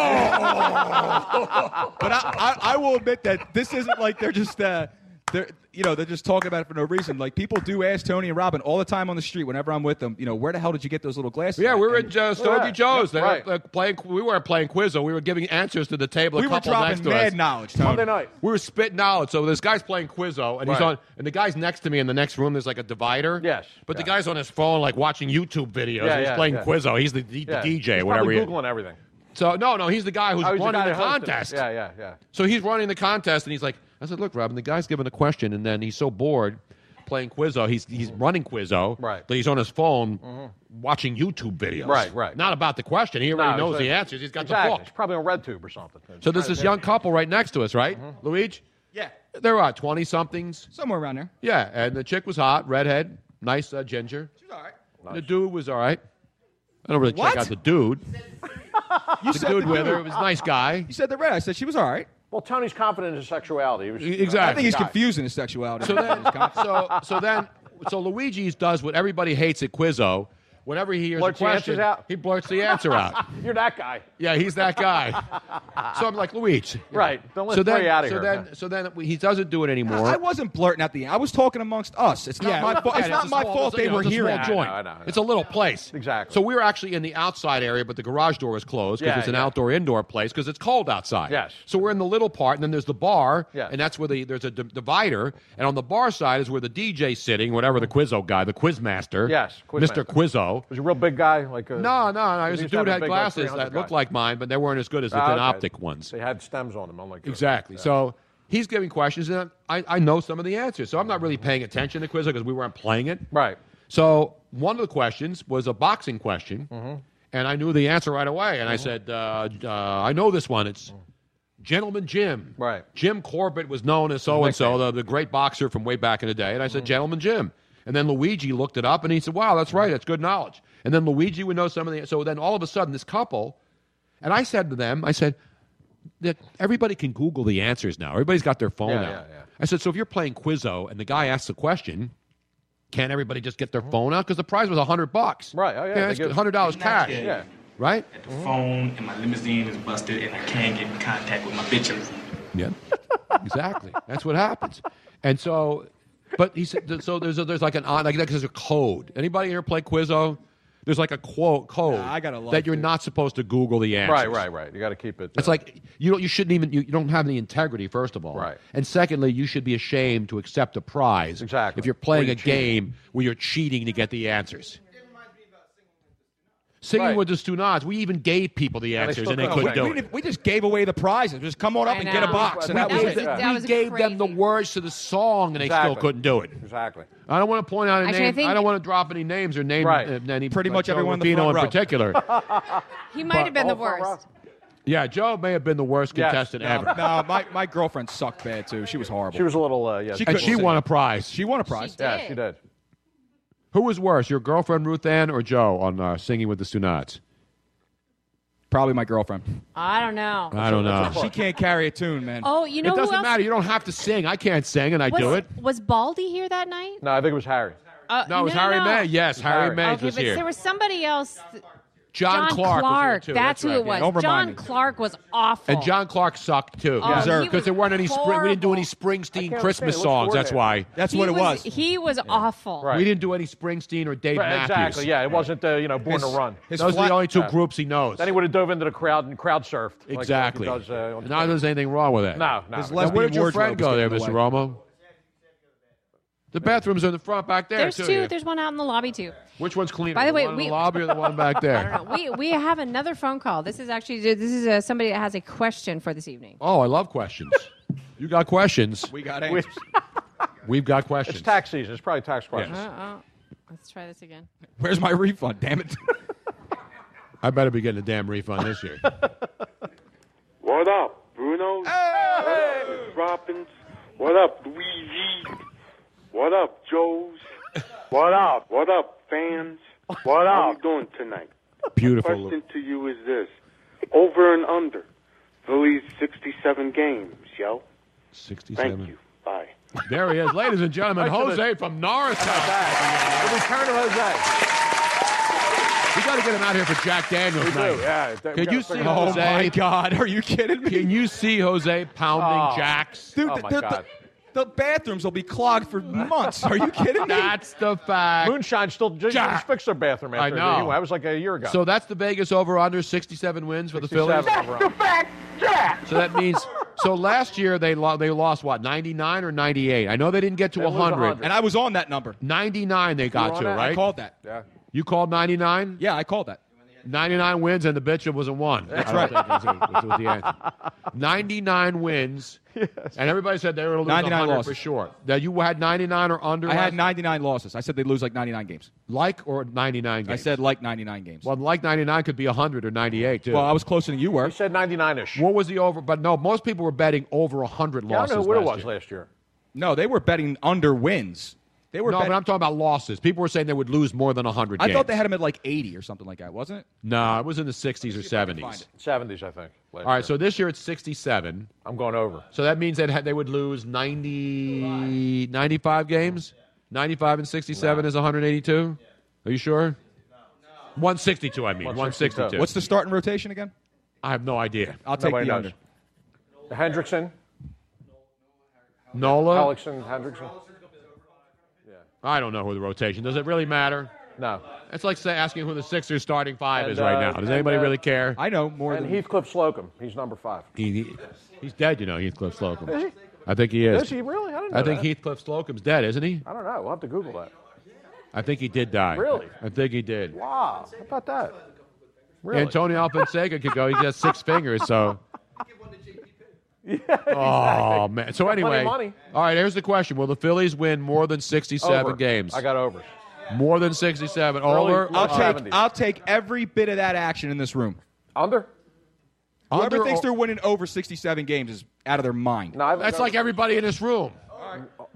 Speaker 3: I, I, I will admit that this isn't like they're just uh, they're you know they're just talking about it for no reason. Like people do ask Tony and Robin all the time on the street whenever I'm with them. You know where the hell did you get those little glasses?
Speaker 2: Yeah,
Speaker 3: at?"
Speaker 2: we were
Speaker 3: And
Speaker 2: at uh, Stogie
Speaker 3: that.
Speaker 2: Joe's. They
Speaker 3: Right.
Speaker 2: were, uh, playing, we weren't playing Quizzo. We were giving answers to the table. A
Speaker 3: We were
Speaker 2: couple
Speaker 3: dropping
Speaker 2: next to
Speaker 3: mad
Speaker 2: us.
Speaker 3: knowledge, Tony. Monday night.
Speaker 2: We were spitting out. So this guy's playing Quizzo, and he's on.
Speaker 7: Right.
Speaker 2: And the guy's next to me in the next room. There's like a divider. Yes. But the guy's on his phone, like watching YouTube videos.
Speaker 7: Yeah,
Speaker 2: and he's
Speaker 7: yeah,
Speaker 2: playing
Speaker 7: yeah.
Speaker 2: Quizzo. He's the, the, the
Speaker 7: Yeah.
Speaker 2: DJ,
Speaker 7: He's
Speaker 2: whatever. he-
Speaker 7: probably Googling everything.
Speaker 2: So no, no, he's the guy who's
Speaker 7: Oh, he's the
Speaker 2: running
Speaker 7: guy
Speaker 2: the,
Speaker 7: that hosted it.
Speaker 2: contest.
Speaker 7: Yeah, yeah, yeah.
Speaker 2: So he's running the contest, and he's like, I said, look, Robin, the guy's giving a question, and then he's so bored playing Quizzo, he's he's running Quizzo,
Speaker 7: Mm-hmm. Right. Mm-hmm.
Speaker 2: That he's on his phone watching YouTube videos,
Speaker 7: Right, right.
Speaker 2: Not about the question. He already
Speaker 7: No,
Speaker 2: knows
Speaker 7: it's
Speaker 2: the
Speaker 7: like-
Speaker 2: answers. He's got
Speaker 7: exactly.
Speaker 2: the
Speaker 7: It's
Speaker 2: book.
Speaker 7: probably on RedTube or something.
Speaker 2: So there's this young couple right next to us, right,
Speaker 7: Mm-hmm.
Speaker 2: Luigi?
Speaker 3: Yeah.
Speaker 2: They're what, twenty somethings?
Speaker 3: somewhere around there.
Speaker 2: Yeah, and the chick was hot, redhead, nice uh, ginger. She was
Speaker 3: all right.
Speaker 2: The dude was all right. I don't really
Speaker 3: What?
Speaker 2: check out the dude.
Speaker 3: You
Speaker 2: the
Speaker 3: said
Speaker 2: dude
Speaker 3: the
Speaker 2: with
Speaker 3: dude.
Speaker 2: her was a nice guy.
Speaker 3: You said the red. I said she was all right.
Speaker 7: Well, Tony's confident in his sexuality. He was-
Speaker 2: Exactly.
Speaker 3: I think he's
Speaker 7: Guy.
Speaker 3: confusing his sexuality.
Speaker 2: So then, so so then, so Luigi's does what everybody hates at Quizzo. Whenever he hears a
Speaker 7: Blurts the answers
Speaker 2: question,
Speaker 7: out.
Speaker 2: he blurts the answer out.
Speaker 7: You're that guy.
Speaker 2: Yeah, he's that guy. So I'm like Luigi. you know.
Speaker 7: Right. Don't let
Speaker 2: so then,
Speaker 7: three out of
Speaker 2: so
Speaker 7: here.
Speaker 2: Then, so then he doesn't do it anymore.
Speaker 3: I wasn't blurting at the end. I was talking amongst us. It's not
Speaker 2: Yeah,
Speaker 3: my fault.
Speaker 2: yeah,
Speaker 3: It's not
Speaker 2: a
Speaker 3: my
Speaker 2: small-
Speaker 3: fault
Speaker 2: it's a-
Speaker 3: they
Speaker 2: you know,
Speaker 3: were
Speaker 2: it's a
Speaker 3: hearing.
Speaker 2: Small joint. It's a little place. Exactly. So we were actually in the outside area, but the garage door was closed because
Speaker 7: Yeah,
Speaker 2: it's an
Speaker 7: yeah.
Speaker 2: outdoor indoor place because it's cold outside.
Speaker 7: Yes.
Speaker 2: So we're in the little part, and then there's the bar,
Speaker 7: Yes.
Speaker 2: and that's where the there's a d- divider, and on the bar side is where the DJ's sitting, whatever the Quizzo guy, the Quizmaster.
Speaker 7: Yes,
Speaker 2: Mr. Quizzo.
Speaker 7: Was he a real big guy? Like a,
Speaker 2: No, no, no. It was
Speaker 7: He
Speaker 2: a
Speaker 7: used to have
Speaker 2: dude had
Speaker 7: big, like,
Speaker 2: glasses
Speaker 7: 300
Speaker 2: that looked
Speaker 7: guy.
Speaker 2: like mine, but they weren't as good as the
Speaker 7: Ah,
Speaker 2: thin
Speaker 7: okay.
Speaker 2: optic ones.
Speaker 7: They had stems on them. Unlike yours.
Speaker 2: Exactly.
Speaker 7: Yeah.
Speaker 2: So he's giving questions, and I, I know some of the answers. So I'm not really paying attention to Quizzo because we weren't playing it.
Speaker 7: Right.
Speaker 2: So one of the questions was a boxing question,
Speaker 7: Mm-hmm.
Speaker 2: and I knew the answer right away. And I said, uh, uh, I know this one. It's Gentleman Jim. Right. Jim Corbett was known as so and so, the the great boxer from way back in the day. And I said,
Speaker 7: Mm-hmm.
Speaker 2: Gentleman Jim. And then Luigi looked it up, and he said, Wow, that's right. That's good knowledge. And then Luigi would know some of the. So then all of a sudden, this couple, and I said to them, I said, that everybody can Google the answers now. Everybody's got their phone
Speaker 7: Yeah,
Speaker 2: out.
Speaker 7: yeah, yeah.
Speaker 2: I said, so if you're playing Quizzo and the guy asks a question, can't everybody just get their phone out? Because the prize was hundred bucks. Right.
Speaker 7: oh, yeah, they
Speaker 2: it's
Speaker 7: give-
Speaker 2: hundred dollars
Speaker 7: Isn't that
Speaker 2: cash.
Speaker 7: it? Yeah.
Speaker 2: Right.
Speaker 9: The phone and my limousine is busted, and I can't get in contact with my bitches.
Speaker 2: Yeah. exactly. That's what happens. And so, but he said, so there's a, there's like an on like there's a code. Anybody here play Quizzo? There's like a quote code
Speaker 7: Nah, I got a life,
Speaker 2: that you're
Speaker 7: dude.
Speaker 2: not supposed to Google the answers.
Speaker 7: Right, right, right. You got to keep it. uh,
Speaker 2: It's like you don't you shouldn't even you, you don't have any integrity first of all. Right. And secondly, you should be ashamed to accept a prize. Exactly. If you're playing
Speaker 7: Where
Speaker 2: a
Speaker 7: you're cheating.
Speaker 2: game where you're cheating to get the answers. Singing
Speaker 3: Right.
Speaker 2: with the Stunads, we even gave people the answers and they couldn't do
Speaker 3: Oh, we,
Speaker 2: it.
Speaker 3: we- we just gave away the prizes. Just come on up
Speaker 2: I
Speaker 3: and get a
Speaker 2: know.
Speaker 3: box. And
Speaker 2: We
Speaker 3: that was
Speaker 2: gave
Speaker 3: it.
Speaker 2: them- That we was gave them the words to the song, and they still couldn't do it.
Speaker 7: Exactly.
Speaker 2: I don't want to point out a
Speaker 6: Actually, I
Speaker 2: name.
Speaker 6: think-
Speaker 2: I don't want to drop any names or name
Speaker 7: Right.
Speaker 2: uh, any
Speaker 3: Pretty much
Speaker 2: Joe
Speaker 3: everyone in the
Speaker 2: Rufino
Speaker 3: front
Speaker 2: in
Speaker 3: row.
Speaker 2: particular.
Speaker 7: Oh,
Speaker 6: He might have been the
Speaker 7: All front
Speaker 6: worst.
Speaker 2: Yeah, Joe may have been the worst
Speaker 3: Yes.
Speaker 2: contestant
Speaker 3: No,
Speaker 2: ever.
Speaker 3: No, my, my girlfriend sucked bad too. She was horrible.
Speaker 2: She was a
Speaker 7: little uh,
Speaker 2: and she won a prize.
Speaker 3: She won a prize.
Speaker 7: Yeah, she did.
Speaker 2: Who was worse, your girlfriend Ruth Ann or Joe on uh, Singing with the Sunats?
Speaker 3: Probably my girlfriend.
Speaker 6: I don't know.
Speaker 2: I don't know.
Speaker 3: She can't carry a tune, man.
Speaker 6: Oh, you know
Speaker 2: it
Speaker 6: who
Speaker 2: doesn't
Speaker 6: else-
Speaker 2: matter. You don't have to sing. I can't sing, and I
Speaker 6: was,
Speaker 2: do it.
Speaker 6: Was Baldy here that night?
Speaker 7: No, I think it was Harry.
Speaker 6: Uh,
Speaker 2: No, it was Harry
Speaker 6: no.
Speaker 2: May. Yes, Harry May
Speaker 6: Okay,
Speaker 2: was
Speaker 6: but
Speaker 2: here.
Speaker 6: there was somebody else.
Speaker 2: John Clark was here, too. That's
Speaker 6: That's, who
Speaker 2: right,
Speaker 6: it
Speaker 2: yeah.
Speaker 6: was.
Speaker 2: Don't remind
Speaker 6: John
Speaker 2: me.
Speaker 6: Clark was awful.
Speaker 2: and John Clark sucked too.
Speaker 6: Oh, Yeah. he was
Speaker 2: because there weren't any spring. We didn't do any
Speaker 6: I
Speaker 2: Springsteen
Speaker 6: can't
Speaker 2: Christmas
Speaker 6: say. It looks
Speaker 2: songs. That's
Speaker 6: coordinated.
Speaker 2: why.
Speaker 6: He He was awful.
Speaker 2: We didn't do any Springsteen or Dave
Speaker 7: Right,
Speaker 2: Matthews.
Speaker 7: exactly. Yeah, it wasn't uh, you know born
Speaker 2: His-
Speaker 7: to run.
Speaker 2: his Those are the flat- only two groups he knows.
Speaker 7: Then he would have dove into the crowd and crowd surfed. like
Speaker 2: Exactly.
Speaker 7: he does, uh, on
Speaker 2: Not that there's anything wrong with that.
Speaker 7: No, no. His
Speaker 2: Now, where
Speaker 7: lesbian
Speaker 2: did your
Speaker 7: wardrobe
Speaker 2: friend
Speaker 7: is
Speaker 2: go there,
Speaker 7: getting
Speaker 2: Mr.
Speaker 7: in the
Speaker 2: Romo? The bathrooms are in the front back there
Speaker 6: There's
Speaker 2: too.
Speaker 6: two.
Speaker 2: yeah.
Speaker 6: There's one out in the lobby too.
Speaker 2: Which one's cleaner?
Speaker 6: By the way,
Speaker 2: one
Speaker 6: we-
Speaker 2: in the lobby or the one back there?
Speaker 6: I don't know. We we have another phone call. This is actually this is uh, somebody that has a question for this evening.
Speaker 2: Oh, I love questions. you got questions.
Speaker 3: We got
Speaker 7: answers.
Speaker 2: We've got questions.
Speaker 7: It's tax season. It's probably tax questions.
Speaker 6: Uh, oh, let's try this again.
Speaker 3: Where's my refund? Damn it.
Speaker 2: I better be getting a damn refund this year.
Speaker 14: What up, Bruno? Hey! What up, Robbins? What up, Luigi? What up, Joes? What up? What up, fans? What up? How you doing tonight?
Speaker 2: Beautiful.
Speaker 14: Question to you is this: over and under. Phillies 67 games, yo.
Speaker 2: 67.
Speaker 14: Thank you. Bye.
Speaker 2: There he is, ladies and gentlemen.
Speaker 14: Back to the-
Speaker 2: Jose from Norristown. The return of Jose. We got to get him out here for Jack Daniels
Speaker 7: We do,
Speaker 2: night.
Speaker 7: yeah. We
Speaker 2: Can
Speaker 7: gotta
Speaker 2: you see
Speaker 7: figure it out.
Speaker 2: Jose?
Speaker 7: Oh, my
Speaker 3: God, are you kidding me?
Speaker 2: Can you see Jose pounding
Speaker 3: Oh.
Speaker 2: jacks?
Speaker 3: Dude, the, the- the- the bathrooms will be clogged for months. Are you kidding me?
Speaker 2: That's the fact.
Speaker 7: Moonshine still just, just fixed their bathroom
Speaker 2: I
Speaker 7: after
Speaker 2: know.
Speaker 7: Anyway, I was like a year ago.
Speaker 2: So that's the Vegas over under 67 wins for the Phillies.
Speaker 7: 67 over-under. That's
Speaker 2: So that means so last year they lo- they lost what 99 or 98. I know they didn't get to
Speaker 3: They lose
Speaker 2: 100.
Speaker 3: 100. And I was on that number.
Speaker 2: 99 they
Speaker 3: were
Speaker 2: got
Speaker 3: on
Speaker 2: to,
Speaker 3: that? I
Speaker 2: right?
Speaker 3: called that.
Speaker 7: Yeah.
Speaker 2: You called 99?
Speaker 3: Yeah, I called that.
Speaker 2: 99 wins and the bitch wasn't one.
Speaker 3: That's
Speaker 2: I don't
Speaker 3: right.
Speaker 2: think was it- was it the answer. 99 wins. And everybody said they were going to lose
Speaker 3: 99
Speaker 2: 100 for
Speaker 3: losses.
Speaker 2: sure. Now you had 99 or under
Speaker 3: I
Speaker 2: last
Speaker 3: had 99 losses. I said they lose like 99 games.
Speaker 2: Like or 99 games?
Speaker 3: I said like 99 games.
Speaker 2: Well, like 99 could be 100 or 98, too.
Speaker 3: Well, I was closer than you were. You
Speaker 7: said 99-ish.
Speaker 2: What was the over? But no, most people were betting over 100
Speaker 7: yeah, I
Speaker 2: losses
Speaker 7: don't know what it
Speaker 2: last
Speaker 7: was
Speaker 2: year.
Speaker 7: last year.
Speaker 3: No, they were betting under wins. They were
Speaker 2: no,
Speaker 3: betting-
Speaker 2: but I'm talking about losses. People were saying they would lose more than 100
Speaker 3: I
Speaker 2: games.
Speaker 3: thought they had them at like 80 or something like that, wasn't it?
Speaker 2: No, it was in the 60s or 70s.
Speaker 7: 70s, I think.
Speaker 2: All
Speaker 7: last
Speaker 2: right,
Speaker 7: year.
Speaker 2: so this year it's 67.
Speaker 7: I'm going over.
Speaker 2: So that means that they would lose 90, 95 games? 95 and 67 is 182? Are you sure? 162, I mean.
Speaker 7: 162.
Speaker 2: 162.
Speaker 3: What's the starting rotation again?
Speaker 2: I have no idea.
Speaker 3: I'll take the under.
Speaker 7: Hendrickson,
Speaker 2: Nola?
Speaker 7: Hellickson, Hendrickson.
Speaker 2: I don't know who the rotation. Does it really matter?
Speaker 7: No.
Speaker 2: It's like say, asking who the Sixers starting five
Speaker 7: And,
Speaker 2: is right
Speaker 7: uh,
Speaker 2: now. Does
Speaker 7: and,
Speaker 2: anybody
Speaker 7: uh,
Speaker 2: really care?
Speaker 3: I know more
Speaker 7: and Heathcliff Slocum. He's number five.
Speaker 2: He, he- he's dead, you know, Heathcliff Slocum.
Speaker 7: Is he?
Speaker 2: I think he is.
Speaker 7: Is he really? I didn't know
Speaker 2: I think
Speaker 7: that.
Speaker 2: Heathcliff Slocum's dead, isn't he?
Speaker 7: I don't know. We'll have to Google that.
Speaker 2: I think he did die.
Speaker 7: Really?
Speaker 2: I think he did.
Speaker 7: Wow. How about that? Really?
Speaker 2: Antonio Alfonseca could go. He's got six fingers, so. Oh man! So
Speaker 7: Got plenty of
Speaker 2: anyway,
Speaker 7: money.
Speaker 2: all right. Here's the question: Will the Phillies win more than 67
Speaker 7: Over.
Speaker 2: games?
Speaker 7: I got overs.
Speaker 2: more than 67.
Speaker 7: Early-
Speaker 2: Over.
Speaker 3: I'll
Speaker 2: under?
Speaker 3: take, I'll take every bit of that action in this room.
Speaker 7: Under?
Speaker 3: Whoever
Speaker 2: Under
Speaker 3: thinks
Speaker 2: or-
Speaker 3: they're winning over 67 games is out of their mind.
Speaker 7: No, I've-
Speaker 2: That's like everybody in this room.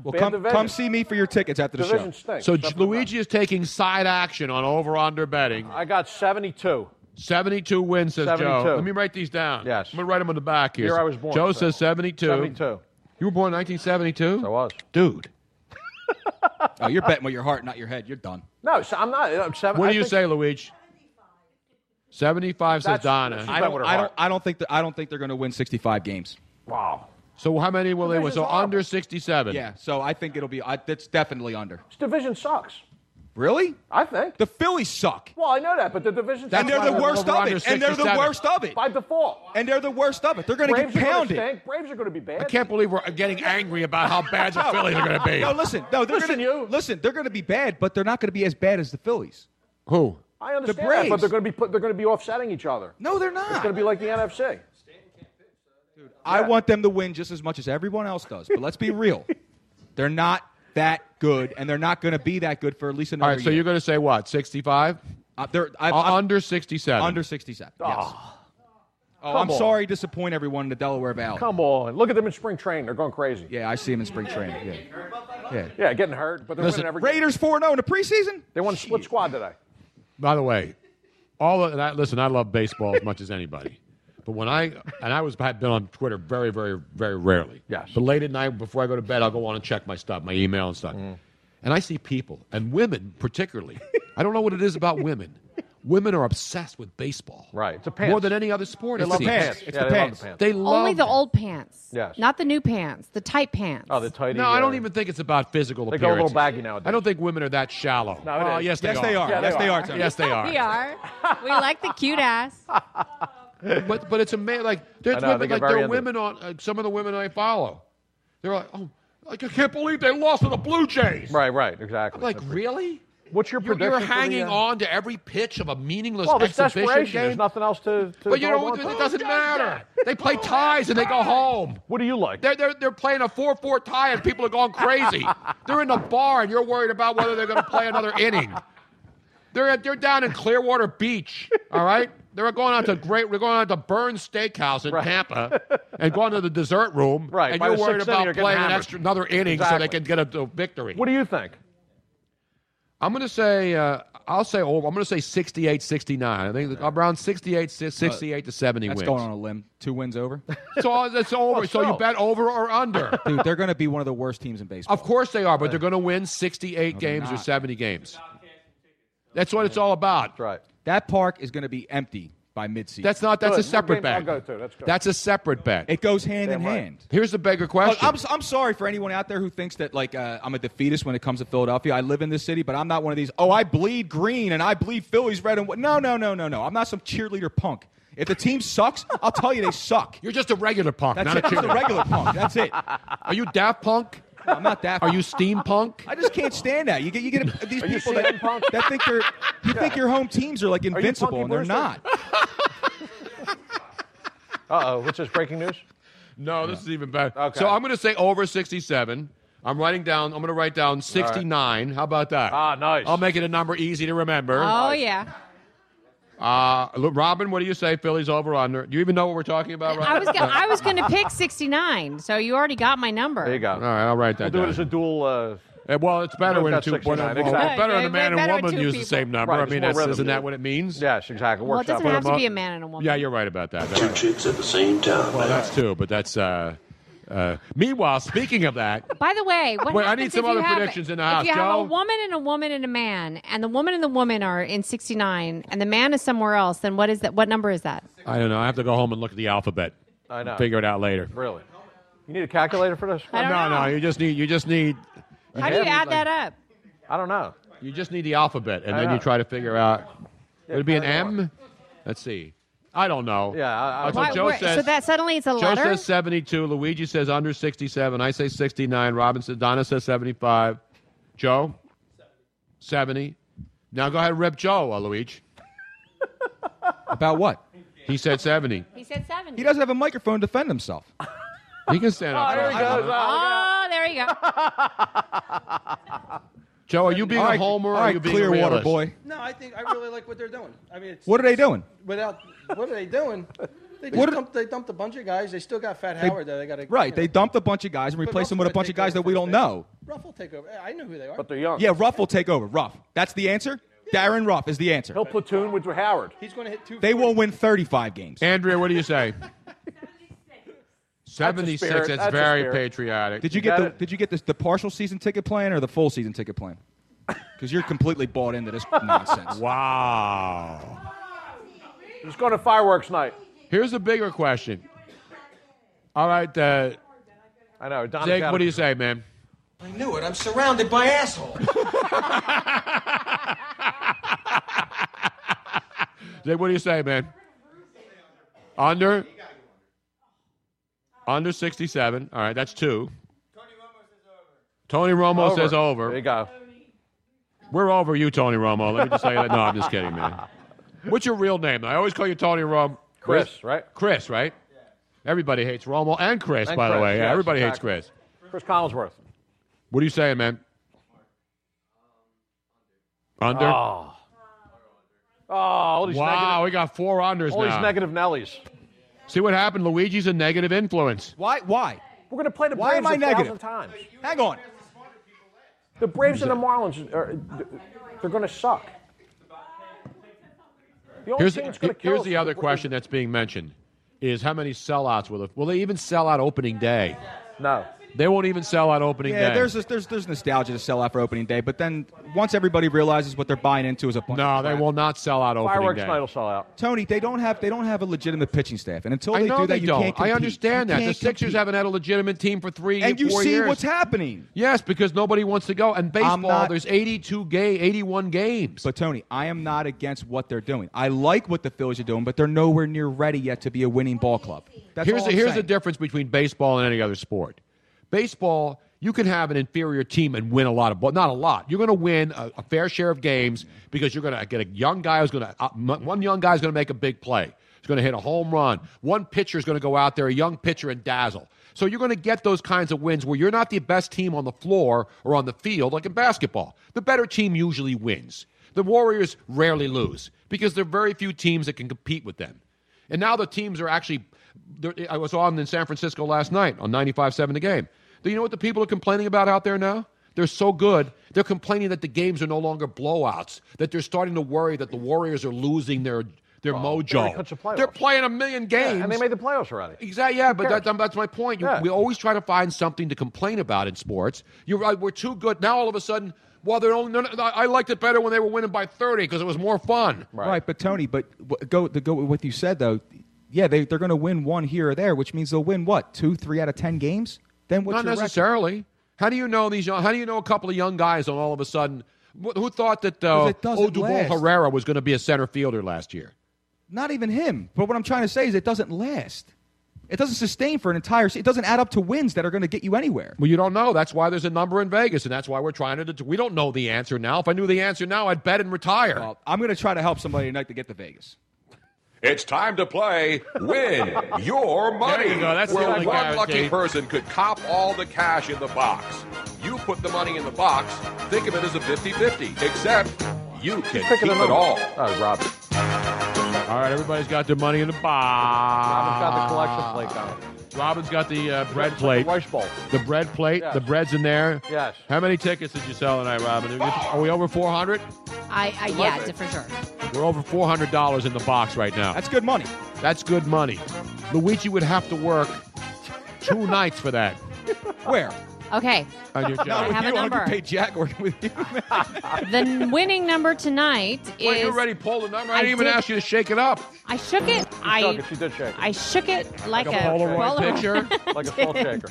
Speaker 3: Well,
Speaker 7: Bad
Speaker 3: come,
Speaker 7: division.
Speaker 3: come see me for your tickets after the
Speaker 7: Division
Speaker 3: show.
Speaker 7: stinks.
Speaker 2: So J- Luigi is taking side action on over/under betting.
Speaker 7: I got 72.
Speaker 2: 72 wins, says Joe.
Speaker 7: 72.
Speaker 2: Let me write these down.
Speaker 7: Yes.
Speaker 2: I'm gonna write them on the back here.
Speaker 7: Year I was born,
Speaker 2: Joe
Speaker 7: so- uh,
Speaker 2: says 72.
Speaker 7: 72.
Speaker 2: You were born in 1972. I
Speaker 7: was.
Speaker 2: Dude.
Speaker 3: Oh, you're betting with your heart, not your head. You're done.
Speaker 7: No, so I'm not. I'm seven,
Speaker 2: What
Speaker 7: I
Speaker 2: do you
Speaker 7: think-
Speaker 2: say, Luigi? 75 says
Speaker 7: That's-
Speaker 2: Donna.
Speaker 7: she's
Speaker 3: I
Speaker 7: bet
Speaker 3: don't,
Speaker 7: with her
Speaker 3: I, don't,
Speaker 7: heart.
Speaker 3: I don't think that, I don't think they're going to win 65 games.
Speaker 7: Wow.
Speaker 2: So how many will they win? So under 67.
Speaker 3: Yeah, so I think it'll be. I, that's definitely under.
Speaker 7: This division sucks.
Speaker 3: Really?
Speaker 7: I think.
Speaker 3: The Phillies suck.
Speaker 7: Well, I know that, but the division
Speaker 3: and they're the worst of it. And they're the worst of it.
Speaker 7: by default.
Speaker 3: And they're the worst of it. They're going to get
Speaker 7: Braves are gonna
Speaker 3: pounded.
Speaker 7: stink. Braves are going to be bad.
Speaker 2: I can't believe we're getting angry about how bad the
Speaker 3: No.
Speaker 2: Phillies are going to be.
Speaker 3: No, listen. No, they're
Speaker 7: Listen,
Speaker 3: gonna, Listen, they're going to be bad, but they're not going to be as bad as the Phillies.
Speaker 2: Who?
Speaker 7: I understand
Speaker 3: The
Speaker 7: that, but
Speaker 3: Braves.
Speaker 7: they're going to be put, they're going to be offsetting each other.
Speaker 3: No, they're not.
Speaker 7: It's going to be like the NFC.
Speaker 3: I want them to win just as much as everyone else does. But let's be real. They're not that good, and they're not going to be that good for at least
Speaker 2: All
Speaker 3: another
Speaker 2: right, so
Speaker 3: year.
Speaker 2: you're going to say what? 65?
Speaker 3: Uh, they're, I've,
Speaker 2: Uh, under 67.
Speaker 3: under 67. Yes. Oh,
Speaker 7: Come
Speaker 3: I'm
Speaker 7: on.
Speaker 3: sorry, to disappoint everyone in the Delaware Valley.
Speaker 7: Come on, look at them in spring training. They're going crazy.
Speaker 3: Yeah, I see them in spring training. Yeah, yeah.
Speaker 7: Yeah, getting hurt, but they're
Speaker 2: Listen,
Speaker 7: winning every game.
Speaker 3: Raiders four zero in the preseason.
Speaker 7: They won split squad today.
Speaker 2: By the way, all of, and I, listen, I love baseball as much as anybody. But when I and I was I've been on Twitter very, very, very rarely. Yes. But late at night before I go to bed, I'll go on and check my stuff, my email and stuff.
Speaker 7: Mm-hmm.
Speaker 2: And I see people and women particularly. I don't know what it is about women. Women are obsessed with baseball. Right. It's a
Speaker 7: pants.
Speaker 2: More than any other sport.
Speaker 7: They
Speaker 2: it
Speaker 7: love
Speaker 2: seems.
Speaker 7: pants. It's Yeah, the they love pants. the pants.
Speaker 2: They
Speaker 6: Only
Speaker 2: love
Speaker 6: the old pants.
Speaker 2: Yes.
Speaker 6: Not the new pants, the tight pants.
Speaker 2: Oh, the tidy. No, I don't even think it's about physical
Speaker 7: They go a
Speaker 2: appearance.
Speaker 7: little baggy nowadays.
Speaker 2: I don't think women are that shallow.
Speaker 7: No, it
Speaker 2: Well,
Speaker 7: is.
Speaker 2: yes, they
Speaker 7: Yes,
Speaker 2: are.
Speaker 7: they are. Yeah, they Yes, they are. are, Tony.
Speaker 2: yes, they are.
Speaker 6: We are. We like the cute ass.
Speaker 2: but but it's amazing. Like there's
Speaker 7: I know, they
Speaker 2: women,
Speaker 7: get
Speaker 2: like
Speaker 7: very
Speaker 2: there are
Speaker 7: into it.
Speaker 2: women on uh, some of the women I follow. They're like, oh, like I can't believe they lost to the Blue Jays.
Speaker 7: Right, right, exactly.
Speaker 2: Like really?
Speaker 7: What's your
Speaker 2: You're, you're
Speaker 7: prediction for the,
Speaker 2: hanging
Speaker 7: uh,
Speaker 2: on to every pitch of a meaningless
Speaker 7: well, there's
Speaker 2: exhibition
Speaker 7: desperation.
Speaker 2: game.
Speaker 7: There's nothing else to. to
Speaker 2: but you
Speaker 7: go
Speaker 2: know
Speaker 7: on to.
Speaker 2: it doesn't matter. They play ties and they go home.
Speaker 7: What do you like?
Speaker 2: They're they're, they're playing a four four tie and people are going crazy. they're in the bar and you're worried about whether they're going to play another inning. They're at, they're down in Clearwater Beach. All right. They're going out to great. We're going out to Burns Steakhouse in Tampa, and going to the dessert room.
Speaker 7: Right,
Speaker 2: and
Speaker 7: by
Speaker 2: you're
Speaker 7: the
Speaker 2: worried
Speaker 7: sixth inning,
Speaker 2: about
Speaker 7: you're getting
Speaker 2: playing an
Speaker 7: hammered.
Speaker 2: extra another inning so
Speaker 7: Exactly.
Speaker 2: they can get a, a victory.
Speaker 7: What do you think?
Speaker 2: I'm going to say uh, I'll say oh, I'm going to say 68, 69. I think around 68,
Speaker 7: Uh,
Speaker 2: 68 to 70
Speaker 3: That's
Speaker 2: wins.
Speaker 3: going on a limb. Two wins over.
Speaker 2: So that's over.
Speaker 7: Oh,
Speaker 3: Well,
Speaker 2: so you
Speaker 3: still.
Speaker 2: bet over or under.
Speaker 3: Dude, they're going to be one of the worst teams in baseball.
Speaker 2: Of course they are, but they're going to win 68
Speaker 3: No, they're
Speaker 2: games or
Speaker 3: not.
Speaker 2: 70 games. That's what it's all about.
Speaker 7: right.
Speaker 3: That park is going to be empty by midseason.
Speaker 2: That's not. That's a separate bet. That's a separate bet.
Speaker 3: It goes hand in
Speaker 2: Damn right.
Speaker 3: hand.
Speaker 2: Here's the bigger question.
Speaker 3: Look, I'm, s- I'm sorry for anyone out there who thinks that like uh, I'm a defeatist when it comes to Philadelphia. I live in this city, but I'm not one of these. Oh, I bleed green and I bleed Phillies red and wh-" no, no, no, no, no. I'm not some cheerleader punk. If the team sucks, I'll tell you they suck.
Speaker 2: You're just a regular punk,
Speaker 3: That's
Speaker 2: not
Speaker 3: it.
Speaker 2: a
Speaker 3: I'm just
Speaker 2: cheerleader.
Speaker 3: a regular punk. That's it.
Speaker 2: Are you Daft Punk?
Speaker 3: I'm not Daft.
Speaker 2: Are you steampunk?
Speaker 3: I just can't stand that. You get you get these
Speaker 7: Are you
Speaker 3: people that,
Speaker 7: steampunk?
Speaker 3: that think they're you think your home teams are like
Speaker 7: you
Speaker 3: invincible
Speaker 7: Punky
Speaker 3: and they're
Speaker 7: Brewster?
Speaker 3: not.
Speaker 7: Uh oh, what's this breaking news?
Speaker 2: No, this is even better.
Speaker 7: Okay.
Speaker 2: So I'm going to say over 67. I'm writing down. I'm going to write down 69. How about that?
Speaker 7: Ah, nice.
Speaker 2: I'll make it a number easy to remember.
Speaker 6: Oh, yeah.
Speaker 2: Uh, look, Robin, what do you say? Phillies over under. Do you even know what we're talking about? Robin?
Speaker 6: I was, go- I was going to pick 69, so you already got my number.
Speaker 7: There you go.
Speaker 2: All right, I'll write
Speaker 7: We'll
Speaker 2: that
Speaker 7: do it
Speaker 2: down.
Speaker 7: as a dual. Uh,
Speaker 2: Eh, well, it's better when
Speaker 7: That's
Speaker 2: two.
Speaker 7: 69,
Speaker 2: well,
Speaker 7: exactly.
Speaker 2: it's better when a
Speaker 6: Right,
Speaker 2: man and
Speaker 6: better when
Speaker 2: woman
Speaker 6: two
Speaker 2: use the
Speaker 6: people.
Speaker 2: same number.
Speaker 7: Right,
Speaker 2: I
Speaker 7: it's
Speaker 2: mean,
Speaker 7: more
Speaker 2: that's,
Speaker 7: rhythm.
Speaker 2: isn't that what it means?
Speaker 7: yes, exactly.
Speaker 6: Well, it
Speaker 7: works out
Speaker 6: doesn't
Speaker 7: for
Speaker 6: have
Speaker 7: them
Speaker 6: to
Speaker 7: all.
Speaker 6: be a man and a woman.
Speaker 2: Yeah, you're right about that. That's-
Speaker 15: chicks at the same time.
Speaker 2: well, that's two, but that's. Uh, uh, meanwhile, speaking of that,
Speaker 6: By the way, what
Speaker 2: Wait, I
Speaker 6: happens
Speaker 2: need some
Speaker 6: if you
Speaker 2: other
Speaker 6: have-
Speaker 2: predictions in the house,
Speaker 6: If you have
Speaker 2: Joe.
Speaker 6: a woman and a woman and a man, and the woman and the woman are in 69, and the man is somewhere else, then what is that? What number is that?
Speaker 2: I don't know. I have to go home and look at the alphabet.
Speaker 7: I know.
Speaker 2: Figure it out later.
Speaker 7: Really? You need a calculator for this?
Speaker 6: I don't
Speaker 2: no,
Speaker 6: know.
Speaker 2: no. You just need. You just need.
Speaker 6: How do you add that up?
Speaker 7: I don't know.
Speaker 2: You just need the alphabet, and
Speaker 7: I
Speaker 2: then
Speaker 7: know.
Speaker 2: you try to figure out.
Speaker 7: Yeah,
Speaker 2: Would it be an
Speaker 7: I don't
Speaker 2: M? Let's see. I don't know.
Speaker 7: Yeah, I- I-
Speaker 2: Uh, so
Speaker 7: Why-
Speaker 2: Joe
Speaker 6: where-
Speaker 2: says.
Speaker 6: so that suddenly it's a
Speaker 2: Joe
Speaker 6: letter?
Speaker 2: says 72. Luigi says under 67. I say 69. Robin says Donna says 75. Joe, 70. Now go ahead and rip Joe, uh, Luigi.
Speaker 3: About what?
Speaker 2: He said 70.
Speaker 6: He said 70.
Speaker 3: He doesn't have a microphone to defend himself.
Speaker 2: He can stand up.
Speaker 7: there he goes.
Speaker 6: Oh, there you go.
Speaker 2: Joe, are you being
Speaker 3: All right,
Speaker 2: a homer or
Speaker 3: all
Speaker 2: are
Speaker 3: right,
Speaker 2: you being a
Speaker 3: Clearwater
Speaker 2: realist?
Speaker 3: boy.
Speaker 11: No, I think I really like what they're doing. I mean, it's,
Speaker 3: What are they doing?
Speaker 11: Without what are they doing? They just
Speaker 3: What are-
Speaker 11: dumped, they dumped a bunch of guys. They still got Fat
Speaker 3: They-
Speaker 11: Howard. though. They got a,
Speaker 3: Right, they dumped a bunch of guys and replaced them with a bunch of guys that we don't know.
Speaker 11: Ruff will take over. I know who they are.
Speaker 7: But they're young.
Speaker 3: Yeah, Ruff will take over. Ruff. That's the answer. Darren Ruff is the answer.
Speaker 7: He'll platoon with Howard.
Speaker 11: He's going to hit two.
Speaker 3: They will win 35 games.
Speaker 2: Andrea, what do you say? 76.
Speaker 7: spirit.
Speaker 2: That's,
Speaker 7: That's a
Speaker 2: very
Speaker 7: spirit.
Speaker 2: patriotic.
Speaker 3: Did you get the Did you get this, the partial season ticket plan or the full season ticket plan? Because you're completely bought into this nonsense.
Speaker 2: Wow.
Speaker 7: He's going to fireworks night.
Speaker 2: Here's a bigger question. All right, uh,
Speaker 7: I know. Donna's
Speaker 2: Jake,
Speaker 7: gotta
Speaker 2: what do
Speaker 7: be-
Speaker 2: you say, man?
Speaker 10: I knew it. I'm surrounded by assholes.
Speaker 2: Jake, what do you say, man? Under? Under 67. All right, that's two. Tony Romo
Speaker 7: Over.
Speaker 2: says over.
Speaker 7: There you go.
Speaker 2: We're over you, Tony Romo. Let me just say that. No, I'm just kidding, man. What's your real name? I always call you Tony Romo.
Speaker 7: Chris, right?
Speaker 2: Chris, right? Everybody hates Romo and Chris,
Speaker 7: And
Speaker 2: by the
Speaker 7: Chris,
Speaker 2: way. Yeah,
Speaker 7: yes,
Speaker 2: everybody
Speaker 7: exactly.
Speaker 2: hates Chris.
Speaker 7: Chris Collinsworth.
Speaker 2: What are you saying, man? Under?
Speaker 7: Oh, all these
Speaker 2: wow, we got four unders
Speaker 7: negative, all
Speaker 2: now.
Speaker 7: these negative Nellies.
Speaker 2: See what happened? Luigi's a negative influence.
Speaker 3: Why? Why?
Speaker 7: We're going to play the
Speaker 2: Why
Speaker 7: Braves
Speaker 2: am I
Speaker 7: a
Speaker 2: negative?
Speaker 7: thousand times.
Speaker 3: Hang on.
Speaker 7: The Braves and the Marlins are they're going to suck. The only
Speaker 2: Here's,
Speaker 7: team that's going to kill
Speaker 2: here's
Speaker 7: us
Speaker 2: the
Speaker 7: is
Speaker 2: other
Speaker 7: Bra-
Speaker 2: question that's being mentioned is how many sellouts will, will they even sell out opening day?
Speaker 7: No.
Speaker 2: They won't even sell out opening
Speaker 3: Yeah,
Speaker 2: day.
Speaker 3: there's, this, there's there's nostalgia to sell out for opening day, but then once everybody realizes what they're buying into is a bunch. No,
Speaker 2: they will not sell out opening Fireworks day. night will
Speaker 7: sell out.
Speaker 3: Tony, they don't have they don't have a legitimate pitching staff, and until
Speaker 2: I
Speaker 3: they
Speaker 2: know
Speaker 3: do that,
Speaker 2: they
Speaker 3: you
Speaker 2: don't.
Speaker 3: can't.
Speaker 2: I
Speaker 3: compete.
Speaker 2: understand
Speaker 3: You
Speaker 2: that. The
Speaker 3: can't
Speaker 2: Sixers
Speaker 3: compete.
Speaker 2: haven't had a legitimate team for three,
Speaker 3: And you
Speaker 2: four
Speaker 3: see
Speaker 2: years.
Speaker 3: what's happening.
Speaker 2: Yes, because nobody wants to go. And baseball,
Speaker 3: not-
Speaker 2: there's 82 game, 81 games.
Speaker 3: But Tony, I am not against what they're doing. I like what the Phillies are doing, but they're nowhere near ready yet to be a winning ball club. That's
Speaker 2: here's
Speaker 3: all
Speaker 2: the,
Speaker 3: I'm
Speaker 2: here's the
Speaker 3: saying.
Speaker 2: difference between baseball and any other sport. Baseball, you can have an inferior team and win a lot of ball. Not a lot. You're going to win a, a fair share of games because you're going to get a young guy who's going to uh, m- one young guy's going to make a big play. He's going to hit a home run. One pitcher is going to go out there, a young pitcher, and dazzle. So you're going to get those kinds of wins where you're not the best team on the floor or on the field, like in basketball. The better team usually wins. The Warriors rarely lose because there are very few teams that can compete with them. And now the teams are actually. there- I was on in San Francisco last night on 95.7 the game. Do you know what the people are complaining about out there now? They're so good. They're complaining that the games are no longer blowouts, that they're starting to worry that the Warriors are losing their, their
Speaker 7: already
Speaker 2: mojo.
Speaker 7: clinched the playoffs.
Speaker 2: they're playing a million games.
Speaker 7: and they made the playoffs already.
Speaker 2: Exactly. Yeah,
Speaker 7: Who
Speaker 2: but
Speaker 7: cares?
Speaker 2: that, that's my point. You,
Speaker 7: Yeah.
Speaker 2: We always try to find something to complain about in sports. You're right. We're too good now. All of a sudden, well, they're only. no, no, I liked it better when they were winning by thirty because it was more fun.
Speaker 3: Right. but Tony, but w- go to go with what you said though. Yeah, they they're going to win one here or there, which means they'll win what two, three out of ten games. Then what's
Speaker 2: Not
Speaker 3: your record?
Speaker 2: necessarily. How do you know these? Young, how do you know a couple of young guys on all of a sudden? wh- Who thought that
Speaker 3: Because
Speaker 2: uh,
Speaker 3: it doesn't
Speaker 2: Odubel
Speaker 3: last.
Speaker 2: Herrera was going to be a center fielder last year?
Speaker 3: Not even him. But what I'm trying to say is it doesn't last. It doesn't sustain for an entire. se- It doesn't add up to wins that are going to get you anywhere.
Speaker 2: Well, you don't know. That's why there's a number in Vegas, and that's why we're trying to. det- We don't know the answer now. If I knew the answer now, I'd bet and retire.
Speaker 3: I'm going to try to help somebody tonight to get to Vegas.
Speaker 15: It's time to play Win Your Money.
Speaker 2: There you go. That's the
Speaker 15: where
Speaker 2: only
Speaker 15: one
Speaker 2: guarantee.
Speaker 15: lucky person could cop all the cash in the box. You put the money in the box. Think of it as a 50-50, except you can
Speaker 7: Picking
Speaker 15: keep
Speaker 7: a
Speaker 15: it
Speaker 7: number.
Speaker 15: all.
Speaker 7: Oh, Robin.
Speaker 2: All right, everybody's got their money in the box.
Speaker 7: Robin's got the collection
Speaker 2: plate on. Robin's got the uh, bread
Speaker 7: It's like
Speaker 2: Ah. plate.
Speaker 7: a rice bowl.
Speaker 2: The bread plate.
Speaker 7: Yes.
Speaker 2: The bread's in there.
Speaker 7: Yes.
Speaker 2: How many tickets did you sell tonight, Robin? Are we over 400?
Speaker 6: I, I yeah, it's for sure.
Speaker 2: We're over four hundred dollars in the box right now. That's
Speaker 3: good money.
Speaker 2: That's good money. Luigi would have to work two nights for that.
Speaker 3: Where?
Speaker 6: Okay.
Speaker 2: On your job.
Speaker 6: I have a number.
Speaker 3: Hey, Jack, working with you.
Speaker 6: The winning number tonight is.
Speaker 2: Wait, you already pulled the number. I,
Speaker 6: I
Speaker 2: didn't even
Speaker 6: did-
Speaker 2: ask you to shake it up.
Speaker 6: I shook it.
Speaker 7: She
Speaker 6: I
Speaker 7: shook it. She did shake it.
Speaker 6: I shook it like,
Speaker 2: Like a Polaroid
Speaker 7: picture? Like a full shaker.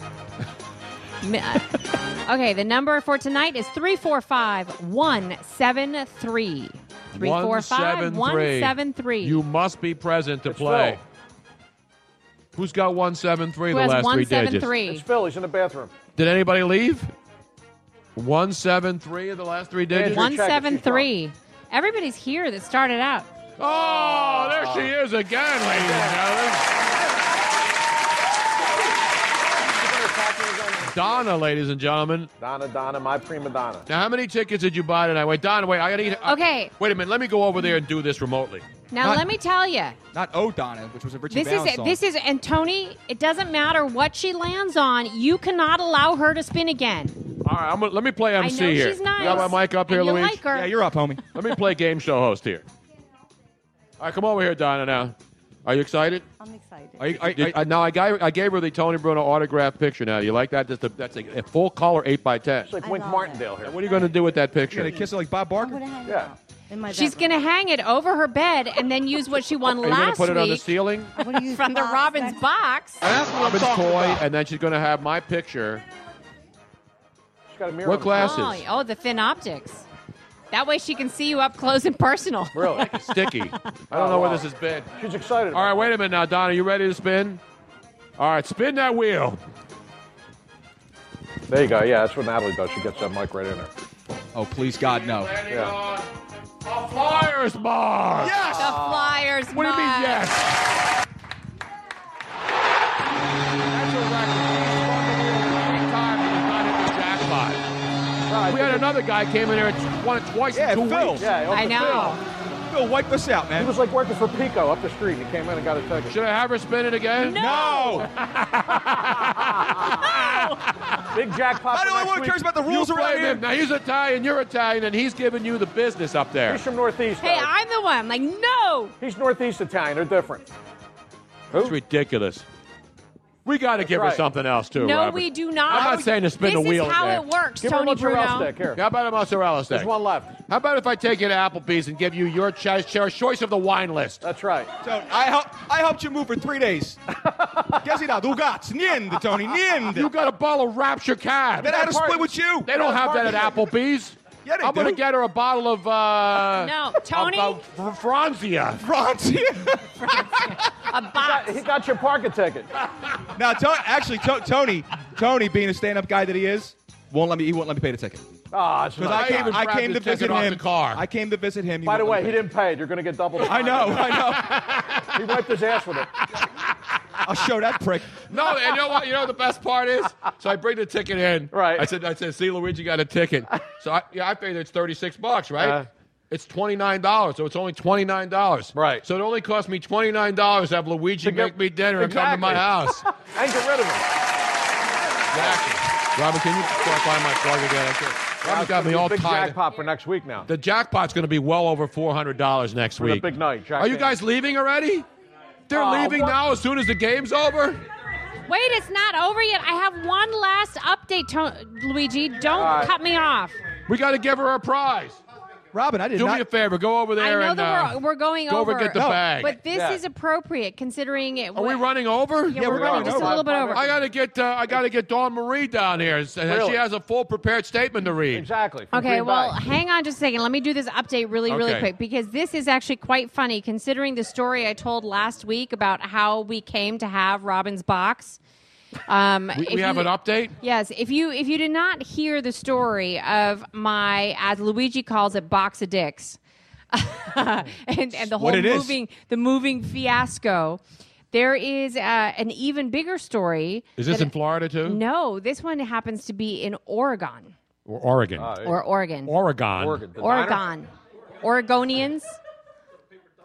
Speaker 6: Mi- uh, okay, the number for tonight is 345173. 345173.
Speaker 2: You must be present to play. Who's got one seven three?
Speaker 6: Who
Speaker 2: the
Speaker 6: has
Speaker 2: last three digits.
Speaker 6: 173?
Speaker 7: It's Phil. He's in the bathroom.
Speaker 2: Did anybody leave? One seven three of the last three digits.
Speaker 6: 173. Everybody's here that started out.
Speaker 2: Oh, there she is again, ladies and gentlemen. Donna, ladies and gentlemen.
Speaker 7: Donna, Donna, my prima donna.
Speaker 2: Now, how many tickets did you buy tonight? Wait, Donna, wait. I gotta eat. I-
Speaker 6: Okay.
Speaker 2: wait a minute. Let me go over there and do this remotely.
Speaker 6: Now, let me tell you.
Speaker 3: Not O'Donna, which was a Richie
Speaker 6: This is
Speaker 3: Valens song.
Speaker 6: this is and Tony. It doesn't matter what she lands on. You cannot allow her to spin again.
Speaker 2: All right, I'm gonna, let me play
Speaker 6: I
Speaker 2: MC
Speaker 6: know
Speaker 2: here.
Speaker 6: she's nice,
Speaker 2: You got my mic up
Speaker 6: and
Speaker 2: here,
Speaker 6: you
Speaker 2: Luigi.
Speaker 6: like her. Yeah, you're
Speaker 3: up, homie.
Speaker 2: let me play game show host here. All right, come over here, Donna. Now, are you excited?
Speaker 16: I'm excited.
Speaker 2: Are you, did- uh, now I, gave, I gave her the Tony Bruno autograph picture. Now, you like that? That's a, that's a, a full color eight by ten.
Speaker 7: It's like Wink Martindale here.
Speaker 2: What are you going to do with that picture?
Speaker 3: gonna kiss it like Bob
Speaker 6: Oh,
Speaker 3: Barker?
Speaker 7: Yeah.
Speaker 6: She's gonna hang it over her bed and then use what she won
Speaker 2: Are you going to
Speaker 6: last
Speaker 2: put it on the
Speaker 6: week
Speaker 2: ceiling?
Speaker 6: from the Robbins box.
Speaker 2: Robin's toy, and then she's going to have my picture.
Speaker 7: She's got a mirror.
Speaker 2: What
Speaker 7: on.
Speaker 2: glasses?
Speaker 6: Oh, oh, the thin optics. That way she can see you up close and personal.
Speaker 7: Really?
Speaker 2: Sticky. I don't know where this has been.
Speaker 7: She's excited.
Speaker 2: All right, wait a minute now, Donna. You ready to spin? All right, spin that wheel.
Speaker 7: There you go. Yeah, that's what Natalie does. She gets that mic right in there.
Speaker 3: Oh, please, God, no.
Speaker 7: Yeah.
Speaker 2: A flyer's bar.
Speaker 6: Yes. The Flyers.
Speaker 2: What do you mean,
Speaker 6: mug.
Speaker 2: yes? Jackpot. We had another guy came in there and won it twice in two weeks.
Speaker 6: I know.
Speaker 3: Bill, wipe us out, man.
Speaker 4: He was like working for Pico up the street. He came in and got a ticket.
Speaker 2: Should I have her spin it again?
Speaker 3: No.
Speaker 4: Big jackpot.
Speaker 3: I don't know what cares about the rules
Speaker 2: you
Speaker 3: around
Speaker 2: blame
Speaker 3: here.
Speaker 2: him. Now he's Italian, you're Italian, and he's giving you the business up there.
Speaker 4: He's from Northeast.
Speaker 6: Hey, I'm the one. Like, no.
Speaker 4: He's Northeast Italian. They're different.
Speaker 2: It's ridiculous. We got to give her
Speaker 4: right.
Speaker 2: something else too.
Speaker 6: No,
Speaker 2: Robert.
Speaker 6: we do not.
Speaker 2: I'm not saying to spin
Speaker 6: this
Speaker 2: the wheel.
Speaker 6: This is how
Speaker 2: again.
Speaker 6: it works,
Speaker 4: Give her a
Speaker 6: Tony
Speaker 4: mozzarella
Speaker 6: Bruno.
Speaker 4: stick here.
Speaker 2: How about a mozzarella stick?
Speaker 4: There's one left.
Speaker 2: How about if I take you to Applebee's and give you your cho- cho- choice of the wine list?
Speaker 4: That's right.
Speaker 3: Tony, I, help, I helped you move for three days. Guess it out. Du gats. Niend, Tony. Niend.
Speaker 2: You got a bottle of Rapture Cab.
Speaker 3: Then I had a split with you.
Speaker 2: They don't have that at Applebee's.
Speaker 3: Yeah, they
Speaker 2: I'm gonna
Speaker 3: do.
Speaker 2: get her a bottle of uh,
Speaker 6: No,
Speaker 2: of,
Speaker 6: Tony?
Speaker 2: uh, Fr- Franzia.
Speaker 3: Franzia.
Speaker 6: A box.
Speaker 4: He got your parking ticket.
Speaker 3: now, Tony, actually, to- Tony, Tony, being a stand-up guy that he is, won't let me. He won't let me pay the ticket.
Speaker 4: Ah, it's
Speaker 3: Because
Speaker 4: nice.
Speaker 3: I came,
Speaker 2: even
Speaker 3: I
Speaker 2: grabbed
Speaker 3: came
Speaker 2: the
Speaker 3: to
Speaker 2: ticket
Speaker 3: visit
Speaker 2: off
Speaker 3: him.
Speaker 2: the car.
Speaker 3: I came to visit him.
Speaker 4: By the
Speaker 3: wouldn't
Speaker 4: way, he
Speaker 3: let me
Speaker 4: didn't pay it. You're going to get double.
Speaker 3: pay. I know. I know.
Speaker 4: He wiped his ass with it.
Speaker 3: I'll show that prick.
Speaker 2: No, and you know what? You know what the best part is. So I bring the ticket in.
Speaker 4: Right.
Speaker 2: I said, I said, see, Luigi got a ticket. So I, yeah, I figured it's thirty six bucks, right?
Speaker 3: Uh-huh.
Speaker 4: Uh.
Speaker 2: it's twenty nine dollars, so it's only twenty nine dollars.
Speaker 4: Right.
Speaker 2: So it only cost me twenty nine dollars to have Luigi
Speaker 4: To get-
Speaker 2: make me dinner and come to
Speaker 4: Exactly.
Speaker 2: my house.
Speaker 4: And get rid of him.
Speaker 2: exactly. Robert, can you find my plug again? I can't- Robert got me all
Speaker 4: big
Speaker 2: tied.
Speaker 4: jackpot for next week now.
Speaker 2: The jackpot's going to be well over four hundred dollars next
Speaker 4: For the
Speaker 2: week.
Speaker 4: big night, Jack
Speaker 2: Are you
Speaker 4: Dan.
Speaker 2: guys leaving already? They're
Speaker 4: Oh,
Speaker 2: leaving
Speaker 4: what?
Speaker 2: now as soon as the game's over.
Speaker 6: Wait, it's not over yet. I have one last update, to- Luigi. Don't
Speaker 4: right.
Speaker 6: cut me off.
Speaker 2: We got to give her a prize.
Speaker 3: Robin, I did
Speaker 2: Do
Speaker 3: not.
Speaker 2: me a favor. Go over
Speaker 6: I
Speaker 2: there.
Speaker 6: know
Speaker 2: and,
Speaker 6: that
Speaker 2: uh,
Speaker 6: we're, we're going
Speaker 2: go over
Speaker 6: over.
Speaker 2: and get the
Speaker 3: No.
Speaker 2: bag.
Speaker 6: But this
Speaker 4: Yeah.
Speaker 6: is appropriate considering it.
Speaker 2: Are we
Speaker 6: wa-
Speaker 2: running over?
Speaker 6: Yeah, we're
Speaker 3: we
Speaker 6: running
Speaker 3: are.
Speaker 6: just a
Speaker 3: No,
Speaker 6: little bit
Speaker 4: I-
Speaker 6: over.
Speaker 2: I gotta get uh, I gotta get Dawn Marie down here. S- uh,
Speaker 4: Really?
Speaker 2: She has a full prepared statement to read.
Speaker 4: Exactly. from
Speaker 6: Okay,
Speaker 4: Green
Speaker 6: well,
Speaker 4: Bay.
Speaker 6: hang on just a second. Let me do this update really, really
Speaker 2: Okay.
Speaker 6: quick because this is actually quite funny considering the story I told last week about how we came to have Robin's box. Um,
Speaker 2: We,
Speaker 6: if
Speaker 2: we have
Speaker 6: you-
Speaker 2: an update.
Speaker 6: Yes, if you if you did not hear the story of my as Luigi calls it box of dicks, and and the whole
Speaker 3: What it is.
Speaker 6: moving the moving fiasco, there is uh, an even bigger story.
Speaker 2: Is this
Speaker 6: that-
Speaker 2: in Florida too?
Speaker 6: No, this one happens to be in Oregon
Speaker 2: Or Oregon?
Speaker 6: or
Speaker 2: Oregon.
Speaker 6: Oregon,
Speaker 4: Uh, Oregon. The diner?
Speaker 6: Oregon, Oregonians.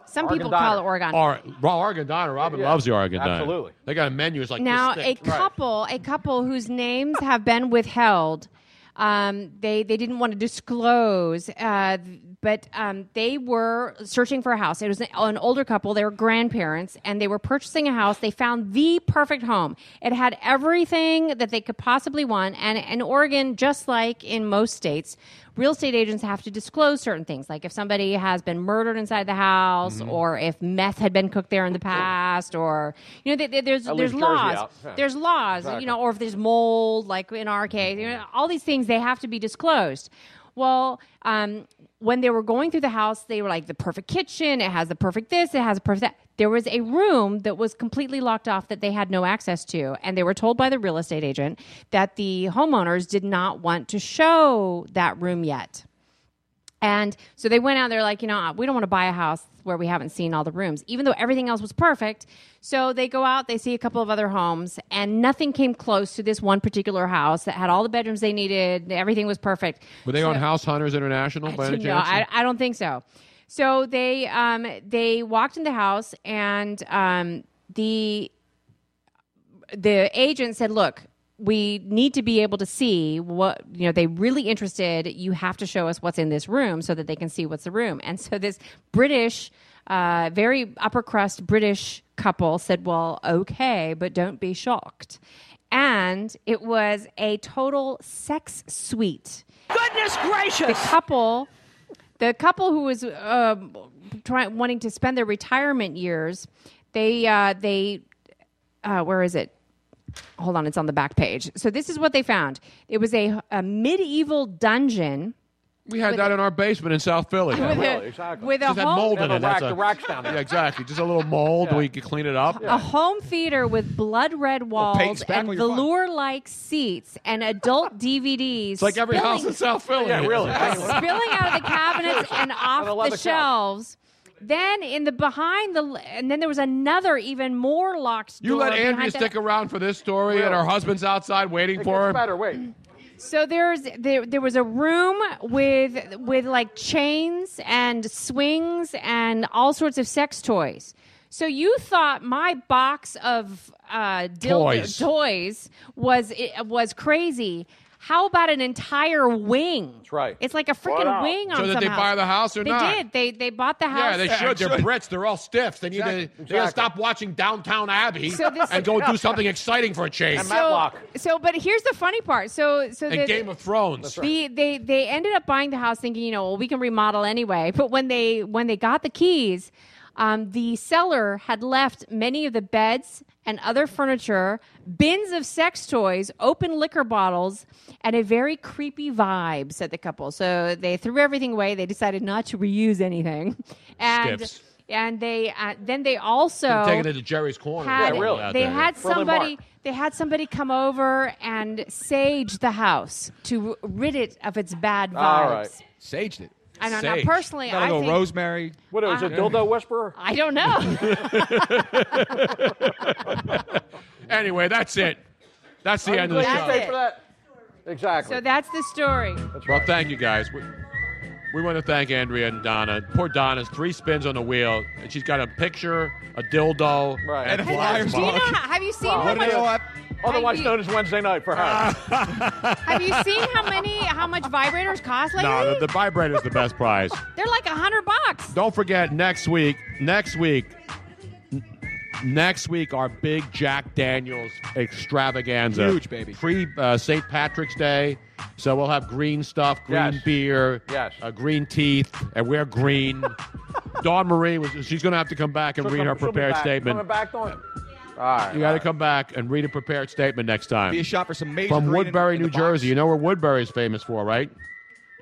Speaker 6: Some
Speaker 4: Oregon
Speaker 6: people call
Speaker 4: diner.
Speaker 6: it Oregon.
Speaker 2: Or, well, Oregon Diner. Robin
Speaker 4: Yeah,
Speaker 2: loves the Oregon Diner.
Speaker 4: absolutely.
Speaker 2: They got a menu. It's like
Speaker 6: now
Speaker 2: this
Speaker 6: a
Speaker 2: thick.
Speaker 6: couple a couple whose names have been withheld um, they they didn't want to disclose uh, but um, they were searching for a house it was an, an older couple they were grandparents and they were purchasing a house they found the perfect home it had everything that they could possibly want and in oregon just like in most states real estate agents have to disclose certain things like if somebody has been murdered inside the house
Speaker 2: Mm-hmm.
Speaker 6: or if meth had been cooked there in the past or you know th- th- there's
Speaker 4: That
Speaker 6: there's
Speaker 4: leaves Jersey
Speaker 6: laws.
Speaker 4: out. Yeah.
Speaker 6: There's laws,
Speaker 4: Exactly.
Speaker 6: you know, or if there's mold, like in our case, you know, all these things they have to be disclosed. Well, um, when they were going through the house, they were like the perfect kitchen. It has the perfect this. It has the perfect that. There was a room that was completely locked off that they had no access to, and they were told by the real estate agent that the homeowners did not want to show that room yet. And so they went out. They're like, you know, "Uh, we don't want to buy a house where we haven't seen all the rooms, even though everything else was perfect. So they go out, they see a couple of other homes, and nothing came close to this one particular house that had all the bedrooms they needed. Everything was perfect.
Speaker 2: Were they
Speaker 6: So-
Speaker 2: on House Hunters International by any
Speaker 6: no,
Speaker 2: chance?
Speaker 6: I, I don't think so. So they um, they walked in the house, and um, the the agent said, "Look, we need to be able to see what you know. They really interested. You have to show us what's in this room so that they can see what's the room." And so this British, uh, very upper crust British couple said, "Well, okay, but don't be shocked." And it was a total sex suite
Speaker 10: Goodness gracious!
Speaker 6: the couple the couple who was uh, trying wanting to spend their retirement years they uh, they uh, where is it hold on it's on the back page so this is what they found it was a, a medieval dungeon
Speaker 2: we had that in our basement in South Philly.
Speaker 6: with,
Speaker 2: Just
Speaker 6: a,
Speaker 4: exactly.
Speaker 6: with a
Speaker 2: had mold in
Speaker 6: home
Speaker 4: Never
Speaker 2: it.
Speaker 4: racked
Speaker 2: That's a-
Speaker 4: the racks down there.
Speaker 2: Yeah, exactly. Just a little mold. We could clean it up.
Speaker 6: a home theater with blood red walls
Speaker 3: back
Speaker 6: and
Speaker 3: when you're fine.
Speaker 6: velour like seats and adult DVDs.
Speaker 2: It's like every
Speaker 6: spilling-
Speaker 2: house in South Philly.
Speaker 4: Yeah, really.
Speaker 6: spilling out of the cabinets and
Speaker 4: On a
Speaker 6: off
Speaker 4: leather
Speaker 6: the
Speaker 4: couch.
Speaker 6: shelves. Then in the behind the and then there was another even more locked.
Speaker 2: You
Speaker 6: door
Speaker 2: let
Speaker 6: behind
Speaker 2: Andrea
Speaker 6: the-
Speaker 2: stick around for this story, and her husband's outside waiting
Speaker 4: It
Speaker 2: for
Speaker 4: gets
Speaker 2: her.
Speaker 4: better. Wait.
Speaker 6: So there's there, there was a room with with like chains and swings and all sorts of sex toys. So you thought my box of uh, dildo,
Speaker 16: Toys.
Speaker 6: toys was it, was crazy. How about an entire wing? That's
Speaker 7: right.
Speaker 6: It's like a
Speaker 2: What
Speaker 6: freaking
Speaker 2: up?
Speaker 6: wing on
Speaker 2: So did
Speaker 6: some
Speaker 2: they buy the house or
Speaker 6: they
Speaker 2: not?
Speaker 6: They did. They they bought the
Speaker 2: Yeah,
Speaker 6: house.
Speaker 2: they should. They're Brits. They're all stiffs. They need to,
Speaker 6: Exactly.
Speaker 2: they gotta
Speaker 6: Exactly.
Speaker 2: stop watching Downtown Abbey
Speaker 6: So this-
Speaker 2: and go do something exciting for a change.
Speaker 6: So, so, but here's the funny part. So, so
Speaker 2: And
Speaker 6: the,
Speaker 2: Game of Thrones. That's
Speaker 6: The,
Speaker 2: right.
Speaker 6: they they ended up buying the house, thinking, you know, well, we can remodel anyway. But when they when they got the keys, um, the seller had left many of the beds and other furniture, bins of sex toys, open liquor bottles, and a very creepy vibe. Said the couple. So they threw everything away. They decided not to reuse anything, and.
Speaker 2: Skips.
Speaker 6: And they uh, then they also
Speaker 2: Taking it to Jerry's Corner.
Speaker 6: had-
Speaker 2: Yeah, really.
Speaker 6: They
Speaker 2: Out there.
Speaker 6: had
Speaker 2: Berlin
Speaker 6: somebody. They had somebody come over and sage the house to r- rid it of its bad vibes.
Speaker 3: All right. Saged it.
Speaker 6: I know, now personally,
Speaker 3: Got a
Speaker 6: I
Speaker 3: little
Speaker 6: think-
Speaker 3: rosemary.
Speaker 6: What, it was a dildo
Speaker 7: whisperer?
Speaker 6: I don't know.
Speaker 2: Anyway, that's it. That's the end of the
Speaker 6: glad you
Speaker 2: show.
Speaker 6: stayed for that.
Speaker 7: Exactly.
Speaker 6: so that's the story.
Speaker 2: Well, thank you guys. We, we want to thank Andrea and Donna. Poor Donna's three spins on the wheel, and she's got a picture, a dildo, and a
Speaker 6: Have you-
Speaker 2: flyer's
Speaker 6: Do you know?
Speaker 2: box.
Speaker 6: how- Have you seen
Speaker 7: Well,
Speaker 6: how
Speaker 7: what do you
Speaker 6: much?
Speaker 7: want? Otherwise
Speaker 6: Have you-
Speaker 7: known as Wednesday night for
Speaker 2: Ah.
Speaker 7: her.
Speaker 6: Have you seen how many? How much vibrators cost lately?
Speaker 2: No, the, the vibrator's the best prize.
Speaker 6: They're like a hundred bucks.
Speaker 2: Don't forget next week. Next week. n- Next week, our big Jack Daniels extravaganza.
Speaker 3: Huge, baby.
Speaker 2: Pre uh, St. Patrick's Day. So we'll have green stuff, green
Speaker 3: Yes.
Speaker 2: beer,
Speaker 3: Yes.
Speaker 2: uh, green teeth, and we're green. Dawn Marie, was, she's going to have to come back and
Speaker 7: She'll
Speaker 2: read
Speaker 7: come-
Speaker 2: her
Speaker 7: she'll be
Speaker 2: prepared
Speaker 7: back.
Speaker 2: statement.
Speaker 7: Coming back, Dawn? All right.
Speaker 2: You got to come back and read a prepared statement next time.
Speaker 3: Be a shot for some major
Speaker 2: From
Speaker 3: green in-
Speaker 2: Woodbury,
Speaker 3: in
Speaker 2: New
Speaker 3: the box.
Speaker 2: Jersey. You know where Woodbury is famous for, right?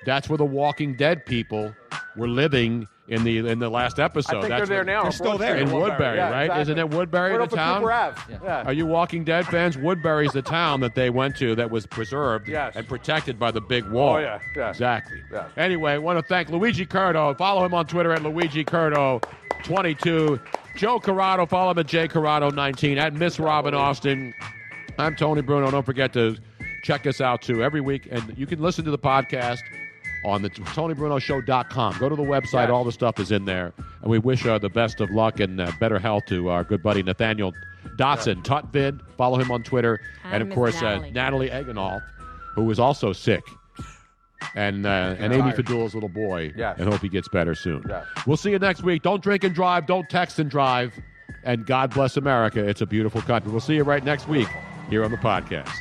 Speaker 2: That's where the Walking Dead people were living in the in the last episode.
Speaker 7: I think
Speaker 2: That's
Speaker 7: they're there
Speaker 2: what-
Speaker 7: now. on Broad Street
Speaker 2: in Woodbury,
Speaker 7: Yeah,
Speaker 2: right?
Speaker 7: exactly.
Speaker 2: Isn't it Woodbury
Speaker 7: Right
Speaker 2: the
Speaker 7: off of
Speaker 2: town?
Speaker 7: Cooper Ave. Yeah.
Speaker 2: Are you Walking Dead fans? Woodbury's the town that they went to that was preserved
Speaker 7: Yes.
Speaker 2: and protected by the big wall.
Speaker 7: Oh, yeah, yeah.
Speaker 2: Exactly.
Speaker 7: Yes.
Speaker 2: Anyway, I want to thank Luigi Curto. Follow him on Twitter at Luigi Curto 22. Joe Corrado, follow him at J Corrado 19 at Miss Robin Austin. I'm Tony Bruno. Don't forget to check us out too every week. And you can listen to the podcast on the TonyBrunoShow.com. Go to the website. All the stuff is in there. And we wish uh, the best of luck and uh, better health to our good buddy Nathaniel Dotson, Tutvid. Follow him on Twitter.
Speaker 17: Hi,
Speaker 2: and of
Speaker 17: Miss
Speaker 2: course,
Speaker 17: Natalie.
Speaker 2: Uh, Natalie Eganoff, who was also sick. And, uh, and Amy
Speaker 17: Tired.
Speaker 2: Fadula's little boy.
Speaker 17: Yes.
Speaker 2: And hope he gets better soon. We'll see you next week. Don't drink and drive. Don't text and drive. And God bless America. It's a beautiful country. We'll see you right next week here on the podcast.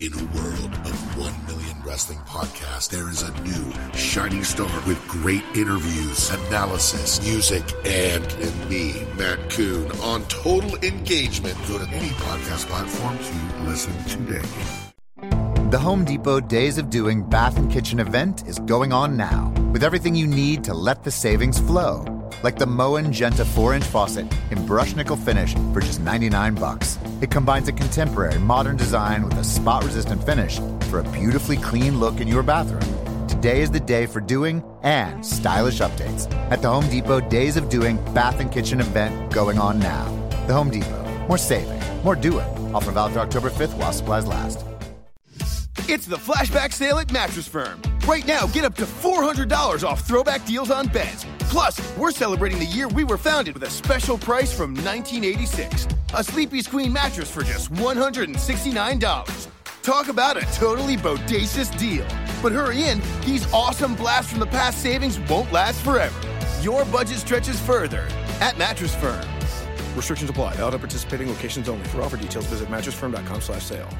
Speaker 18: In a world of 1 million wrestling podcasts, there is a new shining star with great interviews, analysis, music, and, and me, Matt Coon, on total engagement. Go to any podcast platform to listen today.
Speaker 5: The Home Depot Days of Doing Bath and Kitchen event is going on now with everything you need to let the savings flow, like the Moen Genta 4-inch faucet in brush nickel finish for just 99 bucks. It combines a contemporary modern design with a spot-resistant finish for a beautifully clean look in your bathroom. Today is the day for doing and stylish updates at the Home Depot Days of Doing Bath and Kitchen event going on now. The Home Depot. More saving, more doing. Offer valid through October 5th while supplies last.
Speaker 19: It's the flashback sale at Mattress Firm. Right now, get up to $400 off throwback deals on beds. Plus, we're celebrating the year we were founded with a special price from 1986. A Sleepy's Queen mattress for just $169. Talk about a totally bodacious deal. But hurry in, these awesome blasts from the past savings won't last forever. Your budget stretches further at Mattress Firm. Restrictions apply. Out at participating locations only. For offer details, visit mattressfirm.com slash sale.